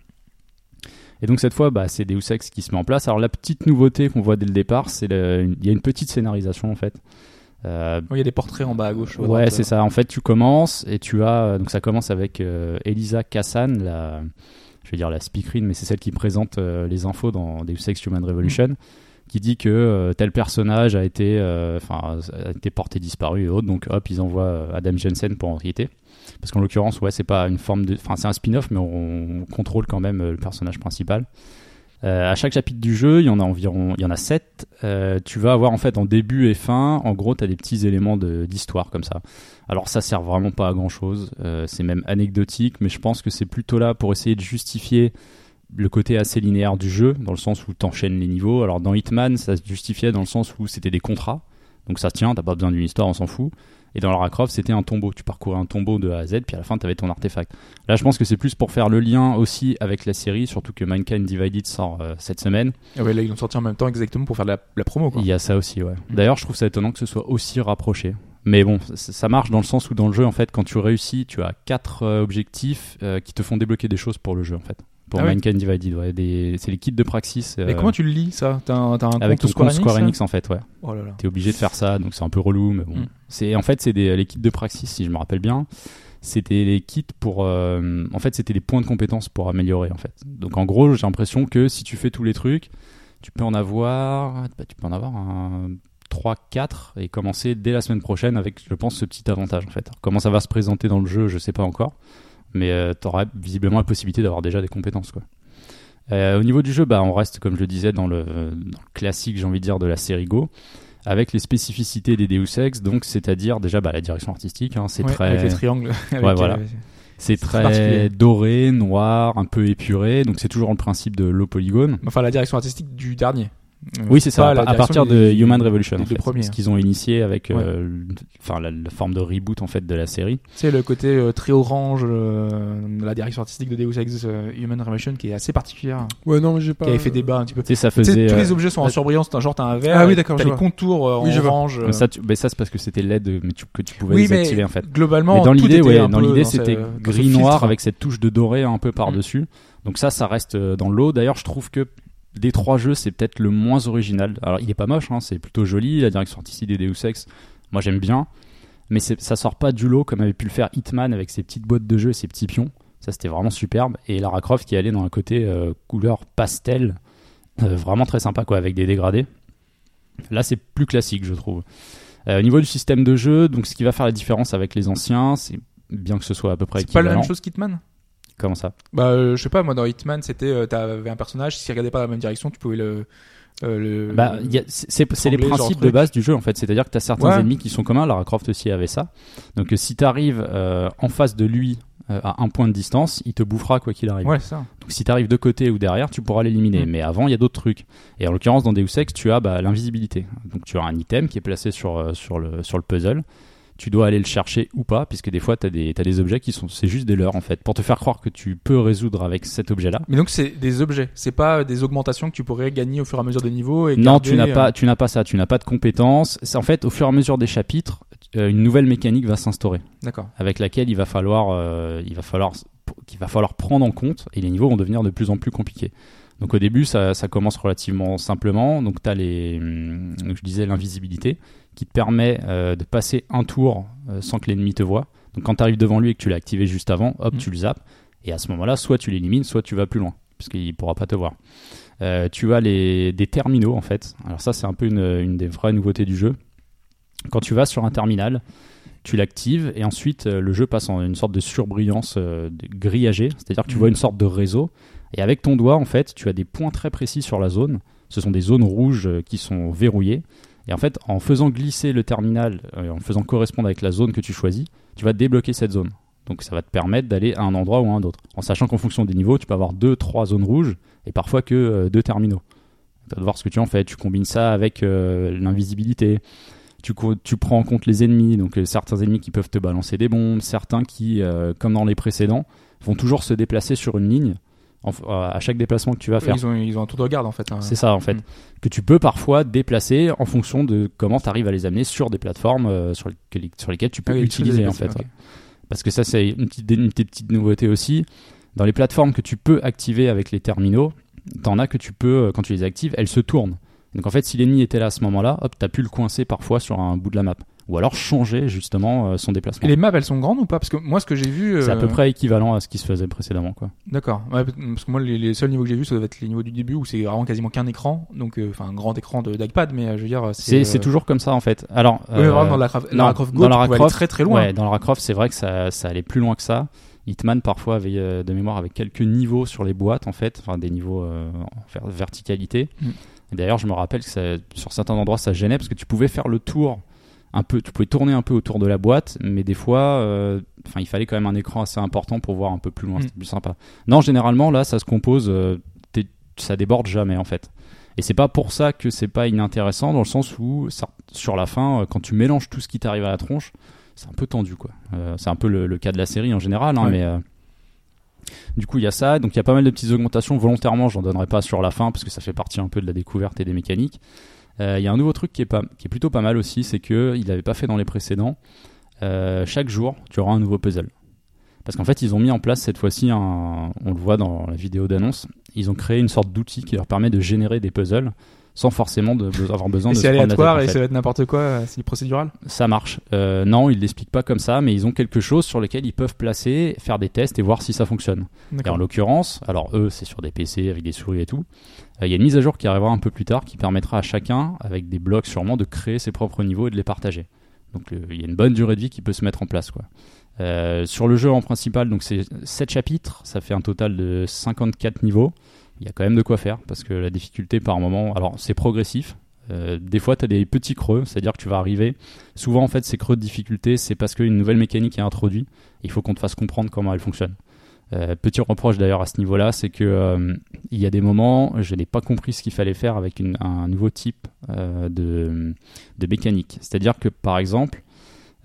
S5: Et donc cette fois, bah, c'est Deus Ex qui se met en place. Alors la petite nouveauté qu'on voit dès le départ, c'est le- une- il y a une petite scénarisation en fait. Euh,
S4: Oui, Il y a des portraits en bas à gauche. ou à
S5: ouais,
S4: droite.
S5: c'est ça. En fait, tu commences et tu as donc ça commence avec euh, Elisa Kassan, la je vais dire la speakerine, mais c'est celle qui présente euh, les infos dans Deus Ex Human Revolution, qui dit que euh, tel personnage a été euh, enfin a été porté disparu et autres. Donc hop, ils envoient euh, Adam Jensen pour enquêter. Parce qu'en l'occurrence, ouais, c'est pas une forme de, enfin c'est un spin-off, mais on contrôle quand même euh, le personnage principal. Euh, à chaque chapitre du jeu, il y en a environ, il y en a 7. Euh, tu vas avoir en fait en début et fin, en gros, tu as des petits éléments de- d'histoire comme ça. Alors ça sert vraiment pas à grand chose, c'est même anecdotique, mais je pense que c'est plutôt là pour essayer de justifier le côté assez linéaire du jeu, dans le sens où t'enchaînes les niveaux. Alors dans Hitman, ça se justifiait dans le sens où c'était des contrats, donc ça tient, t'as pas besoin d'une histoire, on s'en fout. Et dans Lara Croft, c'était un tombeau, tu parcourais un tombeau de A à Z, puis à la fin t'avais ton artefact. Là, je pense que c'est plus pour faire le lien aussi avec la série, surtout que Mankind Divided sort euh, cette semaine.
S4: Ah ouais, là, ils l'ont sorti en même temps exactement pour faire de la, la promo. Quoi.
S5: Il y a ça aussi, ouais.
S4: Mm.
S5: D'ailleurs, je trouve ça étonnant que ce soit aussi rapproché. Mais bon, c- ça marche dans le sens où dans le jeu, en fait, quand tu réussis, tu as quatre euh, objectifs euh, qui te font débloquer des choses pour le jeu, en fait. Pour
S4: Ah oui.
S5: Mankind Divided, ouais. Des... C'est les kits de Praxis. euh,
S4: Mais comment tu le lis ça T'as un, t'as un
S5: Avec ton
S4: compte
S5: compte
S4: Square,
S5: Square
S4: Enix,
S5: Enix, en fait, ouais.
S4: là Oh là là.
S5: T'es obligé de faire ça, donc c'est un peu relou, mais bon.
S4: Mm.
S5: C'est en fait c'est des les kits de Praxis, si je me rappelle bien. C'était les kits pour, euh, en fait c'était des points de compétence pour améliorer en fait. Donc en gros j'ai l'impression que si tu fais tous les trucs, tu peux en avoir, bah, tu peux en avoir un 3, 4 et commencer dès la semaine prochaine avec je pense ce petit avantage en fait. Alors, comment ça va se présenter dans le jeu, je sais pas encore, mais tu t'auras visiblement la possibilité d'avoir déjà des compétences quoi. Euh, au niveau du jeu, bah, on reste, comme je le disais, dans le, dans le classique, j'ai envie de dire, de la série Go, avec les spécificités des Deus Ex, donc c'est-à-dire déjà bah, la direction artistique, hein, c'est
S4: Ouais,
S5: très,
S4: Avec les triangles. avec,
S5: Ouais, voilà.
S4: euh,
S5: c'est
S4: particulier.
S5: très doré, noir, un peu épuré, donc c'est toujours le principe de low polygone.
S4: Enfin, la direction artistique du dernier. Euh,
S5: Oui, c'est ça,
S4: pas
S5: à,
S4: la
S5: à
S4: direction
S5: partir de
S4: des-
S5: Human Revolution,
S4: des
S5: en
S4: deux
S5: fait,
S4: premiers. hein.
S5: ce qu'ils ont initié avec euh, le- enfin, la, la forme de reboot en fait, de la série.
S4: Tu sais, le côté euh, très orange euh, de la direction artistique de Deus Ex euh, Human Revolution qui est assez particulière, hein,
S3: Ouais, non, mais j'ai pas. euh,
S4: qui avait fait débat un petit peu.
S5: Tu sais, ça
S4: Tu sais,
S5: faisait...
S4: tous
S5: euh,
S4: les objets sont en
S3: la-
S4: surbrillance, t'as- genre t'as un verre,
S3: Ah oui,
S4: et
S3: d'accord,
S4: t'as
S3: je
S4: les
S3: vois.
S4: contours euh,
S3: Oui, je
S4: en
S3: vois.
S4: orange. euh.
S5: comme ça, tu- mais ça c'est parce que c'était l'aide mais tu, que tu pouvais
S4: oui, mais
S5: désactiver en fait.
S4: globalement,
S5: mais dans
S4: tout
S5: l'idée,
S4: était
S5: ouais,
S4: un
S5: dans
S4: peu
S5: l'idée,
S4: ce-
S5: c'était
S4: dans ce
S5: gris
S4: filtre. Mm.
S5: noir avec cette touche de doré un peu par-dessus. Donc ça, ça reste euh, dans l'eau. D'ailleurs, je trouve que des trois jeux, c'est peut-être le moins original. Alors, il est pas moche, hein, c'est plutôt joli. La direction artistique des Deus Ex, moi j'aime bien, mais c'est- ça sort pas du lot comme avait pu le faire Hitman avec ses petites boîtes de jeu et ses petits pions. Ça, c'était vraiment superbe. Et Lara Croft qui allait dans un côté euh, couleur pastel, euh, vraiment très sympa, quoi, avec des dégradés. Là, c'est plus classique, je trouve. Euh, au niveau du système de jeu, donc ce qui va faire la différence avec les anciens, c'est bien que ce soit à peu près
S4: C'est pas la
S5: équivalent.
S4: même chose qu'Hitman
S5: Comment ça
S4: Bah, euh, je sais pas, moi dans Hitman, c'était euh, t'avais un personnage, s'il regardait pas dans la même direction, tu pouvais le. euh, le-
S5: Bah, il y a- c'est- c'est c'est les
S4: Anglais, genre
S5: principes
S4: truc.
S5: de base du jeu en fait. C'est-à-dire que tu as certains
S4: Ouais.
S5: ennemis qui sont communs. Lara Croft aussi avait ça. Donc euh, si tu arrives en face de lui euh, à un point de distance, il te bouffera quoi qu'il arrive.
S4: Ouais, c'est ça.
S5: Donc si tu arrives de côté ou derrière, tu pourras l'éliminer.
S4: Mm.
S5: Mais avant, il y a d'autres trucs. Et en l'occurrence, dans Deus Ex, tu as bah, l'invisibilité. Donc tu as un item qui est placé sur, euh, sur, le, sur le puzzle. Tu dois aller le chercher ou pas, puisque des fois, tu as, des objets qui sont... C'est juste des leurs, en fait. Pour te faire croire que tu peux résoudre avec cet objet-là.
S4: Mais donc c'est des objets, c'est pas des augmentations que tu pourrais gagner au fur et à mesure des niveaux. Et
S5: Non, tu
S4: garder,
S5: n'as pas,
S4: euh,
S5: tu n'as pas ça. Tu n'as pas de compétences. C'est- En fait, au fur et à mesure des chapitres, euh, une nouvelle mécanique va s'instaurer.
S4: D'accord.
S5: avec laquelle il va falloir, euh, il va falloir, qu'il va falloir prendre en compte et les niveaux vont devenir de plus en plus compliqués. Donc au début, ça, ça commence relativement simplement. Donc tu as les, hum, donc je disais l'invisibilité qui te permet euh, de passer un tour euh, sans que l'ennemi te voie. Donc quand tu arrives devant lui et que tu l'as activé juste avant, hop,
S4: Mm.
S5: tu le zappes et à ce moment-là, soit tu l'élimines, soit tu vas plus loin parce qu'il pourra pas te voir. Euh, tu as les, des terminaux en fait. Alors ça, c'est un peu une, une des vraies nouveautés du jeu. Quand tu vas sur un terminal, tu l'actives et ensuite euh, le jeu passe en une sorte de surbrillance euh, de- grillagée, c'est-à-dire que tu
S4: Mhm.
S5: vois une sorte de réseau et avec ton doigt en fait, tu as des points très précis sur la zone. Ce sont des zones rouges euh, qui sont verrouillées et en fait, en faisant glisser le terminal, euh, en le faisant correspondre avec la zone que tu choisis, tu vas débloquer cette zone. Donc ça va te permettre d'aller à un endroit ou à un autre. En sachant qu'en fonction des niveaux, tu peux avoir deux, trois zones rouges et parfois que euh, deux terminaux. Tu vas voir ce que tu en fais. Tu combines ça avec euh, l'invisibilité. Tu, co- tu prends en compte les ennemis, donc euh, certains ennemis qui peuvent te balancer des bombes, certains qui, euh, comme dans les précédents, vont toujours se déplacer sur une ligne en f- euh, à chaque déplacement que tu vas faire.
S4: Ils ont, ils ont un tour de garde en fait. hein.
S5: C'est ça en fait,
S4: Mm.
S5: que tu peux parfois déplacer en fonction de comment tu arrives à les amener sur des plateformes euh, sur, les- sur lesquelles tu peux
S4: Ah oui, ils sont
S5: utiliser en
S4: déplacés,
S5: fait.
S4: ok.
S5: ouais. Parce que ça c'est une petite, une petite nouveauté aussi. Dans les plateformes que tu peux activer avec les terminaux, t'en as que tu peux, euh, quand tu les actives, elles se tournent. Donc en fait, si l'ennemi était là à ce moment-là, hop, t'as pu le coincer parfois sur un bout de la map. Ou alors changer justement euh, son
S4: Et
S5: déplacement.
S4: les maps, elles sont grandes ou pas Parce que moi, ce que j'ai vu.
S5: C'est à
S4: euh,
S5: peu près équivalent à ce qui se faisait précédemment, quoi.
S4: D'accord. Ouais, parce que moi, les, les seuls niveaux que j'ai vus, ça doit être les niveaux du début où c'est vraiment quasiment qu'un écran. Donc, euh, enfin, un grand écran de- d'iPad, mais euh, je veux dire.
S5: C'est
S4: euh,
S5: c'est toujours comme ça en fait. Alors,
S4: Oui, mais
S5: euh,
S4: vraiment, dans la Craft-
S5: non,
S4: Lara Croft Go,
S5: dans
S4: tu
S5: Lara
S4: pouvais aller
S5: Croft,
S4: très très loin.
S5: ouais, dans Lara Croft, c'est vrai que ça, ça allait plus loin que ça. Hitman parfois avait euh, de mémoire avec quelques niveaux sur les boîtes en fait, enfin des niveaux euh, en ver- verticalité.
S4: Mm.
S5: Et D'ailleurs, je me rappelle que ça, sur certains endroits ça gênait parce que tu pouvais faire le tour un peu, tu pouvais tourner un peu autour de la boîte, mais des fois, euh, enfin il fallait quand même un écran assez important pour voir un peu plus loin,
S4: Mm.
S5: c'était plus sympa. Non, généralement là, ça se compose, euh, t'es- ça déborde jamais en fait. Et c'est pas pour ça que c'est pas inintéressant, dans le sens où, ça- sur la fin, euh, quand tu mélanges tout ce qui t'arrive à la tronche, c'est un peu tendu, quoi. Euh, c'est un peu le, le cas de la série en général, hein,
S4: Ouais.
S5: mais. euh, du coup, il y a ça, donc il y a pas mal de petites augmentations volontairement, j'en donnerai pas sur la fin parce que ça fait partie un peu de la découverte et des mécaniques. Euh, Il y a un nouveau truc qui est, pas, qui est plutôt pas mal aussi, c'est que il l'avait pas fait dans les précédents. Euh, chaque jour, tu auras un nouveau puzzle. Parce qu'en fait, ils ont mis en place cette fois-ci, un- on le voit dans la vidéo d'annonce, ils ont créé une sorte d'outil qui leur permet de générer des puzzles sans forcément de, be- avoir besoin
S4: Et
S5: de se
S4: c'est
S5: prendre la tête, en
S4: aléatoire et
S5: fait.
S4: ça va être n'importe quoi, euh, c'est procédural.
S5: Ça marche. Euh, non, ils l'expliquent pas comme ça, mais ils ont quelque chose sur lequel ils peuvent placer, faire des tests et voir si ça fonctionne. Et en
S4: D'accord.
S5: l'occurrence, alors eux, c'est sur des PC avec des souris et tout. Euh, Il y a une mise à jour qui arrivera un peu plus tard qui permettra à chacun, avec des blocs sûrement, de créer ses propres niveaux et de les partager. Donc le- il y a une bonne durée de vie qui peut se mettre en place. Quoi. Euh, sur le jeu en principal, donc c'est 7 chapitres, ça fait un total de 54 niveaux. Il y a quand même de quoi faire parce que la difficulté par moment, alors c'est progressif. Euh, des fois, tu as des petits creux, c'est-à-dire que tu vas arriver. Souvent, en fait, ces creux de difficulté, c'est parce qu'une nouvelle mécanique est introduite. Il faut qu'on te fasse comprendre comment elle fonctionne. Euh, petit reproche d'ailleurs à ce niveau-là, c'est que euh, il y a des moments, je n'ai pas compris ce qu'il fallait faire avec une- un nouveau type euh, de, de mécanique. C'est-à-dire que par exemple,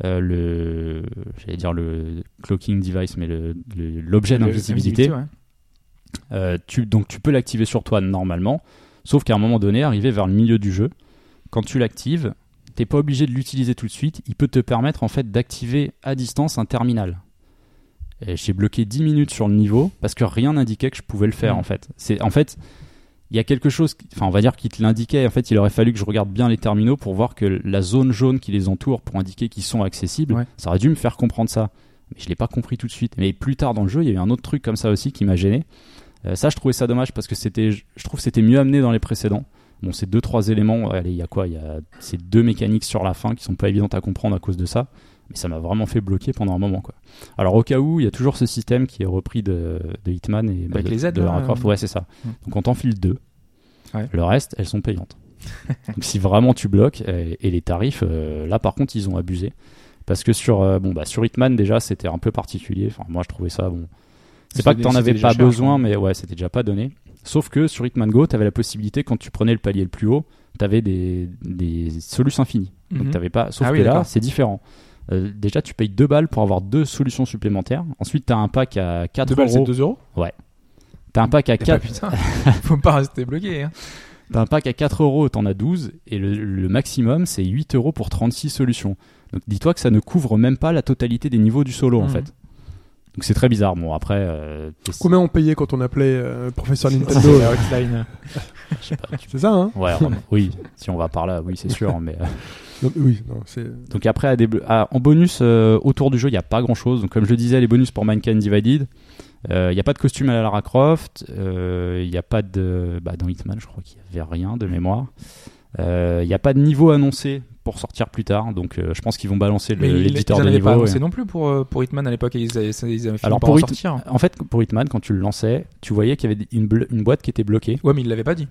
S5: euh, le, j'allais dire le clocking device, mais le- le- l'objet
S4: Le-
S5: d'invisibilité,
S4: ouais.
S5: euh, tu, donc tu peux l'activer sur toi normalement, sauf qu'à un moment donné, arrivé vers le milieu du jeu, quand tu l'actives, t'es pas obligé de l'utiliser tout de suite, il peut te permettre en fait d'activer à distance un terminal. Et J'ai bloqué 10 minutes sur le niveau parce que rien n'indiquait que je pouvais le faire
S4: Mhm.
S5: en fait. C'est en fait il y a quelque chose, qui- enfin on va dire qui te l'indiquait. En fait, il aurait fallu que je regarde bien les terminaux pour voir que la zone jaune qui les entoure pour indiquer qu'ils sont accessibles,
S4: Ouais.
S5: ça aurait dû me faire comprendre ça. Mais je l'ai pas compris tout de suite. Mais plus tard dans le jeu, il y a eu un autre truc comme ça aussi qui m'a gêné. Euh, ça, je trouvais ça dommage parce que c'était, je je trouve, que c'était mieux amené dans les précédents. Bon, c'est deux trois éléments. Allez, il y a quoi Il y a ces deux mécaniques sur la fin qui sont pas évidentes à comprendre à cause de ça. Mais ça m'a vraiment fait bloquer pendant un moment, quoi. Alors au cas où, il y a toujours ce système qui est repris de, de Hitman et bah,
S4: Avec
S5: de,
S4: les aides,
S5: de Lara
S4: là,
S5: Croft.
S4: euh,
S5: Ouais, c'est ça.
S4: Mm.
S5: Donc on t'enfile deux.
S4: Ouais.
S5: Le reste, elles sont payantes. Donc si vraiment tu bloques et, et les tarifs, euh, là par contre, ils ont abusé parce que sur euh, bon bah sur Hitman déjà, c'était un peu particulier. Enfin, moi je trouvais ça bon. C'est
S4: C'était
S5: pas que t'en
S4: déjà-
S5: avais
S4: c'était
S5: pas
S4: déjà cher,
S5: besoin,
S4: quoi.
S5: mais ouais, c'était déjà pas donné. Sauf que sur Hitman Go, t'avais la possibilité, quand tu prenais le palier le plus haut, t'avais des, des solus infinis. Donc
S4: Mhm.
S5: t'avais pas. Sauf
S4: Ah
S5: que
S4: oui,
S5: là,
S4: d'accord.
S5: c'est différent. Euh, déjà, tu payes 2 balles pour avoir deux solutions supplémentaires. Ensuite, t'as un pack à 4
S4: Deux balles, c'est
S5: euros.
S4: 2 euros.
S5: T'as un pack à
S4: Eh
S5: 4
S4: bah, putain, faut pas rester bloqué. hein.
S5: T'as un pack à 4 euros, t'en as 12, et le, le maximum, c'est 8 euros pour 36 solutions. Donc dis-toi que ça ne couvre même pas la totalité des niveaux du solo, en
S4: Mhm.
S5: fait. Donc c'est très bizarre. Bon, après, euh, t'es-
S3: Combien on payait quand on appelait euh, Professeur
S4: C'est
S3: Nintendo
S4: la hotline.
S5: je sais pas, tu-
S3: C'est ça, hein
S5: Ouais, on- oui, si on va par là, oui, c'est sûr. Mais, euh,
S3: Donc, Oui, non, c'est.
S5: donc après, à des bl- à- en bonus, euh, autour du jeu, il n'y a pas grand-chose. Donc comme je le disais, les bonus pour Mankind Divided, euh, il n'y a pas de costume à la Lara Croft, euh, il n'y a pas de... Bah, dans Hitman, je crois qu'il n'y avait rien de mémoire. Euh, Il n'y a pas de niveau annoncé pour sortir plus tard. Donc euh, je pense qu'ils vont balancer le-
S4: Mais ils- ils
S5: l'éditeur
S4: en
S5: de
S4: avaient
S5: niveau.
S4: pas
S5: et-
S4: annoncé non plus pour, euh, pour Hitman à l'époque. et Ils avaient, ils avaient fini
S5: Alors,
S4: par
S5: pour
S4: en
S5: Hit-
S4: sortir.
S5: En fait, pour Hitman, quand tu le lançais, tu voyais qu'il y avait une, blo- une boîte qui était bloquée.
S4: Ouais, mais ils l'avaient pas dit.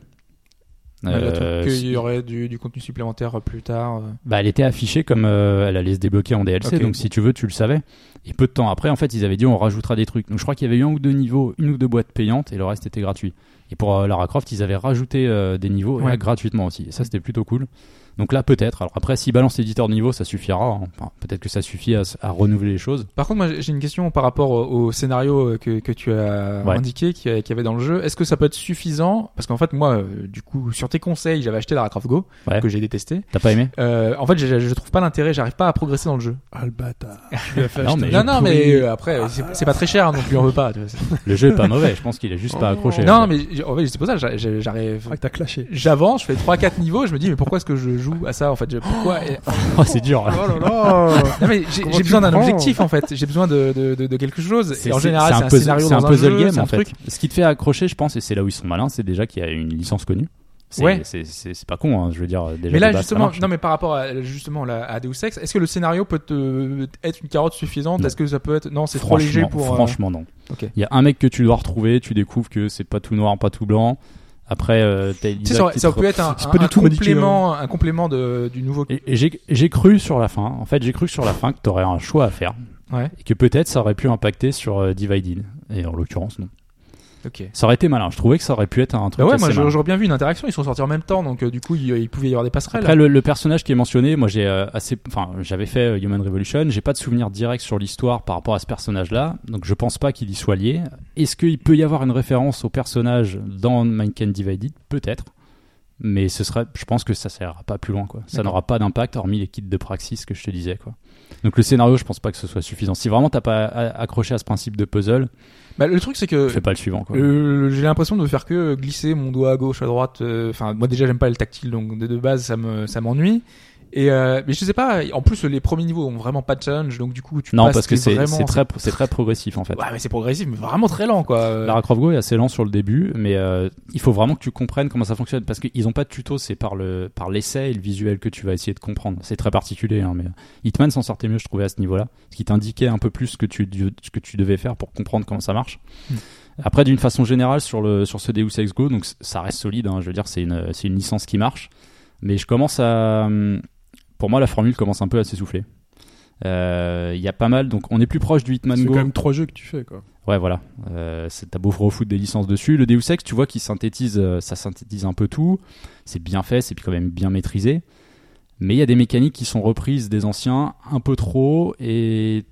S4: Malgré tout,
S5: Euh,
S4: Qu'il y aurait du, du contenu supplémentaire euh, plus tard. euh.
S5: Bah, elle était affichée comme euh, elle allait se débloquer en DLC,
S4: Ok.
S5: donc si tu veux, tu le savais. Et peu de temps après, en fait, ils avaient dit on rajoutera des trucs. Donc je crois qu'il y avait eu un ou deux niveaux, une ou deux boîtes payantes et le reste était gratuit. Et pour euh, Lara Croft, ils avaient rajouté euh, des niveaux et
S4: Ouais.
S5: là, gratuitement aussi. Et ça, c'était plutôt cool. Donc là, peut-être. Alors après, si balance l'éditeur de niveau, ça suffira. hein. Enfin, peut-être que ça suffit à, s- à renouveler les choses.
S4: Par contre, moi, j'ai j'ai une question par rapport au, au scénario euh, que, que tu as
S5: Ouais.
S4: indiqué, qui- qu'il y avait dans le jeu. Est-ce que ça peut être suffisant Parce qu'en fait, moi, euh, du coup, sur tes conseils, j'avais acheté Lara Croft Go,
S5: Ouais.
S4: que j'ai détesté.
S5: T'as pas aimé
S4: Euh, en fait, j'ai- je trouve pas l'intérêt, j'arrive pas à progresser dans le jeu.
S3: Ah le bâtard.
S5: Non, mais
S3: Ah,
S4: non, non, mais euh, après, euh, c'est c'est pas très cher non plus, on veut pas. tu vois, c'est-
S5: le jeu est pas mauvais. Je pense qu'il est juste pas accroché.
S4: non, mais j'ai- en fait, c'est pour ça, j'a- j'a- j'arrive.
S3: Ah, que t'as clashé.
S4: J'avance, je fais 3-4 niveaux, je me dis, mais pourquoi est-ce que je joue à ça en fait Je- Pourquoi Et-
S5: Oh, c'est dur.
S3: Oh là là.
S4: Non, mais j'ai
S3: Comment
S4: j'ai
S3: tu
S4: besoin d'un
S3: prends
S4: objectif en fait, j'ai besoin de, de, de, de quelque chose.
S5: C'est-
S4: Et en
S5: c'est-
S4: général, c'est un,
S5: puzzle-
S4: scénario
S5: c'est
S4: dans un
S5: puzzle
S4: jeu,
S5: game
S4: c'est un
S5: en fait.
S4: truc.
S5: Ce qui te fait accrocher, je pense, et c'est là où ils sont malins, c'est déjà qu'il y a une licence connue. C'est
S4: Ouais.
S5: c'est- c'est c'est pas con, hein, je veux dire. euh, Déjà
S4: Mais là
S5: de base, ça
S4: justement,
S5: marche.
S4: non mais par rapport à justement là, à Deus Ex, est-ce que le scénario peut te- être une carotte suffisante
S5: Non.
S4: Est-ce que ça peut être non, c'est trop
S5: Franchement-
S4: léger pour euh,
S5: Franchement, non.
S4: Ok.
S5: Il y a un mec que tu dois retrouver, tu découvres que c'est pas tout noir, pas tout blanc. Après, euh,
S4: Tu
S5: t'as-
S4: sais,
S5: ils
S4: ça,
S5: activent-
S4: ça peut être un,
S3: c'est
S4: un-
S3: pas du
S4: un
S3: tout ridicule,
S4: complément, un complément de, du nouveau.
S5: Et, et j'ai- j'ai cru sur la fin, en fait, j'ai cru sur la fin que t'aurais un choix à faire.
S4: Ouais.
S5: Et que peut-être ça aurait pu impacter sur euh, Divided. Et en l'occurrence, non.
S4: Ok.
S5: Ça aurait été malin. Je trouvais que ça aurait pu être un
S4: Bah
S5: truc.
S4: ouais,
S5: assez
S4: moi
S5: malin.
S4: j'a- j'aurais bien vu une interaction. Ils sont sortis en même temps, donc euh, du coup, il, il pouvait y avoir des passerelles.
S5: Après le, le personnage qui est mentionné, moi j'ai euh, assez, enfin j'avais fait euh, Human Revolution, j'ai pas de souvenir direct sur l'histoire par rapport à ce personnage-là, donc je pense pas qu'il y soit lié. Est-ce qu'il peut y avoir une référence au personnage dans Mankind Divided Peut-être, mais ce serait, je pense que ça servira pas plus loin quoi. Ça
S4: D'accord.
S5: n'aura pas d'impact hormis les kits de Praxis que je te disais quoi. Donc le scénario, je pense pas que ce soit suffisant. Si vraiment t'as pas a- accroché à ce principe de puzzle,
S4: Bah, le truc, c'est que
S5: fais pas le suivant quoi.
S4: Euh, j'ai l'impression de faire que glisser mon doigt à gauche, à droite. euh, Enfin, moi déjà j'aime pas le tactile, donc de, de base ça me ça m'ennuie. Et euh, mais je sais pas. En plus, les premiers niveaux ont vraiment pas de challenge, donc du coup tu
S5: non
S4: passes,
S5: parce que
S4: t'es
S5: c'est
S4: vraiment-
S5: c'est très c'est très progressif en fait.
S4: Ouais, mais c'est progressif, mais vraiment très lent quoi. Euh,
S5: Lara Croft Go est assez lent sur le début, mais euh, il faut vraiment que tu comprennes comment ça fonctionne parce qu'ils n'ont pas de tuto, c'est par le par l'essai et le visuel que tu vas essayer de comprendre. C'est très particulier, hein, mais Hitman s'en sortait mieux, je trouvais à ce niveau-là, ce qui t'indiquait un peu plus ce que tu ce que tu devais faire pour comprendre comment ça marche.
S4: Hmm.
S5: Après, d'une façon générale, sur le sur ce Deus Ex Go, donc c- ça reste solide. hein, je veux dire, c'est une c'est une licence qui marche, mais je commence à hum, pour moi la formule commence un peu à s'essouffler. Euh, Il y a pas mal, donc on est plus proche du Hitman
S3: C'est
S5: Go.
S3: quand même trois jeux que tu fais quoi.
S5: Ouais, voilà. Euh, c'est- T'as beau refoutre des licences dessus. Le Deus Ex, tu vois, qui synthétise, euh, ça synthétise un peu tout. C'est bien fait, c'est quand même bien maîtrisé. Mais il y a des mécaniques qui sont reprises des anciens un peu trop et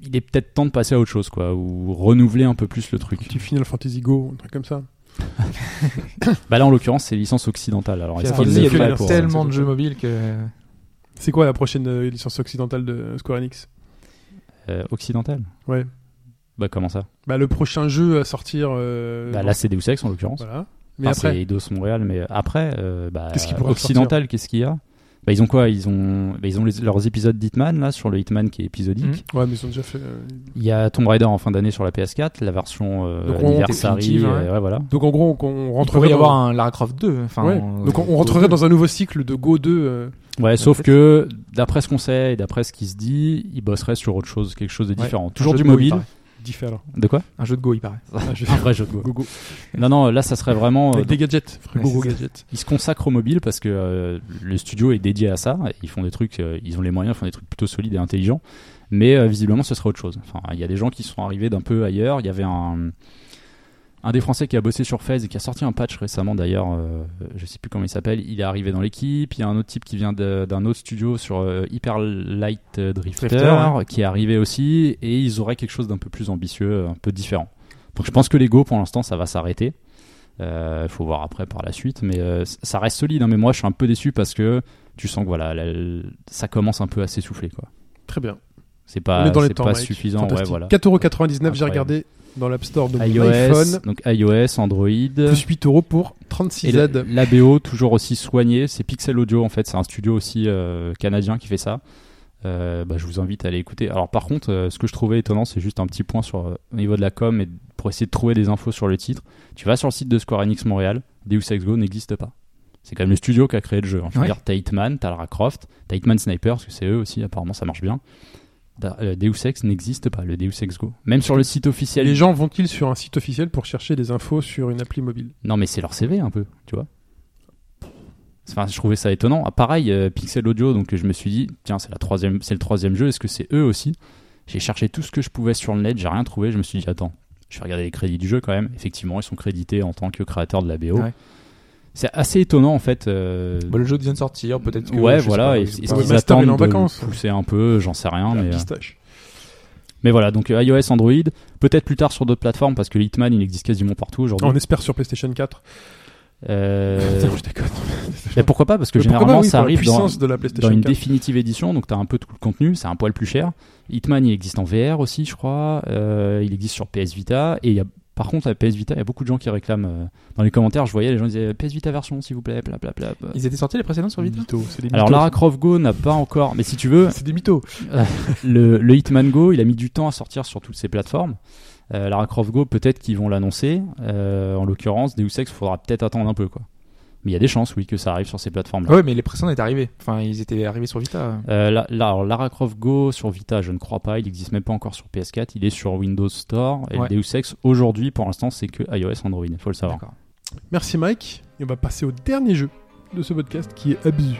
S5: il est peut-être temps de passer à autre chose, quoi, ou renouveler un peu plus le truc.
S3: Petit Final Fantasy Go, un truc comme ça.
S5: Bah là, en l'occurrence, c'est licence occidentale. Alors,
S4: puis
S5: est-ce
S3: Final
S4: après, il y
S5: qu'il le
S4: a
S3: Fantasy,
S5: fait
S4: déjà
S5: pour...
S4: tellement de jeux mobiles que
S3: C'est quoi la prochaine euh, licence occidentale de Square Enix
S5: euh, occidentale
S3: Ouais.
S5: Bah comment ça
S3: Bah le prochain jeu à sortir. euh,
S5: Bah
S3: dans-
S5: là, c'est Deus Ex en l'occurrence.
S3: Voilà. Mais
S5: Mais
S3: après.
S5: c'est Eidos Montréal, mais après, euh, bah,
S3: Qu'est-ce qu'ils pourraient
S5: Occidental, qu'est-ce qu'il y a bah, Ils ont quoi Ils ont, bah, ils ont les- leurs épisodes d'Hitman, là, sur le Hitman qui est épisodique.
S3: Ouais, mais ils ont déjà fait. euh,
S4: Mm.
S5: Il y a Tomb Raider en fin d'année sur la PS4, la version euh,
S3: Donc, on-
S5: Anniversary,
S4: définitive,
S5: euh, ouais, voilà.
S3: Donc en gros, on, on
S4: il pourrait
S3: rentrerait
S4: y
S3: dans...
S4: avoir un Lara Croft 2. Enfin,
S3: Ouais.
S4: euh,
S3: Donc on, on rentrerait dans un nouveau cycle de Go 2. euh,
S5: Ouais, sauf que, d'après ce qu'on sait et d'après ce qui se dit, ils bosseraient sur autre chose, quelque chose de
S4: Ouais.
S5: différent.
S4: Un
S5: Toujours
S4: jeu
S5: du
S4: de Go, il
S5: mobile.
S4: paraît.
S3: différent.
S5: De quoi
S4: Un jeu de Go, il paraît.
S5: Un vrai jeu de Go.
S3: Go.
S5: Non, non, là, ça serait vraiment... euh,
S3: Avec des gadgets.
S4: Ouais,
S3: Go,
S4: c'est
S3: Go
S4: ça.
S3: gadgets.
S5: ils se consacrent au mobile parce que euh, le studio est dédié à ça. Ils font des trucs, euh, ils ont les moyens, ils font des trucs plutôt solides et intelligents. Mais euh, visiblement, ce serait autre chose. Enfin, il y a des gens qui sont arrivés d'un peu ailleurs. Il y avait un un des Français qui a bossé sur FaZe et qui a sorti un patch récemment d'ailleurs, euh, je sais plus comment il s'appelle, il est arrivé dans l'équipe, il y a un autre type qui vient de- d'un autre studio sur euh, Hyper Light Drifter,
S4: Drifter,
S5: qui est arrivé aussi, et ils auraient quelque chose d'un peu plus ambitieux, un peu différent. Donc je pense que les Go pour l'instant ça va s'arrêter, euh, faut voir après par la suite, mais euh, c- ça reste solide, hein, mais moi je suis un peu déçu parce que tu sens que voilà, la- ça commence un peu à s'essouffler quoi.
S3: Très bien.
S5: C'est
S3: on
S5: pas,
S3: est dans les
S5: Bah, c'est
S3: temps.
S5: pas
S3: Mike.
S5: suffisant, ouais
S3: Fantastique.
S5: voilà.
S3: 4,99€, j'ai
S5: Incroyable.
S3: regardé dans l'App Store de mon
S5: iOS,
S3: iPhone.
S5: donc iOS, Android.
S3: Plus 8€ pour
S5: Et la,
S3: 36Z.
S5: la BO toujours aussi soignée, c'est Pixel Audio en fait, c'est un studio aussi euh, canadien qui fait ça. Euh, bah, je vous invite à aller écouter. Alors par contre, euh, ce que je trouvais étonnant, c'est juste un petit point sur euh, au niveau de la com et pour essayer de trouver des infos sur le titre. Tu vas sur le site de Square Enix Montréal, Deus Ex Go n'existe pas. C'est quand même le studio qui a créé le jeu. hein. Je veux
S4: Ouais.
S5: dire, t'as Hitman, t'as Lara Croft, t'as Hitman Sniper, parce que c'est eux aussi, apparemment ça marche bien. Da- euh, Deus Ex n'existe pas, le Deus Ex Go. Même sur le site officiel.
S3: Les gens vont-ils sur un site officiel pour chercher des infos sur une appli mobile
S5: Non, mais c'est leur CV un peu, tu vois. Enfin, je trouvais ça étonnant. Ah, pareil, euh, Pixel Audio, donc je me suis dit, tiens, c'est la troisième, c'est le troisième jeu. Est-ce que c'est eux aussi J'ai cherché tout ce que je pouvais sur le net, j'ai rien trouvé. Je me suis dit, attends, je vais regarder les crédits du jeu quand même. Effectivement, ils sont crédités en tant que créateurs de la BO.
S4: Ouais.
S5: C'est assez étonnant en fait. euh,
S4: Bah, le jeu vient de sortir, peut-être que.
S5: ouais,
S4: je sais
S5: voilà.
S4: pas,
S5: et-
S4: je sais
S5: Est-ce
S4: pas.
S3: Ouais,
S5: qu'ils
S3: Master, il est en
S5: attendent de
S3: vacances.
S5: le pousser un peu J'en sais rien.
S3: La
S5: Mais, euh,
S3: pistache.
S5: mais voilà, donc euh, iOS, Android, peut-être plus tard sur d'autres plateformes parce que le Hitman il existe quasiment partout aujourd'hui.
S3: On espère sur PlayStation 4.
S5: Euh,
S3: Putain, je déconne.
S5: mais pourquoi pas Parce que
S3: Mais pourquoi
S5: généralement
S3: pas, oui,
S5: ça
S3: pour
S5: arrive
S3: la
S5: dans,
S3: puissance de la
S5: dans
S3: PlayStation
S5: une
S3: 4.
S5: définitive édition, donc t'as un peu tout le contenu, c'est un poil plus cher. Hitman, il existe en VR aussi, je crois. euh, il existe sur PS Vita. Et il y a, par contre, la PS Vita, il y a beaucoup de gens qui réclament. euh, dans les commentaires, je voyais les gens disaient PS Vita version, s'il vous plaît, bla bla bla.
S4: Ils étaient sortis les précédents sur Vita
S3: Mythos, c'est des
S5: Alors
S3: mythos.
S5: Lara Croft Go n'a pas encore, mais si tu veux,
S3: c'est des mythos.
S5: le, le Hitman Go, il a mis du temps à sortir sur toutes ces plateformes. Euh, Lara Croft Go, peut-être qu'ils vont l'annoncer. Euh, en l'occurrence, Deus Ex, faudra peut-être attendre un peu, quoi. Mais il y a des chances, oui, que ça arrive sur ces plateformes-là.
S4: Ouais, mais les précédents étaient arrivés. Enfin, ils étaient arrivés sur Vita.
S5: Euh, là, là, alors, Lara Croft Go sur Vita, je ne crois pas, il n'existe même pas encore sur PS4, il est sur Windows Store et
S4: Ouais.
S5: Deus Ex aujourd'hui pour l'instant c'est que iOS Android, il faut le savoir.
S4: D'accord.
S3: Merci Mike. Et on va passer au dernier jeu de ce podcast qui est Abzu.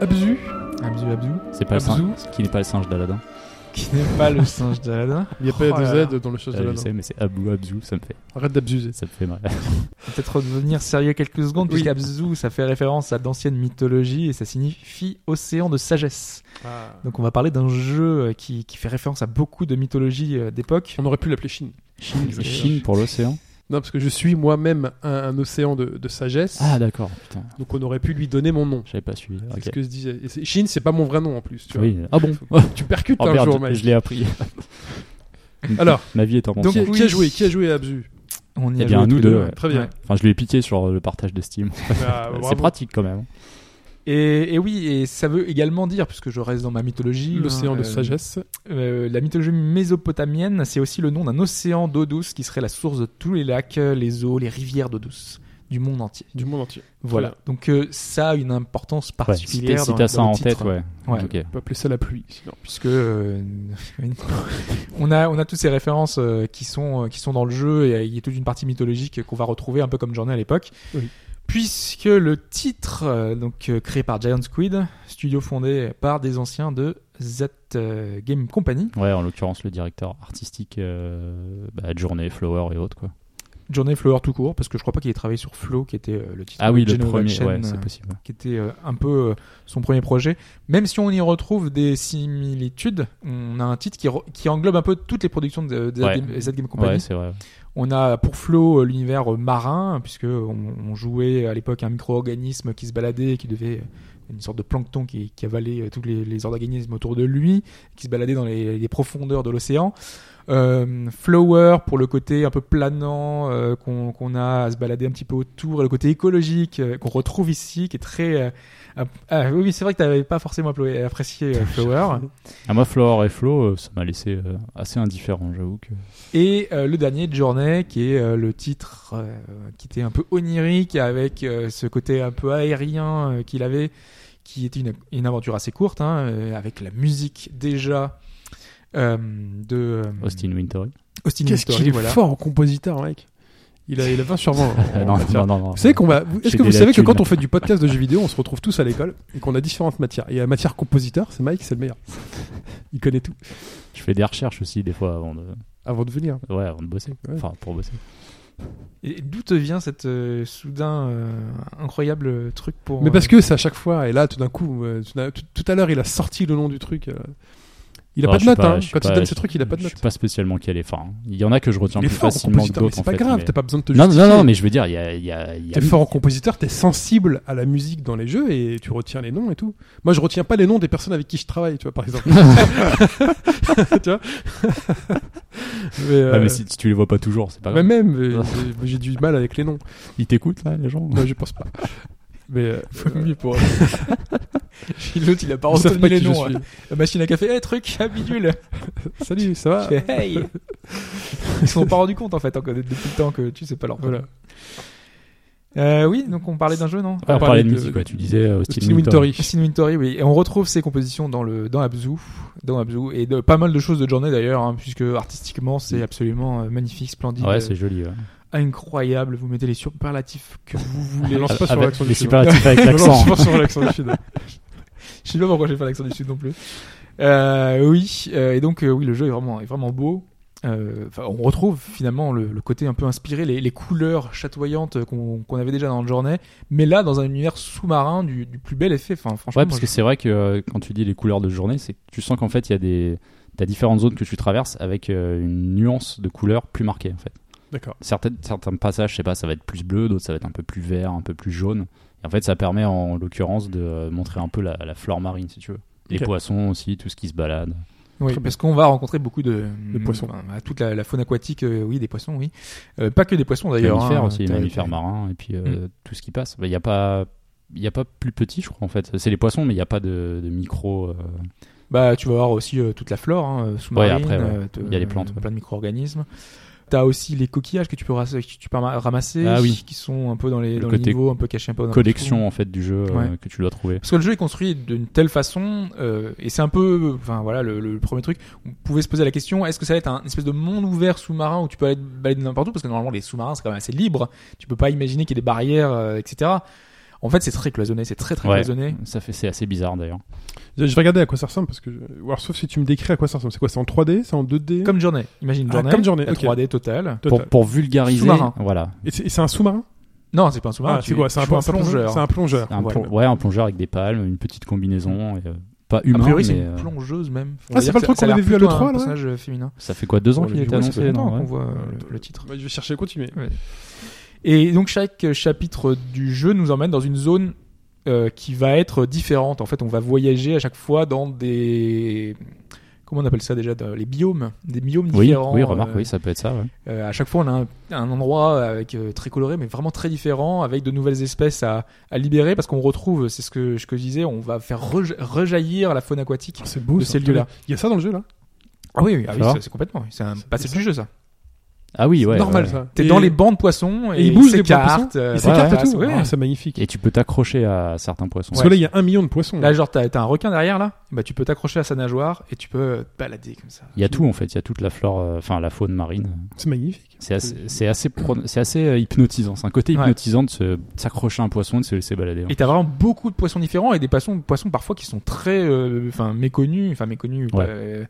S3: Abzu,
S4: Abzu, Abzu.
S5: C'est pas le
S3: Abzu.
S5: singe, qui n'est pas le singe d'Aladin. Euh,
S4: Qui n'est pas le singe d'Aladin.
S3: il n'y a pas
S4: Oh là
S3: de Z dans le choses
S5: Euh,
S3: de la
S5: je sais mais c'est Abou Abzu, ça me fait
S3: Arrête d'abzuser.
S5: ça me fait mal.
S4: On va Peut-être redevenir sérieux quelques secondes,
S3: Oui.
S4: puisqu'Abzu, ça fait référence à d'anciennes mythologies et ça signifie océan de sagesse. Donc on va parler d'un jeu euh, qui, qui fait référence à beaucoup de mythologies euh, d'époque.
S3: On aurait pu l'appeler Chine.
S5: Chine,
S3: Je-
S5: Chine pour l'océan.
S3: Non, parce que je suis moi-même un, un océan de, de sagesse,
S5: Ah d'accord, putain,
S3: donc on aurait pu lui donner mon nom.
S5: j'avais pas suivi.
S3: C'est
S5: Ok.
S3: ce que je disais. Et c'est- Chine, c'est pas mon vrai nom en plus. Tu, vois.
S5: Oui. Ah bon.
S3: tu percutes
S5: Oh
S3: un
S5: merde,
S3: jour, Mike.
S5: je l'ai appris.
S3: Alors,
S5: Ma vie est en
S3: qui,
S5: mensonge.
S3: qui a joué Qui a joué à Abzu
S4: On y
S5: Eh
S4: a
S5: bien
S4: joué tous
S5: nous
S4: les
S5: deux.
S4: deux,
S5: ouais.
S3: Très bien.
S5: Enfin je lui ai piqué sur le partage de Steam.
S3: Ah, bravo.
S5: c'est pratique quand même.
S4: Et, et oui, et ça veut également dire, puisque je reste dans ma mythologie,
S3: L'océan
S4: hein,
S3: de
S4: euh,
S3: sagesse.
S4: euh, la mythologie mésopotamienne, c'est aussi le nom d'un océan d'eau douce qui serait la source de tous les lacs, les eaux, les rivières d'eau douce du monde entier.
S3: Du monde entier.
S4: Voilà.
S3: Voilà.
S4: Donc euh, ça a une importance
S5: Ouais, si
S4: particulière.
S5: t'as si
S4: dans-
S5: t'as
S4: dans
S5: ça
S4: le
S5: en
S4: titre.
S5: tête, ouais.
S4: Ouais. euh,
S5: Ok.
S3: On peut appeler ça la pluie. sinon.
S4: puisque euh, on a on a toutes ces références euh, qui sont euh, qui sont dans le jeu et euh, il y a toute une partie mythologique qu'on va retrouver un peu comme Journée à l'époque.
S3: Oui.
S4: Puisque le titre euh, donc euh, créé par Giant Squid, studio fondé par des anciens de Z euh, Game Company,
S5: Ouais, en l'occurrence, le directeur artistique euh, bah, de Journée, Flower et autres, quoi.
S4: Journée Flower tout court parce que je crois pas qu'il ait travaillé sur Flow qui était euh, le titre
S5: Ah oui,
S4: de
S5: le
S4: Geno
S5: premier,
S4: Action,
S5: ouais,
S4: euh,
S5: c'est possible.
S4: qui était euh, un peu euh, son premier projet. Même si on y retrouve des similitudes, on a un titre qui, re- qui englobe un peu toutes les productions de, de
S5: Ouais.
S4: Z Game- Z Game Company.
S5: Ouais, c'est vrai.
S4: On a pour Flo euh, l'univers euh, marin, puisque on, on jouait à l'époque un micro-organisme qui se baladait et qui devait euh, une sorte de plancton qui, qui avalait euh, tous les, les organismes autour de lui, qui se baladait dans les, les profondeurs de l'océan. Euh, Flower pour le côté un peu planant euh, qu'on qu'on a à se balader un petit peu autour, et le côté écologique euh, qu'on retrouve ici, qui est très. euh, app- ah, oui, c'est vrai que tu n'avais pas forcément applo- apprécié euh, Flower.
S5: À Ah, moi, Flower et Flo, euh, ça m'a laissé euh, assez indifférent, j'avoue que.
S3: Hmm.
S4: Et euh, le dernier, Journey, qui est euh, le titre euh, qui était un peu onirique, avec euh, ce côté un peu aérien euh, qu'il avait, qui était une, une aventure assez courte, hein, euh, avec la musique déjà euh, de euh,
S5: Austin Wintory.
S4: Austin
S3: Qu'est-ce
S4: Wintory,
S3: qu'il est
S4: voilà.
S3: fort en compositeur, mec. Il a, il a 20 sur 20.
S5: Euh, non, non, non, non.
S3: Vous savez qu'on va. vous- Est-ce
S5: J'ai
S3: que vous
S5: des
S3: savez que
S5: lacunes.
S3: quand on fait du podcast de jeux vidéo, on se retrouve tous à l'école et qu'on a différentes matières. Et la matière compositeur, c'est Mike, c'est le meilleur. Il connaît tout
S5: Je fais des recherches aussi, des fois, avant de,
S3: avant de venir.
S5: ouais, avant de bosser.
S3: Ouais.
S5: Enfin, pour bosser.
S4: Et d'où te vient cette euh, soudain euh, incroyable truc pour.
S3: Mais
S4: euh,
S3: parce que c'est à chaque fois. Et là, tout d'un coup, euh, tout d'un- tout tout à l'heure, il a sorti le nom du truc. euh, Il a
S5: Non,
S3: pas
S5: je
S3: de
S5: suis
S3: notes. hein.
S5: je suis
S3: Quand il
S5: pas-
S3: donne
S5: je-
S3: ces trucs, il a pas de
S5: Je
S3: notes.
S5: suis pas spécialement calé. Enfin, il y en a que je retiens
S3: Il est
S5: plus
S3: fort en
S5: facilement que
S3: compositeur, mais
S5: d'autres,
S3: c'est
S5: en
S3: pas
S5: fait.
S3: grave.
S5: mais-
S3: T'as pas besoin de te
S5: Non,
S3: justifier.
S5: non, non, mais je veux dire, il y a. il y a- il y a-
S3: T'es fort en compositeur, t'es sensible à la musique dans les jeux et tu retiens les noms et tout. Moi, je retiens pas les noms des personnes avec qui je travaille, tu vois, par exemple. tu vois mais, euh,
S4: Ah,
S5: Ouais, mais si, si tu les vois pas toujours, c'est pas
S4: hein.
S3: mais
S5: grave.
S3: même, euh, j'ai- j'ai du mal avec les noms.
S5: Ils t'écoutent, là, les gens
S3: Non, je pense pas. Mais euh,
S4: mieux pour L'autre, il a pas
S5: Ils savent
S4: retenu
S5: pas
S4: les
S5: qui je
S4: noms.
S5: suis.
S4: hein. La machine à café, hey, truc, à bidule.
S3: Salut, ça va
S4: Je fais, hey Ils se sont pas rendus compte, en fait, encore depuis le temps que tu sais pas leur
S3: Voilà.
S4: Euh, oui, donc on parlait d'un jeu, non
S5: Ah, on parlait de musique, ouais, tu disais euh, Austin
S3: Austin
S5: Wintory.
S3: Wintory.
S4: Sin Wintory, oui. Et on retrouve ses compositions dans le dans Abzu, dans Abzu, et de, pas mal de choses de Journée d'ailleurs, hein, puisque artistiquement c'est absolument euh, magnifique, splendide,
S5: Ouais, c'est joli. ouais.
S4: incroyable. Vous mettez les superlatifs que vous
S3: Je
S4: voulez.
S3: lance pas sur
S5: Avec-
S3: l'action
S5: les
S3: du sud.
S5: superlatifs avec
S3: Je lance
S5: l'accent.
S3: pas sur l'action du sud.
S4: Je sais pas pourquoi j'ai fait l'accent du sud non plus. Euh, oui, euh, et donc euh, oui, le jeu est vraiment est vraiment beau. Euh, enfin, on retrouve finalement le, le côté un peu inspiré, les, les couleurs chatoyantes qu'on qu'on avait déjà dans le journée, mais là dans un univers sous-marin du, du plus bel effet. Enfin, franchement,
S5: Ouais, parce
S4: moi,
S5: que c'est vrai que euh, quand tu dis les couleurs de journée, c'est que tu sens qu'en fait, il y a des. T'as différentes zones que tu traverses avec euh, une nuance de couleur plus marquée, en fait.
S3: D'accord.
S5: Certaines, certains passages, je sais pas, ça va être plus bleu, d'autres ça va être un peu plus vert, un peu plus jaune. Et en fait, ça permet en l'occurrence de euh, montrer un peu la, la flore marine, si tu veux. Les
S3: Ok.
S5: poissons aussi, tout ce qui se balade.
S4: Oui,
S3: Très
S4: parce qu'on va rencontrer beaucoup de,
S3: De poissons.
S4: enfin, bah, toute la, la faune aquatique, euh, oui, des poissons, oui. Euh, pas que des poissons
S5: Les
S4: d'ailleurs.
S5: mammifères
S4: hein,
S5: aussi, les
S4: t'as-
S5: mammifères
S4: t'as-
S5: marins, et puis euh,
S3: Mm.
S5: tout ce qui passe. Il n'y a pas. Il n'y a pas plus petit, je crois, en fait. C'est les poissons, mais il n'y a pas de, de micro. euh,
S4: Bah, tu vas voir aussi euh, toute la flore hein, sous-marine.
S5: Ouais, après, ouais.
S4: euh, te-
S5: Il y a les plantes, ouais.
S4: plein de micro-organismes. T'as aussi les coquillages que tu peux, ras- que tu peux ra- ramasser,
S5: Ah oui.
S4: qui sont un peu dans les,
S5: Le
S4: dans les
S5: côté
S4: niveaux, un peu cachés, un peu dans
S5: collection, en fait, du jeu euh,
S4: Ouais.
S5: que tu dois trouver.
S4: Parce que le jeu est construit d'une telle façon, euh, et c'est un peu, enfin voilà, le, le premier truc, on pouvait se poser la question, est-ce que ça va être un espèce de monde ouvert sous-marin où tu peux aller te balader n'importe où, parce que normalement les sous-marins c'est quand même assez libre, tu peux pas imaginer qu'il y ait des barrières, euh, etc. En fait c'est très cloisonné, c'est très très
S5: Ouais.
S4: cloisonné.
S5: Ça fait, c'est assez bizarre d'ailleurs.
S3: Je je vais regarder à quoi ça ressemble parce que. je- Ou alors, sauf si tu me décris à quoi ça ressemble. C'est quoi C'est en 3D C'est en 2D
S4: Comme journée, imagine une
S3: Ah,
S4: journée,
S3: comme journée,
S4: la
S3: ok.
S4: 3D totale.
S3: Total.
S5: Pour, pour vulgariser,
S4: Sous-marin.
S5: voilà.
S3: Et c'est et c'est un sous-marin
S4: Non c'est pas un sous-marin,
S3: Ah,
S4: tu-
S3: c'est quoi C'est un,
S4: tu joues
S3: un plongeur. C'est un plongeur.
S5: Un
S4: Ah, Ouais. Mmh.
S5: plon- ouais, un plongeur avec des palmes, une petite combinaison, et, euh, pas humain,
S4: A priori c'est
S5: mais
S4: une
S5: euh,
S4: plongeuse même. On
S3: Ah,
S4: va
S3: c'est
S4: dire
S3: pas
S4: que
S3: le truc
S4: ça- ça
S3: qu'on
S4: a
S3: avait
S4: l'air
S3: vu à
S4: plutôt
S3: l'E3,
S4: un
S3: là
S4: personnage euh, féminin.
S5: ça fait quoi deux ans
S4: On
S5: qu'il
S4: le
S5: était
S4: voit, ça fait
S5: annoncé
S4: longtemps
S5: non, ouais.
S4: qu'on voit euh, le- le titre.
S3: Bah, Je vais chercher à continuer.
S4: Et donc chaque euh, chapitre du jeu nous emmène dans une zone euh, qui va être différente. En fait, on va voyager à chaque fois dans des comment on appelle ça déjà dans les biomes, des biomes
S5: Oui,
S4: différents.
S5: oui, remarque,
S4: euh,
S5: oui, ça peut être ça. ouais.
S4: euh, à chaque fois, on a un, un endroit avec euh, très coloré, mais vraiment très différent, avec de nouvelles espèces à, à libérer, parce qu'on retrouve, c'est ce que ce que je disais, on va faire reja- rejaillir la faune aquatique.
S3: Oh, C'est beau.
S4: De
S3: ça.
S4: celui-là.
S3: Il y a ça dans le jeu là
S4: Ah oui, oui, ah
S5: Ça
S4: oui,
S5: va
S4: c'est- c'est complètement, c'est un
S3: C'est-
S4: passage
S3: c'est
S4: du jeu ça.
S5: Ah oui, ouais.
S3: Normal
S5: ouais.
S3: ça.
S4: T'es
S3: Et-
S4: dans les bancs de poissons et,
S3: Et ils bougent les
S4: s'écartent,
S3: poissons
S4: euh,
S3: Ils s'écartent
S4: voilà,
S3: et tout.
S4: ouais.
S3: Ah, C'est magnifique.
S5: Et tu peux t'accrocher à certains poissons.
S3: Parce que là, il y a un million de poissons.
S4: Là, genre, t'as t'as un requin derrière, là, bah, tu peux t'accrocher à sa nageoire et tu peux euh, te balader comme ça.
S5: Il y a tout en fait, il y a toute la flore, euh, enfin la faune marine.
S3: C'est magnifique.
S5: C'est assez, c'est assez, pro- c'est assez euh, hypnotisant. C'est un côté
S4: Ouais.
S5: hypnotisant de se- de s'accrocher à un poisson et de se laisser balader. hein.
S4: Et t'as vraiment beaucoup de poissons différents et des poissons, poissons parfois qui sont très, euh, enfin, méconnus, enfin, méconnus,
S5: Ouais.
S4: euh,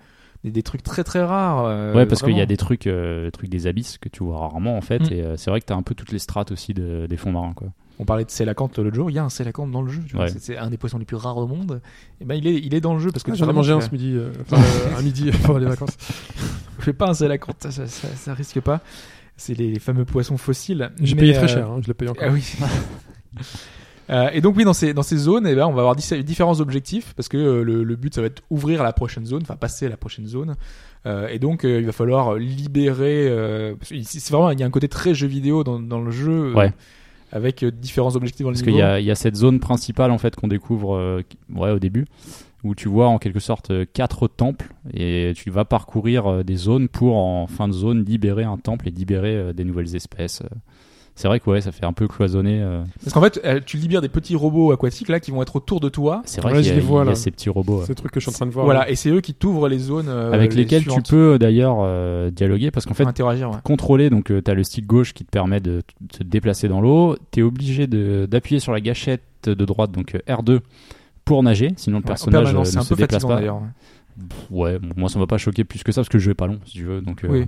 S4: des, des trucs très très rares. euh,
S5: ouais, parce qu'il y a
S4: vraiment.
S5: des trucs, euh, le truc des abysses que tu vois rarement en fait.
S4: Mm.
S5: Et euh, c'est vrai que t'as un peu toutes les strates aussi de- des fonds marins quoi.
S4: On parlait de Célacanthe l'autre jour, il y a un Célacanthe dans le jeu, tu vois,
S5: Ouais.
S4: c'est- c'est un des poissons les plus rares au monde. Et ben, il est, il est dans le jeu parce que
S3: Ah, J'en ai
S4: vraiment,
S3: mangé un
S4: tu-
S3: ce midi. euh, Enfin, euh, un midi pendant les vacances.
S4: Je euh, fais pas un Célacanthe, ça, ça, ça- ça risque pas. C'est les, les fameux poissons fossiles.
S3: J'ai
S4: Mais,
S3: payé très
S4: euh,
S3: cher. hein, Je l'ai payé encore.
S4: Ah oui. Euh, et donc oui, dans ces, dans ces zones, eh ben, on va avoir dix- différents objectifs parce que euh, le, le but ça va être ouvrir la prochaine zone, enfin passer à la prochaine zone. Euh, et donc euh, il va falloir libérer. euh, parce que c'est vraiment il y a un côté très jeu vidéo dans, dans le jeu. euh,
S5: Ouais.
S4: Avec euh, différents objectifs dans le
S5: Parce qu'il
S4: niveau.
S5: y a, il y a cette zone principale en fait qu'on découvre euh, qui- ouais, au début, où tu vois en quelque sorte euh, quatre temples et tu vas parcourir euh, des zones pour en fin de zone libérer un temple et libérer euh, des nouvelles espèces. euh. C'est vrai que ouais, ça fait un peu cloisonner. euh.
S4: Parce qu'en fait, euh, tu libères des petits robots aquatiques là qui vont être autour de toi.
S5: C'est vrai
S3: Ouais,
S5: qu'il y,
S3: je
S5: a-
S3: les vois,
S5: il y a
S3: là.
S5: ces petits robots. ouais.
S3: C'est le truc que je suis en train de voir.
S4: Voilà, et c'est eux qui t'ouvrent les zones euh,
S5: Avec
S4: les
S5: lesquels tu
S4: suivantes.
S5: peux d'ailleurs euh, dialoguer parce qu'en fait,
S4: interagir. ouais.
S5: contrôler, donc tu as le stick gauche qui te permet de t- te déplacer dans l'eau, tu es obligé de- d'appuyer sur la gâchette de droite, donc euh, R2, pour nager, sinon le
S4: Ouais, en
S5: personnage euh,
S4: permanence, c'est
S5: ne
S4: un
S5: se
S4: peu
S5: déplace
S4: fatigant
S5: pas.
S4: d'ailleurs. ouais.
S5: Pff, Ouais, bon, moi ça m'a pas choqué plus que ça parce que le jeu est pas long si tu veux. Donc, euh,
S4: Oui.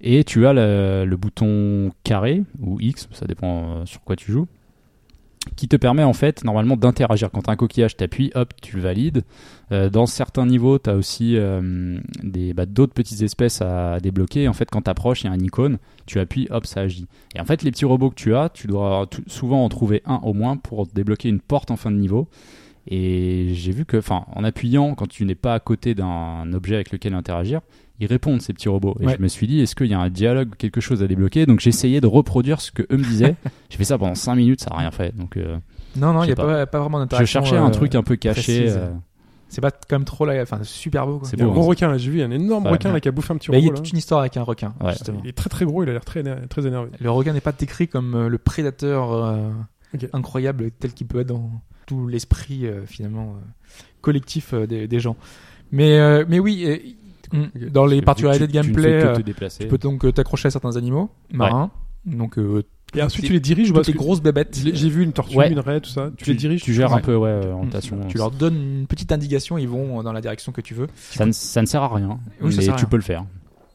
S5: Et tu as le, le bouton carré ou X, ça dépend euh, sur quoi tu joues, qui te permet en fait normalement d'interagir. Quand t'as un coquillage, t'appuies, hop, tu le valides. Euh, dans certains niveaux, t'as aussi euh, des bah, d'autres petites espèces à débloquer. En fait, quand t'approches, il y a un icône, tu appuies, hop, ça agit. Et en fait, les petits robots que tu as, tu dois tout- souvent en trouver un au moins pour débloquer une porte en fin de niveau. Et j'ai vu que, enfin, en appuyant, quand tu n'es pas à côté d'un objet avec lequel interagir, ils répondent ces petits robots. Et
S4: Ouais.
S5: je me suis dit, est-ce qu'il y a un dialogue, quelque chose à débloquer Donc j'essayais de reproduire ce que eux me disaient. J'ai fait ça pendant 5 minutes, ça n'a rien fait. Donc euh,
S4: Non, non,
S5: Je
S4: il n'y
S5: sais
S4: a pas, pas vraiment d'interaction.
S5: je cherchais
S4: euh,
S5: un truc hein. un peu caché.
S4: précise.
S5: euh,
S4: C'est pas quand même trop là. Enfin, c'est super beau. Quoi.
S5: C'est
S3: Il y a un
S5: beau,
S3: gros
S5: hein.
S3: requin, là, j'ai vu, il y a un énorme
S5: Ouais.
S3: requin là, qui a bouffé un petit
S4: Bah, il y
S3: robot.
S4: a
S3: là.
S4: toute une histoire avec un requin,
S5: Ouais.
S4: justement.
S3: Il est très très gros, il a l'air très, éner- très énervé.
S4: Le requin n'est pas décrit comme euh, le prédateur euh,
S3: Ok.
S4: incroyable tel qu'il peut être dans tout l'esprit euh, finalement euh, collectif euh, des, des gens. Mais euh, mais oui, euh, mm,
S3: Ok.
S4: dans les
S5: parce que
S4: particularités de
S5: tu- tu ne fais
S4: gameplay,
S5: que
S4: euh,
S5: te
S4: tu,
S5: déplacer.
S4: peux donc euh, t'accrocher à certains animaux marins. Donc euh,
S3: Et ensuite,
S4: C'est-
S3: tu les diriges ou pas
S4: toutes les
S3: Parce que
S4: grosses bébêtes.
S3: j'ai- J'ai vu une tortue,
S5: Ouais.
S3: une raie, tout ça. Tu, les diriges
S5: tu gères
S4: crois.
S5: un peu, ouais, euh, orientation.
S4: Tu leur donnes une petite indication, ils vont euh, dans la direction que tu veux.
S5: Ça, ne, ça ne sert à rien,
S4: Oui, ça
S5: mais
S4: sert à
S5: tu
S4: rien.
S5: peux le faire.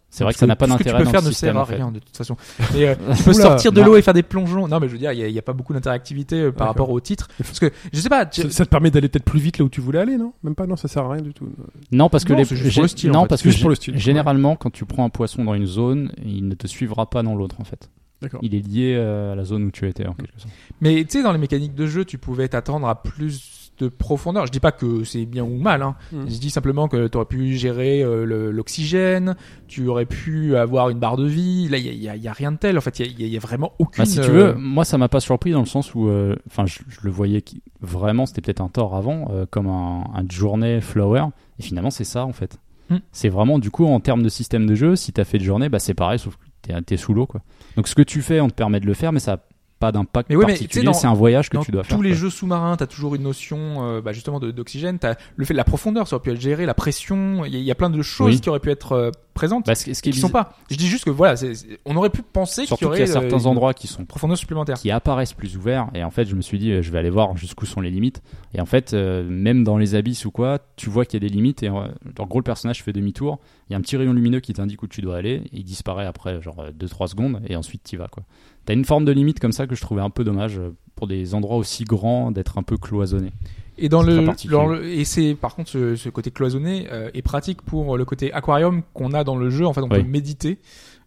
S5: C'est vrai
S4: Parce
S5: que ça n'a pas
S4: tout ce que
S5: d'intérêt
S4: Tu peux
S5: dans
S4: faire
S5: le
S4: ne
S5: système.
S4: sert
S5: en
S4: à
S5: fait.
S4: rien de toute façon. Et, euh, tu peux
S3: Oula,
S4: sortir de
S5: non.
S4: l'eau et faire des plongeons. Non, mais je veux dire, il y a- il n'y a, pas beaucoup d'interactivité euh, par
S3: D'accord.
S4: rapport au titre. Parce que je sais pas. tu-
S3: Ça, ça te permet d'aller peut-être plus vite là où tu voulais aller, non Même pas, non, ça sert à rien du tout.
S5: Non, parce que
S4: Non,
S5: les
S4: c'est juste
S5: gé-
S4: pour le style, en
S5: non,
S4: fait.
S5: parce
S3: C'est
S5: que
S3: juste pour
S5: gé-
S3: le style.
S5: généralement, quand tu prends un poisson dans une zone, il ne te suivra pas dans l'autre en fait.
S3: D'accord.
S5: Il est lié euh, à la zone où tu étais en quelque sorte.
S4: Mais tu sais, dans les mécaniques de jeu, tu pouvais t'attendre à plus de profondeur. Je dis pas que c'est bien ou mal. Hein.
S3: Mm.
S4: Je dis simplement que tu aurais pu gérer euh, le- l'oxygène, tu aurais pu avoir une barre de vie. Là, il y a- il y a, il y a rien de tel. En fait, il y a- il y, a- il y a vraiment aucune.
S5: Bah, si tu
S4: euh,
S5: veux, moi ça m'a pas surpris dans le sens où, euh, enfin, je, je le voyais qui- vraiment, c'était peut-être un tort avant, euh, comme un, un journée flower. Et finalement, c'est ça en fait.
S4: Hmm.
S5: C'est vraiment du coup en termes de système de jeu, si t'as fait de journée, bah c'est pareil, sauf que t'es- t'es sous l'eau quoi. Donc ce que tu fais, on te permet de le faire, mais ça a pas d'impact
S4: Mais oui, mais, tu sais,
S5: particulier.
S4: dans-
S5: C'est un voyage que
S4: dans
S5: tu dois
S4: tous
S5: faire.
S4: les
S5: quoi.
S4: jeux sous-marins, tu as toujours une notion euh, bah, justement de- d'oxygène. T'as le fait de la profondeur, ça aurait pu être géré, la pression. Il y, a- il y a plein de choses
S5: Oui.
S4: qui auraient pu être euh, présentes.
S5: Bah, ce, qui- ce qui est
S4: qui sont
S5: bizarre-
S4: pas. Je dis juste que voilà, c'est- c'est- on aurait pu penser qu'il y
S5: surtout
S4: aurait
S5: qu'il y a certains
S4: euh, une
S5: endroits qui sont
S4: profondeur supplémentaire.
S5: qui apparaissent plus ouverts. Et en fait, je me suis dit, euh, je vais aller voir jusqu'où sont les limites. Et en fait, euh, même dans les abysses ou quoi, tu vois qu'il y a des limites. Et euh, en gros, le personnage fait demi-tour. Il y a un petit rayon lumineux qui t'indique où tu dois aller. et il disparaît après genre 2-3 secondes. Et ensuite, tu vas. quoi. T'as une forme de limite comme ça que je trouvais un peu dommage euh, pour des endroits aussi grands d'être un peu cloisonné.
S4: Et dans
S5: C'est
S4: le,
S5: très particulier.
S4: dans le- et c'est par contre ce, ce côté cloisonné euh, est pratique pour le côté aquarium qu'on a dans le jeu. En fait, on
S5: Oui.
S4: peut méditer.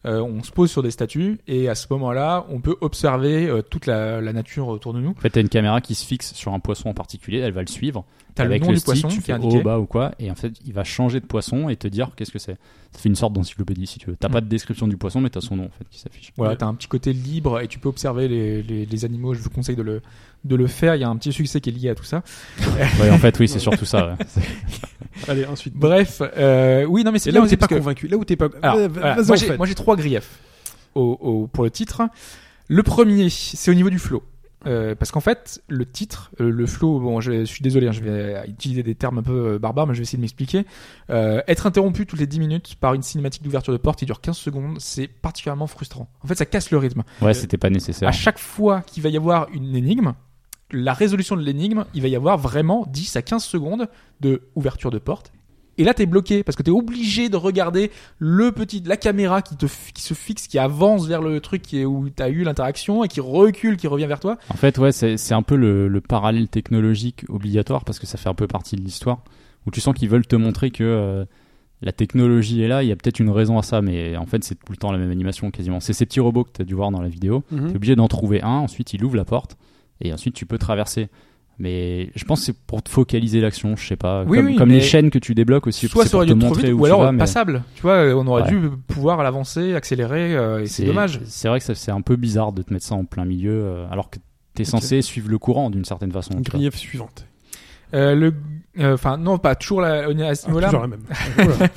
S4: Euh, on se pose sur des statues et à ce moment-là, on peut observer euh, toute la, la nature autour de nous.
S5: En fait, t'as une caméra qui se fixe sur un poisson en particulier. Elle va le suivre.
S4: T'as le
S5: avec
S4: nom
S5: le,
S4: du
S5: stick,
S4: poisson
S5: tu
S4: qui est
S5: fais
S4: indiqué.
S5: haut, bas ou quoi, et en fait, il va changer de poisson et te dire qu'est-ce que c'est. Ça fait une sorte d'encyclopédie si tu veux. T'as
S4: Mm.
S5: pas de description du poisson, mais t'as son nom en fait qui s'affiche.
S4: Voilà, t'as un petit côté libre et tu peux observer les, les, les animaux. Je vous conseille de le, de le faire. Il y a un petit succès qui est lié à tout ça.
S5: Ouais, en fait, oui, c'est surtout ça. ouais.
S3: Allez, ensuite.
S4: Bref, euh, oui, non, mais c'est
S3: Et là où
S4: bien aussi
S3: t'es pas
S4: parce que-
S3: convaincu, là où t'es pas.
S4: Alors,
S3: Vas-
S4: voilà,
S3: Vas-y,
S4: moi,
S3: en
S4: j'ai,
S3: fait.
S4: moi, j'ai trois griefs au- au- pour le titre. Le premier, c'est au niveau du flow. Euh, parce qu'en fait, le titre, euh, le flow, bon, je, je suis désolé, hein, je vais utiliser des termes un peu euh, barbares, mais je vais essayer de m'expliquer. Euh, être interrompu toutes les 10 minutes par une cinématique d'ouverture de porte qui dure 15 secondes, c'est particulièrement frustrant. En fait, ça casse le rythme.
S5: Ouais, c'était pas nécessaire.
S4: À chaque fois qu'il va y avoir une énigme, la résolution de l'énigme, il va y avoir vraiment 10 à 15 secondes de ouverture de porte. Et là, t'es bloqué parce que t'es obligé de regarder le petit, la caméra qui te, f- qui se fixe, qui avance vers le truc qui est- où t'as eu l'interaction et qui recule, qui revient vers toi.
S5: En fait, ouais, c'est c'est un peu le, le parallèle technologique obligatoire parce que ça fait un peu partie de l'histoire où tu sens qu'ils veulent te montrer que euh, la technologie est là. Il y a peut-être une raison à ça, mais en fait, c'est tout le temps la même animation quasiment. C'est ces petits robots que t'as dû voir dans la vidéo.
S3: Mhm.
S5: T'es obligé d'en trouver un, ensuite il ouvre la porte, et ensuite tu peux traverser. Mais je pense que c'est pour te focaliser l'action, je sais pas.
S4: Oui,
S5: comme
S4: oui,
S5: comme
S4: mais
S5: les chaînes que tu débloques aussi,
S4: Soit
S5: c'est
S4: ça
S5: pour
S4: aurait
S5: te
S4: dû trop
S5: montrer
S4: vite, ou
S5: où tu
S4: alors
S5: vas. mais
S4: passable. Tu vois, on aurait
S5: Ouais.
S4: dû pouvoir l'avancer, accélérer, euh, et c'est dommage.
S5: C'est vrai que ça- c'est un peu bizarre de te mettre ça en plein milieu, euh, alors que t'es
S4: Ok.
S5: censé suivre le courant d'une certaine façon. tu vois.
S3: Grief suivante.
S4: Euh, le, euh, enfin, non, pas toujours la, à ce
S3: Ah,
S4: niveau-là.
S3: toujours la même. Voilà.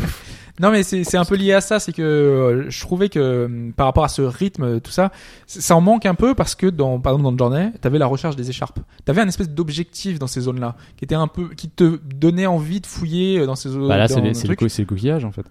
S4: Non mais c'est c'est un peu lié à ça, c'est que euh, je trouvais que euh, par rapport à ce rythme, euh, tout ça, c- ça en manque un peu parce que dans par exemple dans le journée, t'avais la recherche des écharpes, t'avais un espèce d'objectif dans ces zones-là qui était un peu qui te donnait envie de fouiller euh, dans ces zones.
S5: Bah là,
S4: dans
S5: c'est les-
S4: le
S5: c'est le,
S4: truc.
S5: co- c'est le coquillage en fait.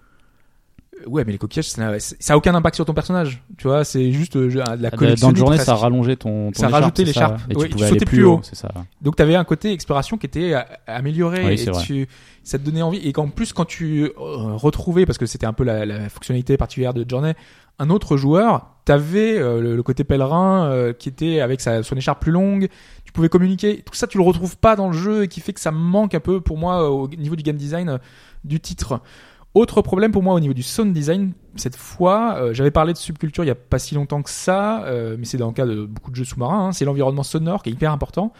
S4: Ouais, mais les coquillages, ça n'a- ça a aucun impact sur ton personnage, tu vois, c'est juste euh, je- de la collection.
S5: Dans la journée, ça rallongeait ton, ton
S4: Ça
S5: écharpe,
S4: rajoutait
S5: c'est ça
S4: l'écharpe.
S5: Et
S4: Ouais, tu
S5: tu pouvais aller
S4: sautais
S5: plus
S4: plus
S5: haut,
S4: haut.
S5: c'est ça.
S4: Donc t'avais un côté exploration qui était euh, amélioré
S5: Oui, c'est
S4: et
S5: vrai.
S4: tu, ça te donnait envie. Et qu'en plus quand tu euh, retrouvais, parce que c'était un peu la, la fonctionnalité particulière de Journey, un autre joueur, t'avais euh, le, le côté pèlerin euh, qui était avec sa, son écharpe plus longue. Tu pouvais communiquer. Tout ça tu le retrouves pas dans le jeu et qui fait que ça me manque un peu pour moi euh, au niveau du game design euh, du titre. Autre problème pour moi au niveau du sound design, cette fois, euh, j'avais parlé de subculture il y a pas si longtemps que ça, euh, mais c'est dans le cas de beaucoup de jeux sous-marins, hein, c'est l'environnement sonore qui est hyper important.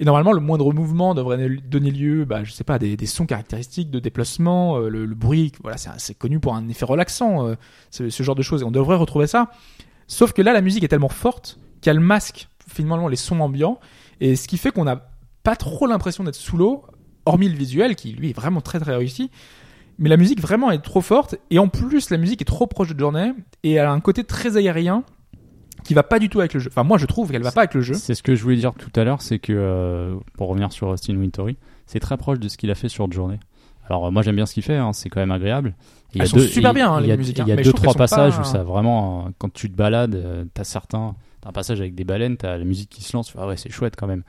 S4: Et normalement, le moindre mouvement devrait ne- donner lieu, bah, je sais pas, à des, des sons caractéristiques de déplacement, euh, le, le bruit, voilà, c'est un- c'est connu pour un effet relaxant, euh, ce, ce genre de choses, et on devrait retrouver ça. Sauf que là, la musique est tellement forte qu'elle masque finalement les sons ambiants, et ce qui fait qu'on n'a pas trop l'impression d'être sous l'eau, hormis le visuel, qui lui est vraiment très très réussi. Mais la musique vraiment est trop forte, et en plus, la musique est trop proche de Journey, et elle a un côté très aérien qui va pas du tout avec le jeu. Enfin, moi, je trouve qu'elle va pas avec le jeu.
S5: C'est ce que je voulais dire tout à l'heure, c'est que, euh, pour revenir sur Austin Wintory, c'est très proche de ce qu'il a fait sur Journey. Alors euh, moi j'aime bien ce qu'il fait, hein, c'est quand même agréable. Et il y a
S4: Elles sont super bien, hein,
S5: il y
S4: les
S5: a-
S4: musiques, hein,
S5: Il y a
S4: mais je
S5: deux
S4: trouve
S5: trois
S4: qu'elles sont pas-
S5: passages où ça vraiment, euh, quand tu te balades, euh, t'as certains, t'as un passage avec des baleines, t'as la musique qui se lance, tu fais, ah ouais c'est chouette quand même.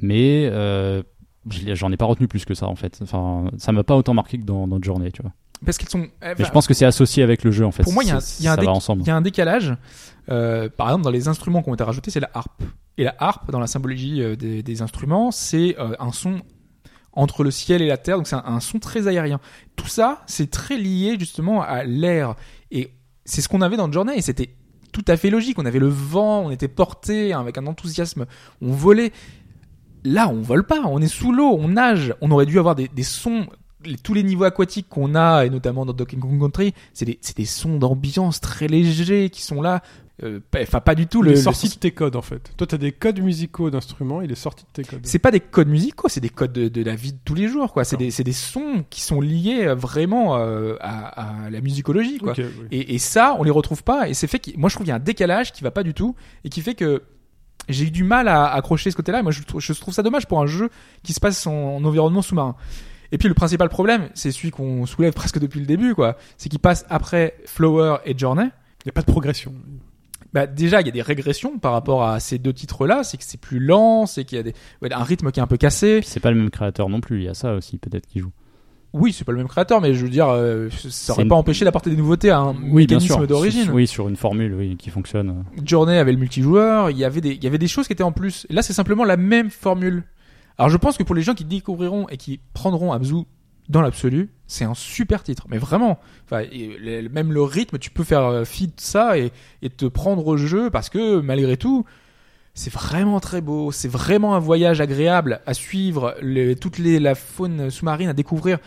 S5: Mais euh, je l'ai- j'en ai pas retenu plus que ça en fait. Enfin ça m'a pas autant marqué que dans, dans Journey, tu vois.
S4: Parce qu'elles sont. eh,
S5: Mais
S4: bah,
S5: je pense que c'est associé avec le jeu en fait.
S4: Pour moi, il y a un-
S5: C'est-
S4: il y a un
S5: ça
S4: déc-
S5: va ensemble.
S4: Il y a un décalage. Euh, par exemple, dans les instruments qui ont été rajoutés, c'est la harpe. Et la harpe, dans la symbologie euh, des, des instruments, c'est euh, un son entre le ciel et la terre, donc c'est un, un son très aérien. Tout ça, c'est très lié justement à l'air. Et c'est ce qu'on avait dans Journey, et c'était tout à fait logique. On avait le vent, on était porté hein, avec un enthousiasme, on volait. Là, on vole pas, on est sous l'eau, on nage. On aurait dû avoir des, des sons, les- tous les niveaux aquatiques qu'on a, et notamment dans Donkey Kong Country, c'est des, c'est des sons d'ambiance très légers qui sont là. Euh, pas- Enfin, pas du tout
S3: Il
S4: le,
S3: est
S4: le
S3: sorti de tes codes en fait. Toi, t'as des codes musicaux d'instruments, il est sorti de tes codes.
S4: C'est pas des codes musicaux, c'est des codes de, de la vie de tous les jours, quoi. C'est
S3: D'accord.
S4: des, c'est des sons qui sont liés euh, vraiment euh, à, à la musicologie, quoi.
S3: Ok, oui.
S4: Et, et ça, on les retrouve pas. Et c'est fait que, moi, je trouve qu'il y a un décalage qui va pas du tout et qui fait que j'ai eu du mal à accrocher ce côté-là. Et Moi, je, trou- je trouve ça dommage pour un jeu qui se passe en, en environnement sous-marin. Et puis, le principal problème, c'est celui qu'on soulève presque depuis le début, quoi. C'est qu'il passe après Flower et Journey.
S3: Il n'y a pas de progression.
S4: Bah déjà, il y a des régressions par rapport à ces deux titres-là. C'est que c'est plus lent, c'est qu'il y a des, ouais, un rythme qui est un peu cassé.
S5: Puis c'est pas le même créateur non plus, il y a ça aussi peut-être qui joue.
S4: Oui, c'est pas le même créateur, mais je veux dire, euh, ça aurait
S5: C'est-
S4: pas empêché d'apporter des nouveautés à un mécanisme d'origine.
S5: Sur- Oui, sur une formule oui, qui fonctionne.
S4: Journey avait le multijoueur, il y avait des, il y avait des choses qui étaient en plus. Et là, c'est simplement la même formule. Alors, je pense que pour les gens qui découvriront et qui prendront Abzu dans l'absolu, c'est un super titre. Mais vraiment, enfin, et le- même le rythme, tu peux faire euh, fi de ça et, et te prendre au jeu parce que malgré tout, c'est vraiment très beau. C'est vraiment un voyage agréable à suivre. Le- toute les, la faune sous-marine à découvrir,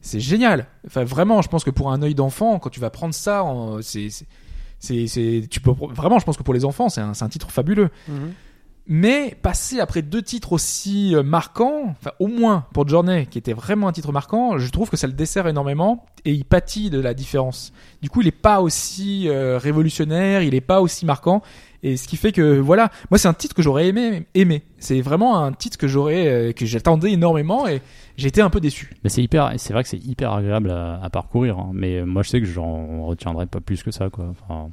S4: c'est génial. Enfin, vraiment, je pense que pour un œil d'enfant, quand tu vas prendre ça, en- c'est c'est- c'est, c'est, tu peux vraiment, je pense que pour les enfants, c'est un, c'est un titre fabuleux. Mais passer après deux titres aussi euh, marquants, enfin au moins pour Journey, qui était vraiment un titre marquant, je trouve que ça le dessert énormément et il pâtit de la différence. Du coup, il est pas aussi euh, révolutionnaire, il est pas aussi marquant. Et ce qui fait que voilà, moi c'est un titre que j'aurais aimé, aimé. C'est vraiment un titre que j'aurais, euh, que j'attendais énormément et j'étais un peu déçu.
S5: Mais c'est hyper, c'est vrai que c'est hyper agréable à, à parcourir. hein. Mais moi, je sais que j'en retiendrai pas plus que ça, quoi. Enfin,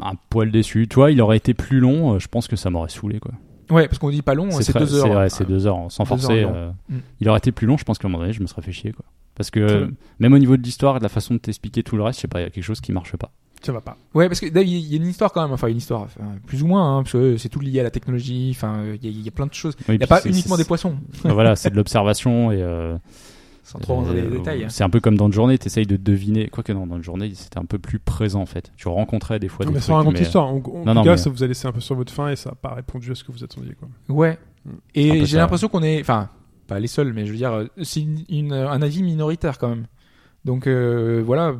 S5: un poil déçu. Tu vois, il aurait été plus long. euh, Je pense que ça m'aurait saoulé, quoi.
S4: Ouais, parce qu'on dit pas long, c'est,
S5: très-
S4: deux heures.
S5: ouais, c'est deux heures, hein, sans
S4: deux
S5: forcer.
S4: heures,
S5: euh,
S4: non. Mm.
S5: Il aurait été plus long. Je pense qu'à un moment donné, je me serais fait chier, quoi. Parce que
S3: Très
S5: euh,
S3: bien.
S5: même au niveau de l'histoire et de la façon de t'expliquer tout le reste, je sais pas, il y a quelque chose qui marche pas.
S3: Ça va pas.
S4: Ouais, parce que d'ailleurs, il y a une histoire quand même, enfin une histoire, enfin, plus ou moins, hein, parce que euh, c'est tout lié à la technologie, enfin euh, il y, a- il y a plein de choses.
S5: Oui,
S4: Il n'y a
S5: puis
S4: pas
S5: c'est-
S4: uniquement
S5: c'est-
S4: des poissons,
S5: voilà, c'est de l'observation et. euh,
S4: sans trop rentrer dans
S5: Euh,
S4: les détails. hein.
S5: C'est un peu comme dans une journée, t'essayes de deviner. Quoique non, dans une journée, c'était un peu plus présent en fait. Tu rencontrais des fois
S3: Non,
S5: des
S3: mais
S5: trucs,
S3: sans raconter
S5: mais- euh,
S3: l'histoire. En, en tout
S5: non,
S3: cas,
S5: mais-
S3: ça vous a laissé un peu sur votre faim et ça n'a pas répondu à ce que vous attendiez. Quoi.
S4: Ouais.
S5: Mm. Un
S4: Et
S5: peu
S4: j'ai
S5: ça,
S4: l'impression qu'on est, enfin, pas les seuls, mais je veux dire, euh, c'est une- une- un avis minoritaire quand même. Donc euh, voilà,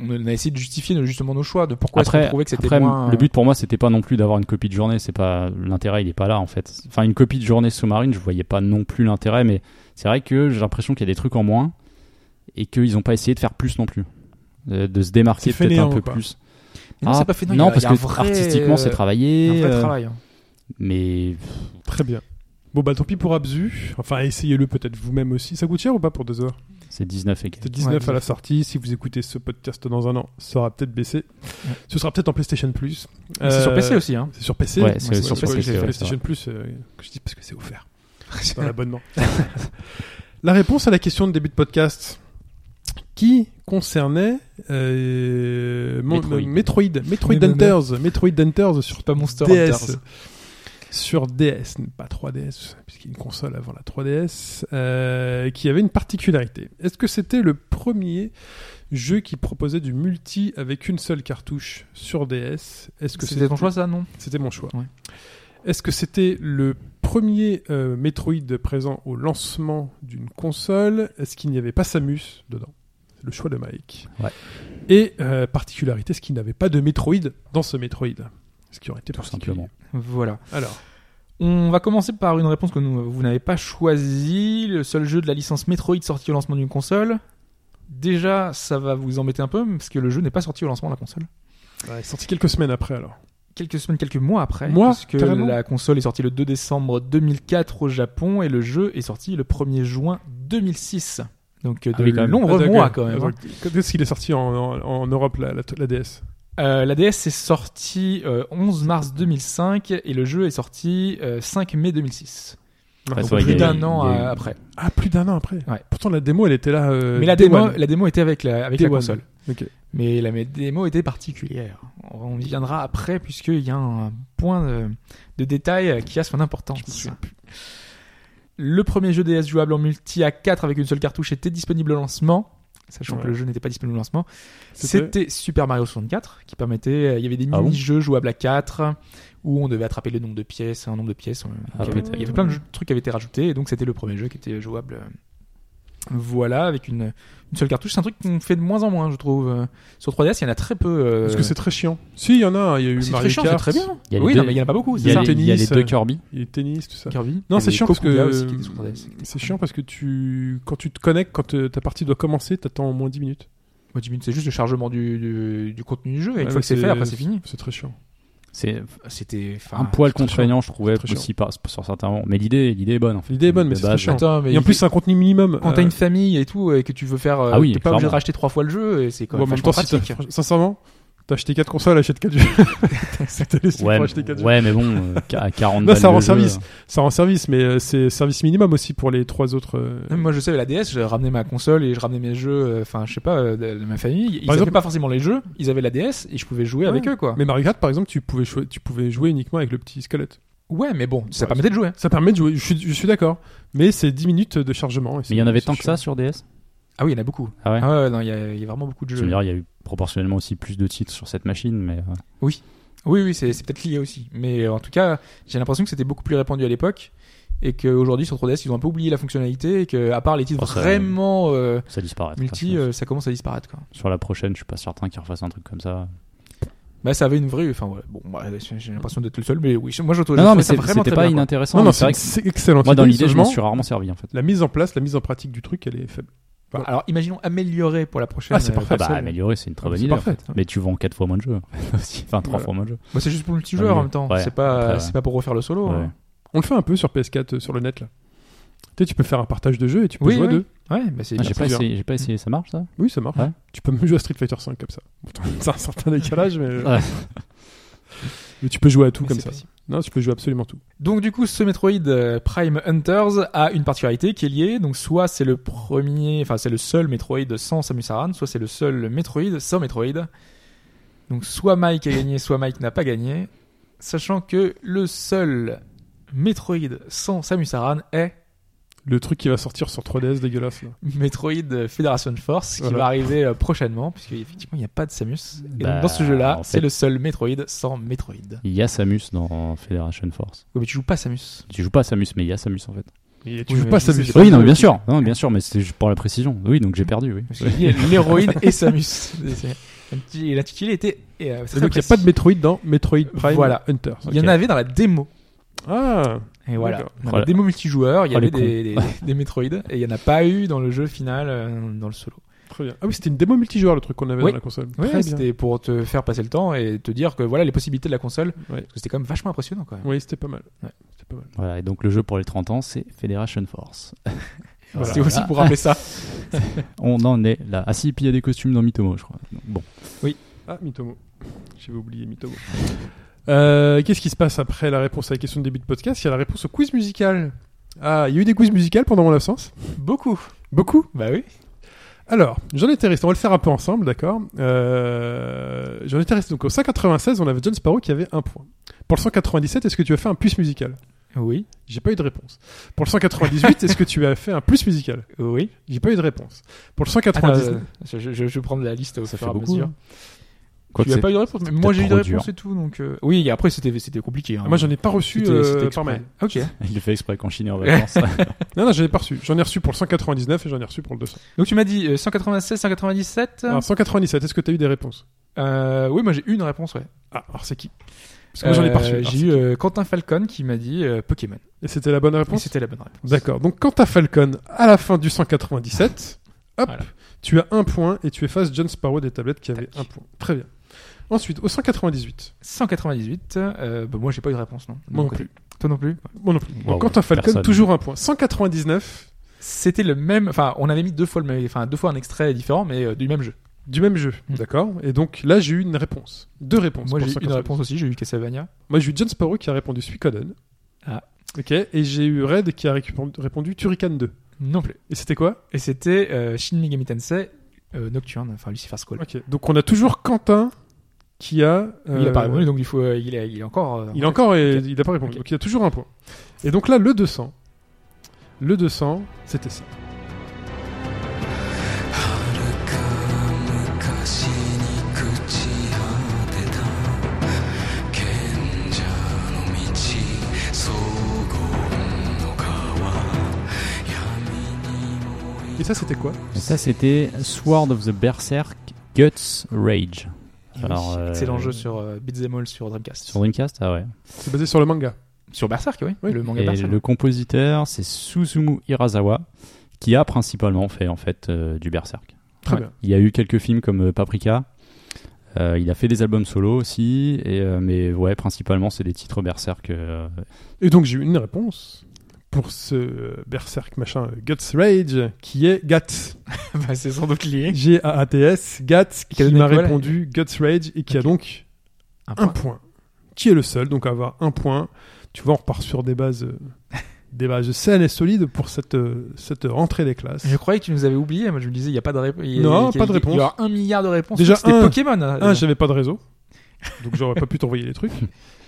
S4: on a essayé de justifier nos- justement nos choix, de pourquoi est-ce qu'on trouvait que c'était
S5: après,
S4: moins. euh,
S5: le but pour moi, c'était pas non plus d'avoir une copie de journée. C'est pas l'intérêt, il est pas là en fait. Enfin, une copie de journée sous-marine, je voyais pas non plus l'intérêt, mais c'est vrai que j'ai l'impression qu'il y a des trucs en moins et qu'ils ont pas essayé de faire plus non plus, Euh, de se démarquer
S3: C'est
S5: peut-être un
S3: fainéant,
S5: peu
S3: quoi.
S5: plus. Ah,
S4: Non, c'est pas fait, non, il y a-
S5: parce
S4: il y a un
S5: que
S4: vrai,
S5: artistiquement, c'est
S4: euh, un
S5: travaillé.
S4: vrai
S5: euh,
S4: travail. hein.
S5: Mais
S3: Très bien. Bon, bah tant pis pour Abzu. Enfin, essayez-le peut-être vous-même aussi. Ça coûte cher ou pas pour deux heures
S5: c'est 19 et quelques.
S3: C'était 19
S4: Ouais,
S3: à la sortie. Si vous écoutez ce podcast dans un an, ça aura peut-être baissé.
S4: Ouais.
S3: Ce sera peut-être en PlayStation Plus.
S4: Mais C'est sur
S3: Euh,
S4: PC aussi, hein.
S3: C'est sur PC
S5: Ouais, c'est
S4: Ouais,
S5: sur
S4: c'est
S5: PC,
S4: vrai,
S5: c'est vrai, c'est
S3: PlayStation
S5: vrai.
S3: Plus euh, que je dis parce que c'est offert. dans l'abonnement. la réponse à la question de début de podcast qui concernait euh, mon-
S4: Metroid.
S3: euh, Metroid, Metroid
S4: Mais non,
S3: Hunters, Metroid Hunters sur
S4: C'est pas Monster
S3: DS,
S4: Hunters.
S3: sur DS, pas 3DS, puisqu'il y a une console avant la 3DS, euh, qui avait une particularité. Est-ce que c'était le premier jeu qui proposait du multi avec une seule cartouche sur DS Est-ce que
S4: C'était ton choix, ça, non
S3: C'était mon choix.
S4: Ouais.
S3: Est-ce que c'était le premier euh, Metroid présent au lancement d'une console. Est-ce qu'il n'y avait pas Samus dedans C'est le choix de Mike.
S5: Ouais.
S3: Et euh, particularité, est-ce qu'il n'avait pas de Metroid dans ce Metroid Ce qui aurait été
S5: Tout
S3: particulier.
S5: simplement.
S4: Voilà.
S3: Alors,
S4: On va commencer par une réponse que nous- vous n'avez pas choisie. Le seul jeu de la licence Metroid sorti au lancement d'une console. Déjà, ça va vous embêter un peu parce que le jeu n'est pas sorti au lancement de la console.
S3: ouais, bah, sorti quelques semaines après alors.
S4: Quelques semaines, quelques mois après,
S3: Mois,
S4: parce que
S3: carrément.
S4: la console est sortie le 2 décembre 2004 au Japon et le jeu est sorti le 1er juin 2006. Donc euh, de
S5: Ah oui, quand même.
S4: nombreux
S3: Ah, d'accord.
S4: mois quand même. hein.
S3: Alors, Quand est-ce qu'il est sorti en, en- en Europe, la, la- la DS
S4: Euh, la DS est sortie euh, 11 mars 2005 et le jeu est sorti euh, 5 mai 2006.
S3: Donc,
S5: Ouais, Ah, c'est vrai
S4: Plus
S5: qu'il y a eu-
S4: d'un an
S5: il y a eu-
S4: euh, après.
S3: Ah, plus d'un an après.
S4: Ouais.
S3: Pourtant, la démo, elle était là. euh,
S4: mais la
S3: day
S4: démo,
S3: one.
S4: la démo était avec la, avec la
S3: Day one.
S4: console.
S3: Ok.
S4: Mais la mé- démo était particulière. On y viendra après puisqu'il y a un point de, de détail qui a son importance. Le premier jeu DS jouable en multi à 4 avec une seule cartouche était disponible au lancement. Sachant
S3: Ouais.
S4: que le jeu n'était pas disponible au lancement.
S3: C'était-
S4: C'était Super Mario 64 qui permettait. euh, Il y avait des
S5: Ah bon
S4: mini-jeux jouables à 4 où on devait attraper le nombre de pièces, un nombre de pièces. euh,
S5: Ah,
S4: il, y avait,
S5: peut-être.
S4: il y avait plein de jeux- trucs qui avaient été rajoutés et donc c'était le premier jeu qui était jouable. euh, Voilà, avec une, une seule cartouche. C'est un truc qu'on fait de moins en moins, je trouve. euh, Sur 3DS, il y en a très peu. euh,
S3: Parce que c'est très chiant. Si, il y en a un. Il y a eu
S4: c'est
S3: Mario
S4: très chiant, c'est
S3: Kart,
S4: très bien.
S5: Il y a les
S4: oui,
S5: deux-
S4: non, mais il n'y en a pas beaucoup.
S5: Il
S4: c'est
S5: y, a
S4: ça.
S5: les, il y a les
S3: tennis,
S5: deux
S3: euh,
S5: Kirby.
S3: il y a eu tennis, tout ça.
S4: Kirby.
S3: Non,
S4: Et
S3: c'est
S4: les
S3: chiant parce que
S4: Kokuga aussi qui étaient sur 3DS.
S3: euh, c'est chiant parce que tu quand tu te connectes, quand te- ta partie doit commencer, t'attends au moins 10 minutes.
S4: Moi, tu me dis, c'est juste le chargement du, du, du contenu du jeu. Et
S3: Ouais,
S4: une
S3: mais
S4: fois que c'est fait, après c'est fini.
S3: C'est très chiant.
S5: C'est
S4: C'était enfin,
S5: un poil
S4: c'est très
S5: contraignant, je trouvais,
S3: très chiant.
S5: aussi par, sur certains moments. Mais l'idée, l'idée est bonne, en fait.
S3: L'idée est bonne,
S5: De
S3: mais c'est
S5: base,
S3: très chiant.
S4: chiant. Attends, mais
S3: Et en
S4: il-
S3: plus, c'est un contenu minimum.
S4: quand
S3: euh,
S4: t'as une famille et tout et que tu veux faire euh,
S5: Ah oui,
S4: t'es pas obligé de
S5: clairement.
S4: racheter trois fois le jeu et c'est quand
S3: ou en
S4: même
S3: même
S4: vachement
S3: temps, si t'as-
S4: pratique hein.
S3: sincèrement, t'as acheté 4 consoles, achète 4 jeux. T'as laissé
S5: Ouais,
S3: pour
S5: mais-
S3: acheter 4 jeux.
S5: ouais, mais bon, euh, à 40
S3: Non,
S5: balles.
S3: ça
S5: le
S3: rend
S5: jeu,
S3: service.
S5: euh,
S3: Ça rend service, mais euh, c'est service minimum aussi pour les trois autres. euh,
S4: Même moi je sais la DS je ramenais ma console et je ramenais mes jeux euh, enfin je sais pas euh, de de ma famille ils
S3: Par
S4: avaient
S3: exemple-
S4: pas forcément les jeux ils avaient la DS et je pouvais jouer
S3: Ouais.
S4: avec eux quoi
S3: Mais Mario Kart, par exemple, tu pouvais, choi- tu pouvais jouer uniquement avec le petit squelette.
S4: ouais mais bon ça
S3: Ouais.
S4: permettait de jouer hein.
S3: Ça permet de jouer, je suis, je suis d'accord. Mais c'est 10 minutes de chargement. et c'est-
S5: Mais il y en avait
S3: c'est
S5: tant que
S3: chiant.
S5: ça sur DS
S4: ah oui il y en a beaucoup
S5: Ah ouais
S4: ah ouais non il y, a- il y a vraiment beaucoup de
S5: Je veux
S4: jeux
S5: dire, il y a eu proportionnellement aussi plus de titres sur cette machine, mais. euh,
S4: oui oui c'est c'est peut-être lié aussi mais euh, en tout cas j'ai l'impression que c'était beaucoup plus répandu à l'époque et qu'aujourd'hui sur 3DS ils ont un peu oublié la fonctionnalité et que à part les titres
S5: Oh, ça- Ah,
S4: vraiment euh,
S5: ça disparaît.
S4: multi euh, ça commence à disparaître quoi
S5: Sur la prochaine, je suis pas certain qu'ils refassent un truc comme ça.
S4: Bah ça avait une vraie. Enfin ouais, bon, bah, j'ai j'ai l'impression d'être le seul, mais oui, moi je trouve.
S5: Non, non, mais
S4: ça
S5: c'est-
S4: vraiment
S5: c'était
S4: très
S5: pas
S4: bien, quoi.
S5: inintéressant.
S3: Non,
S5: mais
S3: non,
S5: c'est
S3: c'est
S5: vrai que
S3: c'est excellent.
S5: moi, dans
S3: Idée,
S5: l'idée, je m'en
S3: seulement,
S5: suis rarement servi, en fait.
S3: La mise en place, la mise en pratique du truc, elle est faible.
S4: Enfin, alors imaginons améliorer pour la prochaine.
S3: Ah, c'est
S4: euh,
S3: parfait.
S5: Ah bah,
S4: console.
S5: améliorer, c'est une très bonne
S3: C'est
S5: idée.
S3: parfait.
S5: en fait. Mais tu vends 4 fois moins de jeux. aussi. enfin, 3
S3: Voilà.
S5: fois moins de jeux.
S4: Bah, c'est juste pour le petit jeu en
S5: Améliorer.
S4: même temps.
S5: Ouais,
S4: c'est pas,
S5: après, ouais.
S4: c'est pas pour refaire le
S3: Oh,
S4: solo.
S5: Ouais. Ah,
S4: hein.
S3: On le fait un peu sur PS4 euh, sur le net là. Tu sais, tu peux faire un partage de jeu et tu peux
S4: Oui,
S3: jouer à
S4: oui.
S3: deux.
S4: Ouais, bah c'est.
S5: Ah, j'ai
S3: c'est
S5: pas
S3: dur.
S5: essayé, j'ai pas essayé, ça marche ça
S3: Oui, ça marche.
S5: Ouais.
S3: Tu peux même jouer à Street Fighter 5 comme ça. Pourtant, c'est un certain décalage, mais... euh,
S5: Ouais.
S3: mais tu peux jouer à tout
S4: Mais
S3: comme
S4: c'est
S3: ça.
S4: possible.
S3: Non, tu peux jouer absolument tout.
S4: Donc du coup, ce Metroid euh, Prime Hunters a une particularité qui est liée. Donc soit c'est le premier, enfin c'est le seul Metroid sans Samus Aran, soit c'est le seul Metroid sans Metroid. Donc soit Mike a gagné, soit Mike n'a pas gagné, sachant que le seul Metroid sans Samus Aran est
S3: Le truc qui va sortir sur 3DS dégueulasse. Là.
S4: Metroid Federation Force qui
S3: Voilà.
S4: va arriver euh, prochainement puisque effectivement il n'y a pas de Samus et
S5: Bah,
S4: donc dans ce jeu là
S5: en
S4: c'est
S5: fait-
S4: le seul Metroid sans Metroid oui,
S5: Il y a Samus dans Federation Force.
S4: mais tu joues pas Samus
S5: Tu joues pas à Samus, mais il y a Samus en fait.
S3: Et tu
S4: Oui, Mmh.
S3: joues
S4: mais
S3: pas à
S4: je sais,
S3: Samus.
S4: j'ai pas
S5: Oui, non, mais bien sûr, non, bien sûr, mais c'est juste pour la précision. Oui, donc j'ai perdu, oui.
S4: Parce qu'il y a l'héroïne et Samus C'est- un petit- l'intitulé était euh,
S3: Et donc il
S4: très
S3: n'y a
S4: précis.
S3: pas de Metroid dans Metroid Prime
S4: Voilà.
S3: Hunters.
S4: il y en
S5: ok.
S4: avait dans la démo
S3: Ah
S4: et voilà
S3: D'accord.
S4: dans
S5: Oh,
S4: la
S5: la-
S4: démo multijoueur il y
S5: oh,
S4: avait
S5: les
S4: des, des, des Metroid et il n'y en a pas eu dans le jeu final euh, dans le solo
S3: Très bien. Ah oui, c'était une démo multijoueur le truc qu'on avait
S4: Oui.
S3: dans la console.
S4: Oui,
S3: Très bien.
S4: c'était pour te faire passer le temps et te dire que voilà les possibilités de la console
S3: Ouais.
S4: parce que c'était quand même vachement impressionnant quand même
S3: Oui, c'était pas mal.
S4: Ouais.
S3: C'était pas mal.
S5: Voilà, et donc le jeu pour les 30 ans, c'est Federation Force.
S3: Voilà.
S4: c'était aussi pour rappeler ça
S5: On en est là. Ah si, puis il y a des costumes dans Mythomo, je crois. Donc, bon,
S3: Ah, Mitomo. J'avais oublié Mitomo. Euh, Qu'est-ce qui se passe après la réponse à la question de début de podcast Il y a la réponse au quiz musical. Ah, il y a eu des quiz musicales pendant mon absence
S4: beaucoup
S3: Beaucoup
S4: bah oui
S3: Alors, j'en étais resté, on va le faire un peu ensemble, d'accord Euh, J'en étais resté, donc au 196, on avait John Sparrow qui avait un point. Pour le 197, est-ce que tu as fait un plus musical
S4: oui
S3: J'ai pas eu de réponse. Pour le 198, est-ce que tu as fait un plus musical
S4: oui
S3: J'ai pas eu de réponse. Pour le
S4: Attends,
S3: 199...
S4: euh, je, je, je vais prendre la liste au
S5: ça
S4: fur
S5: fait
S4: et à
S5: beaucoup.
S4: mesure.
S5: hein. Quoi
S4: tu
S5: que
S4: n'as
S5: c'est-
S4: pas eu de réponse. mais moi, j'ai eu des
S5: trop dur.
S4: réponses et tout. Donc, euh, oui, et après, c'était c'était compliqué. hein.
S3: Ah, Moi, j'en ai pas reçu
S4: C'était-
S3: euh,
S4: c'était
S3: par
S4: exprès.
S3: mail.
S4: Ok.
S5: Il le fait exprès quand Chine est en vacances.
S3: Non, non, j'en ai pas reçu. J'en ai reçu pour le 199 et j'en ai reçu pour le 200.
S4: Donc, tu m'as dit euh, 196, 197.
S3: Alors, 197, est-ce que t'as eu des réponses
S4: Euh, oui, moi, j'ai eu une réponse, ouais.
S3: Ah, alors c'est qui Parce que moi, j'en ai pas reçu.
S4: Euh,
S3: Alors,
S4: J'ai
S3: c'est
S4: eu
S3: qui
S4: euh, Quentin Falcon qui m'a dit euh, Pokémon.
S3: Et c'était la bonne
S4: Et
S3: réponse
S4: c'était la bonne réponse.
S3: D'accord. Donc, quant à Falcon, à la fin du 197, hop,
S4: Voilà.
S3: tu as un point et tu effaces John Sparrow des tablettes qui avait
S4: Tac.
S3: un point. Très bien. Ensuite, au 198,
S4: 198. Euh, bah, moi, j'ai pas eu de réponse, non. de
S3: Moi
S4: mon
S3: non
S4: côté. Toi non plus.
S3: bon non plus.
S5: Wow,
S3: Donc, quant à Falcon,
S5: personne.
S3: toujours un point. 199
S4: C'était le même. Enfin, on avait mis deux fois le même. Enfin, deux fois un extrait différent, mais euh, du même jeu.
S3: du même jeu,
S4: Mm.
S3: d'accord Et donc là, j'ai eu une réponse. Deux réponses.
S4: Moi,
S3: pour
S4: j'ai eu une
S3: 198.
S4: réponse aussi. J'ai eu Castlevania.
S3: Moi, j'ai eu John Sparrow qui a répondu Suikoden.
S4: Ah.
S3: Ok. Et j'ai eu Red qui a récu- répondu Turrican 2.
S4: Non plus.
S3: Et c'était quoi
S4: Et c'était euh, Shin Megami Tensei euh, Nocturne. Enfin, Lucifer's Call.
S3: Ok. Donc on a toujours Quentin qui a.
S4: Il a
S3: euh,
S4: pas répondu, donc il faut. euh, il, est, il est encore. euh,
S3: Il a encore, et-
S4: Ok.
S3: il a pas répondu.
S4: Ok.
S3: Donc il a toujours un point. Et donc là, le 200. Le 200, c'était ça.
S7: 「はるか昔に朽ち果てた」「賢者の道荘厳の川」「闇にも」
S3: Et ça, c'était quoi
S5: Et ça, c'était Sword of the Berserk Guts Rage.
S4: oui,
S5: Alors, euh,
S4: excellent jeu sur euh, Beat'em All sur Dreamcast.
S5: Sur Dreamcast, ah ouais.
S3: C'est basé sur le manga.
S4: Sur Berserk, oui.
S3: Oui.
S4: Le manga
S5: Et
S4: Berserk.
S5: le compositeur, c'est Susumu Hirasawa, qui a principalement fait en fait euh, du Berserk.
S3: Très
S4: Ouais.
S3: bien.
S5: Il y a eu quelques films comme euh, Paprika. Euh, il a fait des albums solo aussi, et, euh, mais ouais, principalement c'est des titres Berserk. euh,
S3: Et donc j'ai eu une réponse pour ce euh, Berserk machin euh, Guts Rage qui est Guts.
S4: Bah, c'est sans doute lié.
S3: G-A-A-T-S, Guts,
S4: Qui a
S3: qui
S4: donné
S3: m'a
S4: quoi, là
S3: répondu Guts Rage et qui a
S4: Ok.
S3: donc
S4: Un
S3: un
S4: point.
S3: point. Qui est le seul, donc à avoir un point. Tu vois, on repart sur des bases, euh, des bases saines et solides pour cette, euh, cette rentrée des classes.
S4: Je croyais que tu nous avais oublié. Moi, je me disais, il n'y a pas de réponse.
S3: Non, pas de
S4: Il y
S3: réponse.
S4: a un milliard de réponses.
S3: Déjà,
S4: c'était
S3: un.
S4: Pokémon. hein,
S3: Un,
S4: déjà.
S3: j'avais pas de réseau, donc j'aurais pas pu t'envoyer les trucs.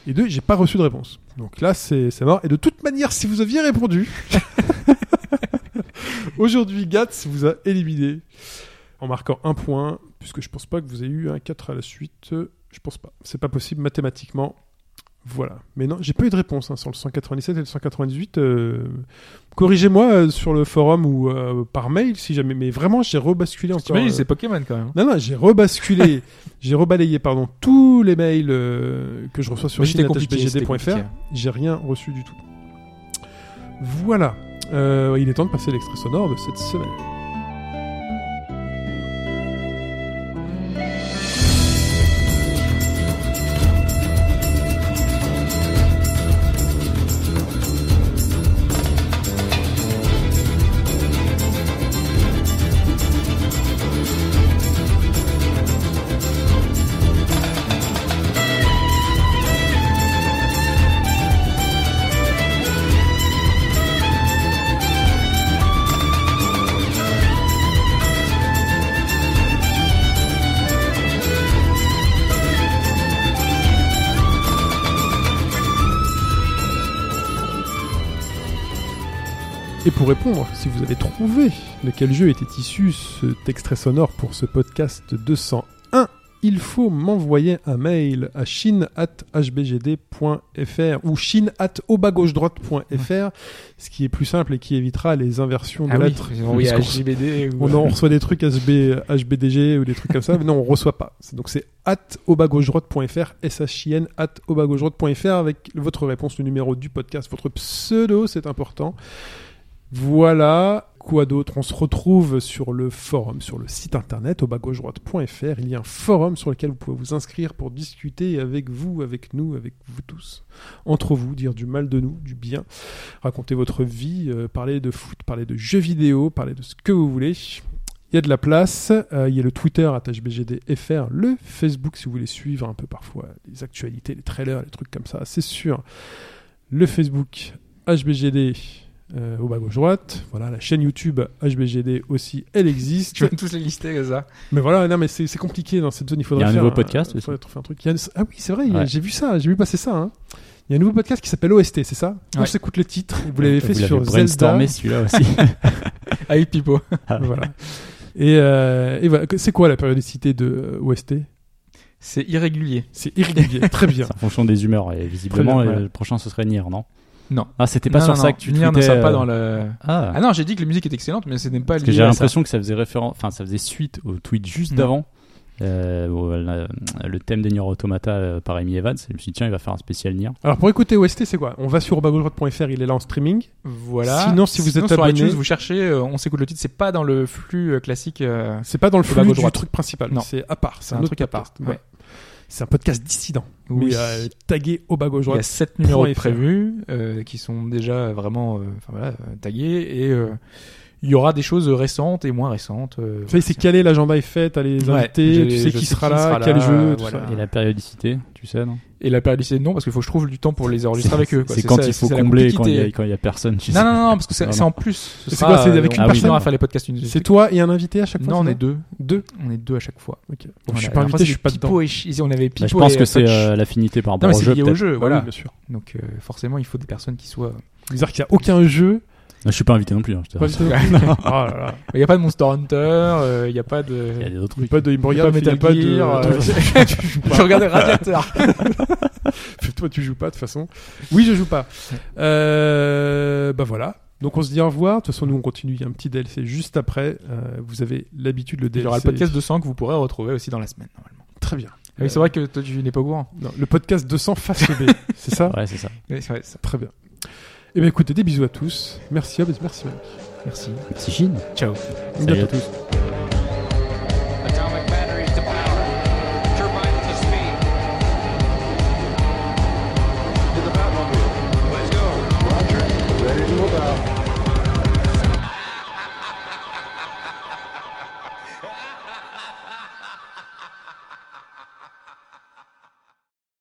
S3: Et deux, j'ai pas reçu de réponse. Donc là, c'est c'est mort. Et de toute manière, si vous aviez répondu, aujourd'hui, Gats vous a éliminé en marquant un point, puisque je pense pas que vous ayez eu un 4 à la suite. Euh, Je pense pas. C'est pas possible mathématiquement. Voilà. Mais non, j'ai pas eu de réponse hein, sur le 197 et le 198. euh, Corrigez-moi euh, sur le forum ou euh, par mail si jamais. Mais vraiment, j'ai rebasculé encore.
S4: T'imagines,
S3: euh,
S4: c'est Pokémon quand même.
S3: non, non, j'ai rebasculé, j'ai rebalayé, pardon, tous les mails euh, que je reçois sur
S4: Mais c'était compliqué, c'était
S3: chine.bgd.fr.
S4: compliqué.
S3: J'ai rien reçu du tout. Voilà. Euh, il est temps de passer l'extrait sonore de cette semaine. Et pour répondre, si vous avez trouvé de quel jeu était issu cet extrait sonore pour ce podcast 201, il faut m'envoyer un mail à chine.hbgd.fr ou chine.obagauchedroite.fr, ce qui est plus simple et qui évitera les inversions de
S4: Ah oui,
S3: lettres.
S4: ils ont envoyé à
S3: Parce qu'on-
S4: JBD. ou- euh,
S3: on, en reçoit des trucs HB, HBDG ou des trucs comme ça, mais non, on reçoit pas. C'est- Donc c'est at obagauchedroite.fr, S-H-I-N, at obagauchedroite.fr avec votre réponse, le numéro du podcast, votre pseudo, c'est important. Voilà. Quoi d'autre On se retrouve sur le forum, sur le site internet obagauchedroite.fr. Il y a un forum sur lequel vous pouvez vous inscrire pour discuter avec vous, avec nous, avec vous tous, entre vous, dire du mal de nous, du bien raconter votre vie, euh, parler de foot, parler de jeux vidéo, parler de ce que vous voulez. Il y a de la place, euh, il y a le Twitter @hbgdfr, le Facebook si vous voulez suivre un peu parfois les actualités, les trailers, les trucs comme ça, c'est sûr. Le Facebook hbgd euh, au bas gauche droite, voilà la chaîne YouTube hbgd aussi, elle existe.
S4: Tu vas tous les lister, comme ça.
S3: Mais voilà, non, mais c'est c'est compliqué dans cette zone. Il faudrait
S5: Il y a un
S3: faire
S5: nouveau podcast aussi.
S3: faudrait faire un truc. Il y a un- Ah oui, c'est vrai. il y a-
S5: Ouais.
S3: J'ai vu ça. J'ai vu passer ça. hein. Il y a un nouveau podcast qui s'appelle OST, c'est ça On
S4: Ouais.
S3: s'écoute le titre. Vous l'avez fait
S5: vous l'avez
S3: sur Zelda.
S5: brainstormé celui-là aussi.
S4: Avec Ah Pipo.
S3: Voilà. Et, euh, et voilà. Que- C'est quoi la périodicité de euh, OST
S4: C'est irrégulier.
S3: C'est irrégulier. Très bien.
S5: C'est en fonction des humeurs. Et
S4: Très
S5: visiblement,
S4: bien,
S5: euh,
S4: voilà.
S5: le prochain, ce serait Nier, non
S4: Non.
S5: Ah, c'était pas
S4: Non,
S5: sur
S4: non,
S5: ça
S4: non.
S5: que tu
S4: Nier ne
S5: tweetais,
S4: sera pas
S5: euh,
S4: dans le.
S5: Ah,
S4: Ah non, j'ai dit que la musique est excellente, mais ce n'est pas
S5: parce que
S4: lié
S5: j'ai
S4: à ça.
S5: l'impression que ça faisait référence, enfin, ça faisait suite au tweet juste
S4: Mm.
S5: d'avant. euh, au- la- le thème des Nier Automata euh, par Amy Evans. Et je me suis dit, tiens, il va faire un spécial Nier.
S3: Alors pour écouter OST, c'est quoi On va sur baboulourette.fr, il est là en streaming.
S4: Voilà.
S3: Sinon, si vous êtes
S4: sur
S3: abonné-
S4: iTunes, vous cherchez, euh, on s'écoute le titre. C'est pas dans le flux euh, classique. euh,
S3: C'est pas dans le
S4: Au bas
S3: flux
S4: gauche
S3: du
S4: droite.
S3: truc principal.
S4: Non.
S3: C'est à part.
S4: C'est un
S3: autre
S4: truc à part.
S3: podcast. Ouais.
S4: Ouais.
S3: C'est un podcast dissident.
S4: Oui.
S3: Mais euh, tagué au bas gauche
S4: Il y a
S3: droite.
S4: 7 numéros de
S3: .fr.
S4: prévus euh, qui sont déjà vraiment euh, enfin voilà, euh, tagués et euh, il y aura des choses récentes et moins récentes. euh,
S3: Tu sais, c'est calé, l'agenda est fait, t'as les
S4: Ouais,
S3: invités,
S4: j'ai-
S3: tu
S4: je
S3: sais qui sera là,
S4: sera
S3: quel
S4: là,
S3: jeu, tout
S4: voilà.
S3: ça.
S5: Et la périodicité, tu sais, non
S4: Et la période lycée, non, parce qu'il faut que je trouve du temps pour les enregistrer avec eux. quoi.
S5: C'est quand
S4: ça,
S5: il faut
S4: c'est la
S5: combler, quand il y a-
S4: compliquité.
S5: quand il y a personne. tu sais.
S4: Non, non, non, parce que c'est
S5: Non,
S4: c'est
S5: non.
S4: en plus.
S3: C'est quoi, c'est avec
S5: une
S4: personne
S5: personne
S4: à faire les podcasts une
S3: C'est toi et un invité à chaque fois
S4: Non, on
S3: c'est
S4: est
S3: ça
S4: deux.
S3: Deux
S4: On est deux à chaque fois.
S3: Ok. Bon,
S4: Voilà.
S3: Je suis
S4: La
S3: pas
S4: fois,
S3: invité, je suis
S4: c'était
S3: pas dedans.
S4: Pipo et Chi- ils- on avait
S5: Bah,
S4: Pipo
S5: je pense
S4: et
S5: que c'est
S4: Fudge.
S5: euh, l'affinité par
S4: Non,
S5: rapport
S4: mais
S5: au
S4: c'est
S5: jeu.
S4: lié au
S5: peut-être.
S4: jeu,
S3: Bah
S4: voilà.
S3: oui, bien sûr.
S4: Donc euh, forcément, il faut des personnes qui soient.
S3: C'est-à-dire qu'il n'y a aucun jeu.
S5: Je suis pas invité non plus. hein, je te
S3: Pas
S5: rassure.
S3: de- Oh là là.
S4: Il n'y a pas de Monster Hunter, euh, il n'y a pas
S5: Il y a
S4: de.
S5: des autres trucs.
S3: Pas de, il me
S4: Il y a pas
S3: regarde, il fait,
S4: Metal
S3: il y a pas de.
S4: Gear. euh,
S3: Toi,
S4: Je regardais Radiator.
S3: Toi, tu joues pas de toute façon. Oui, je joue pas. Euh, bah voilà. Donc on se dit au revoir. De toute façon, nous on continue. Il y a un petit DLC juste après. Euh, vous avez l'habitude le
S4: Il
S3: DLC.
S4: y aura le podcast 200 que vous pourrez retrouver aussi dans la semaine, normalement.
S3: Très bien.
S4: Ah oui, c'est vrai que toi, tu n'es pas au courant.
S3: Non, le podcast 200 face B. C'est ça
S5: Ouais, c'est ça.
S4: Oui, c'est vrai, ça.
S3: Très bien. Eh bien écoutez, des bisous à tous. Merci Hobbes, merci Mike.
S4: Merci.
S5: Psychine.
S4: Ciao.
S5: Salut à tous.
S3: Bientôt.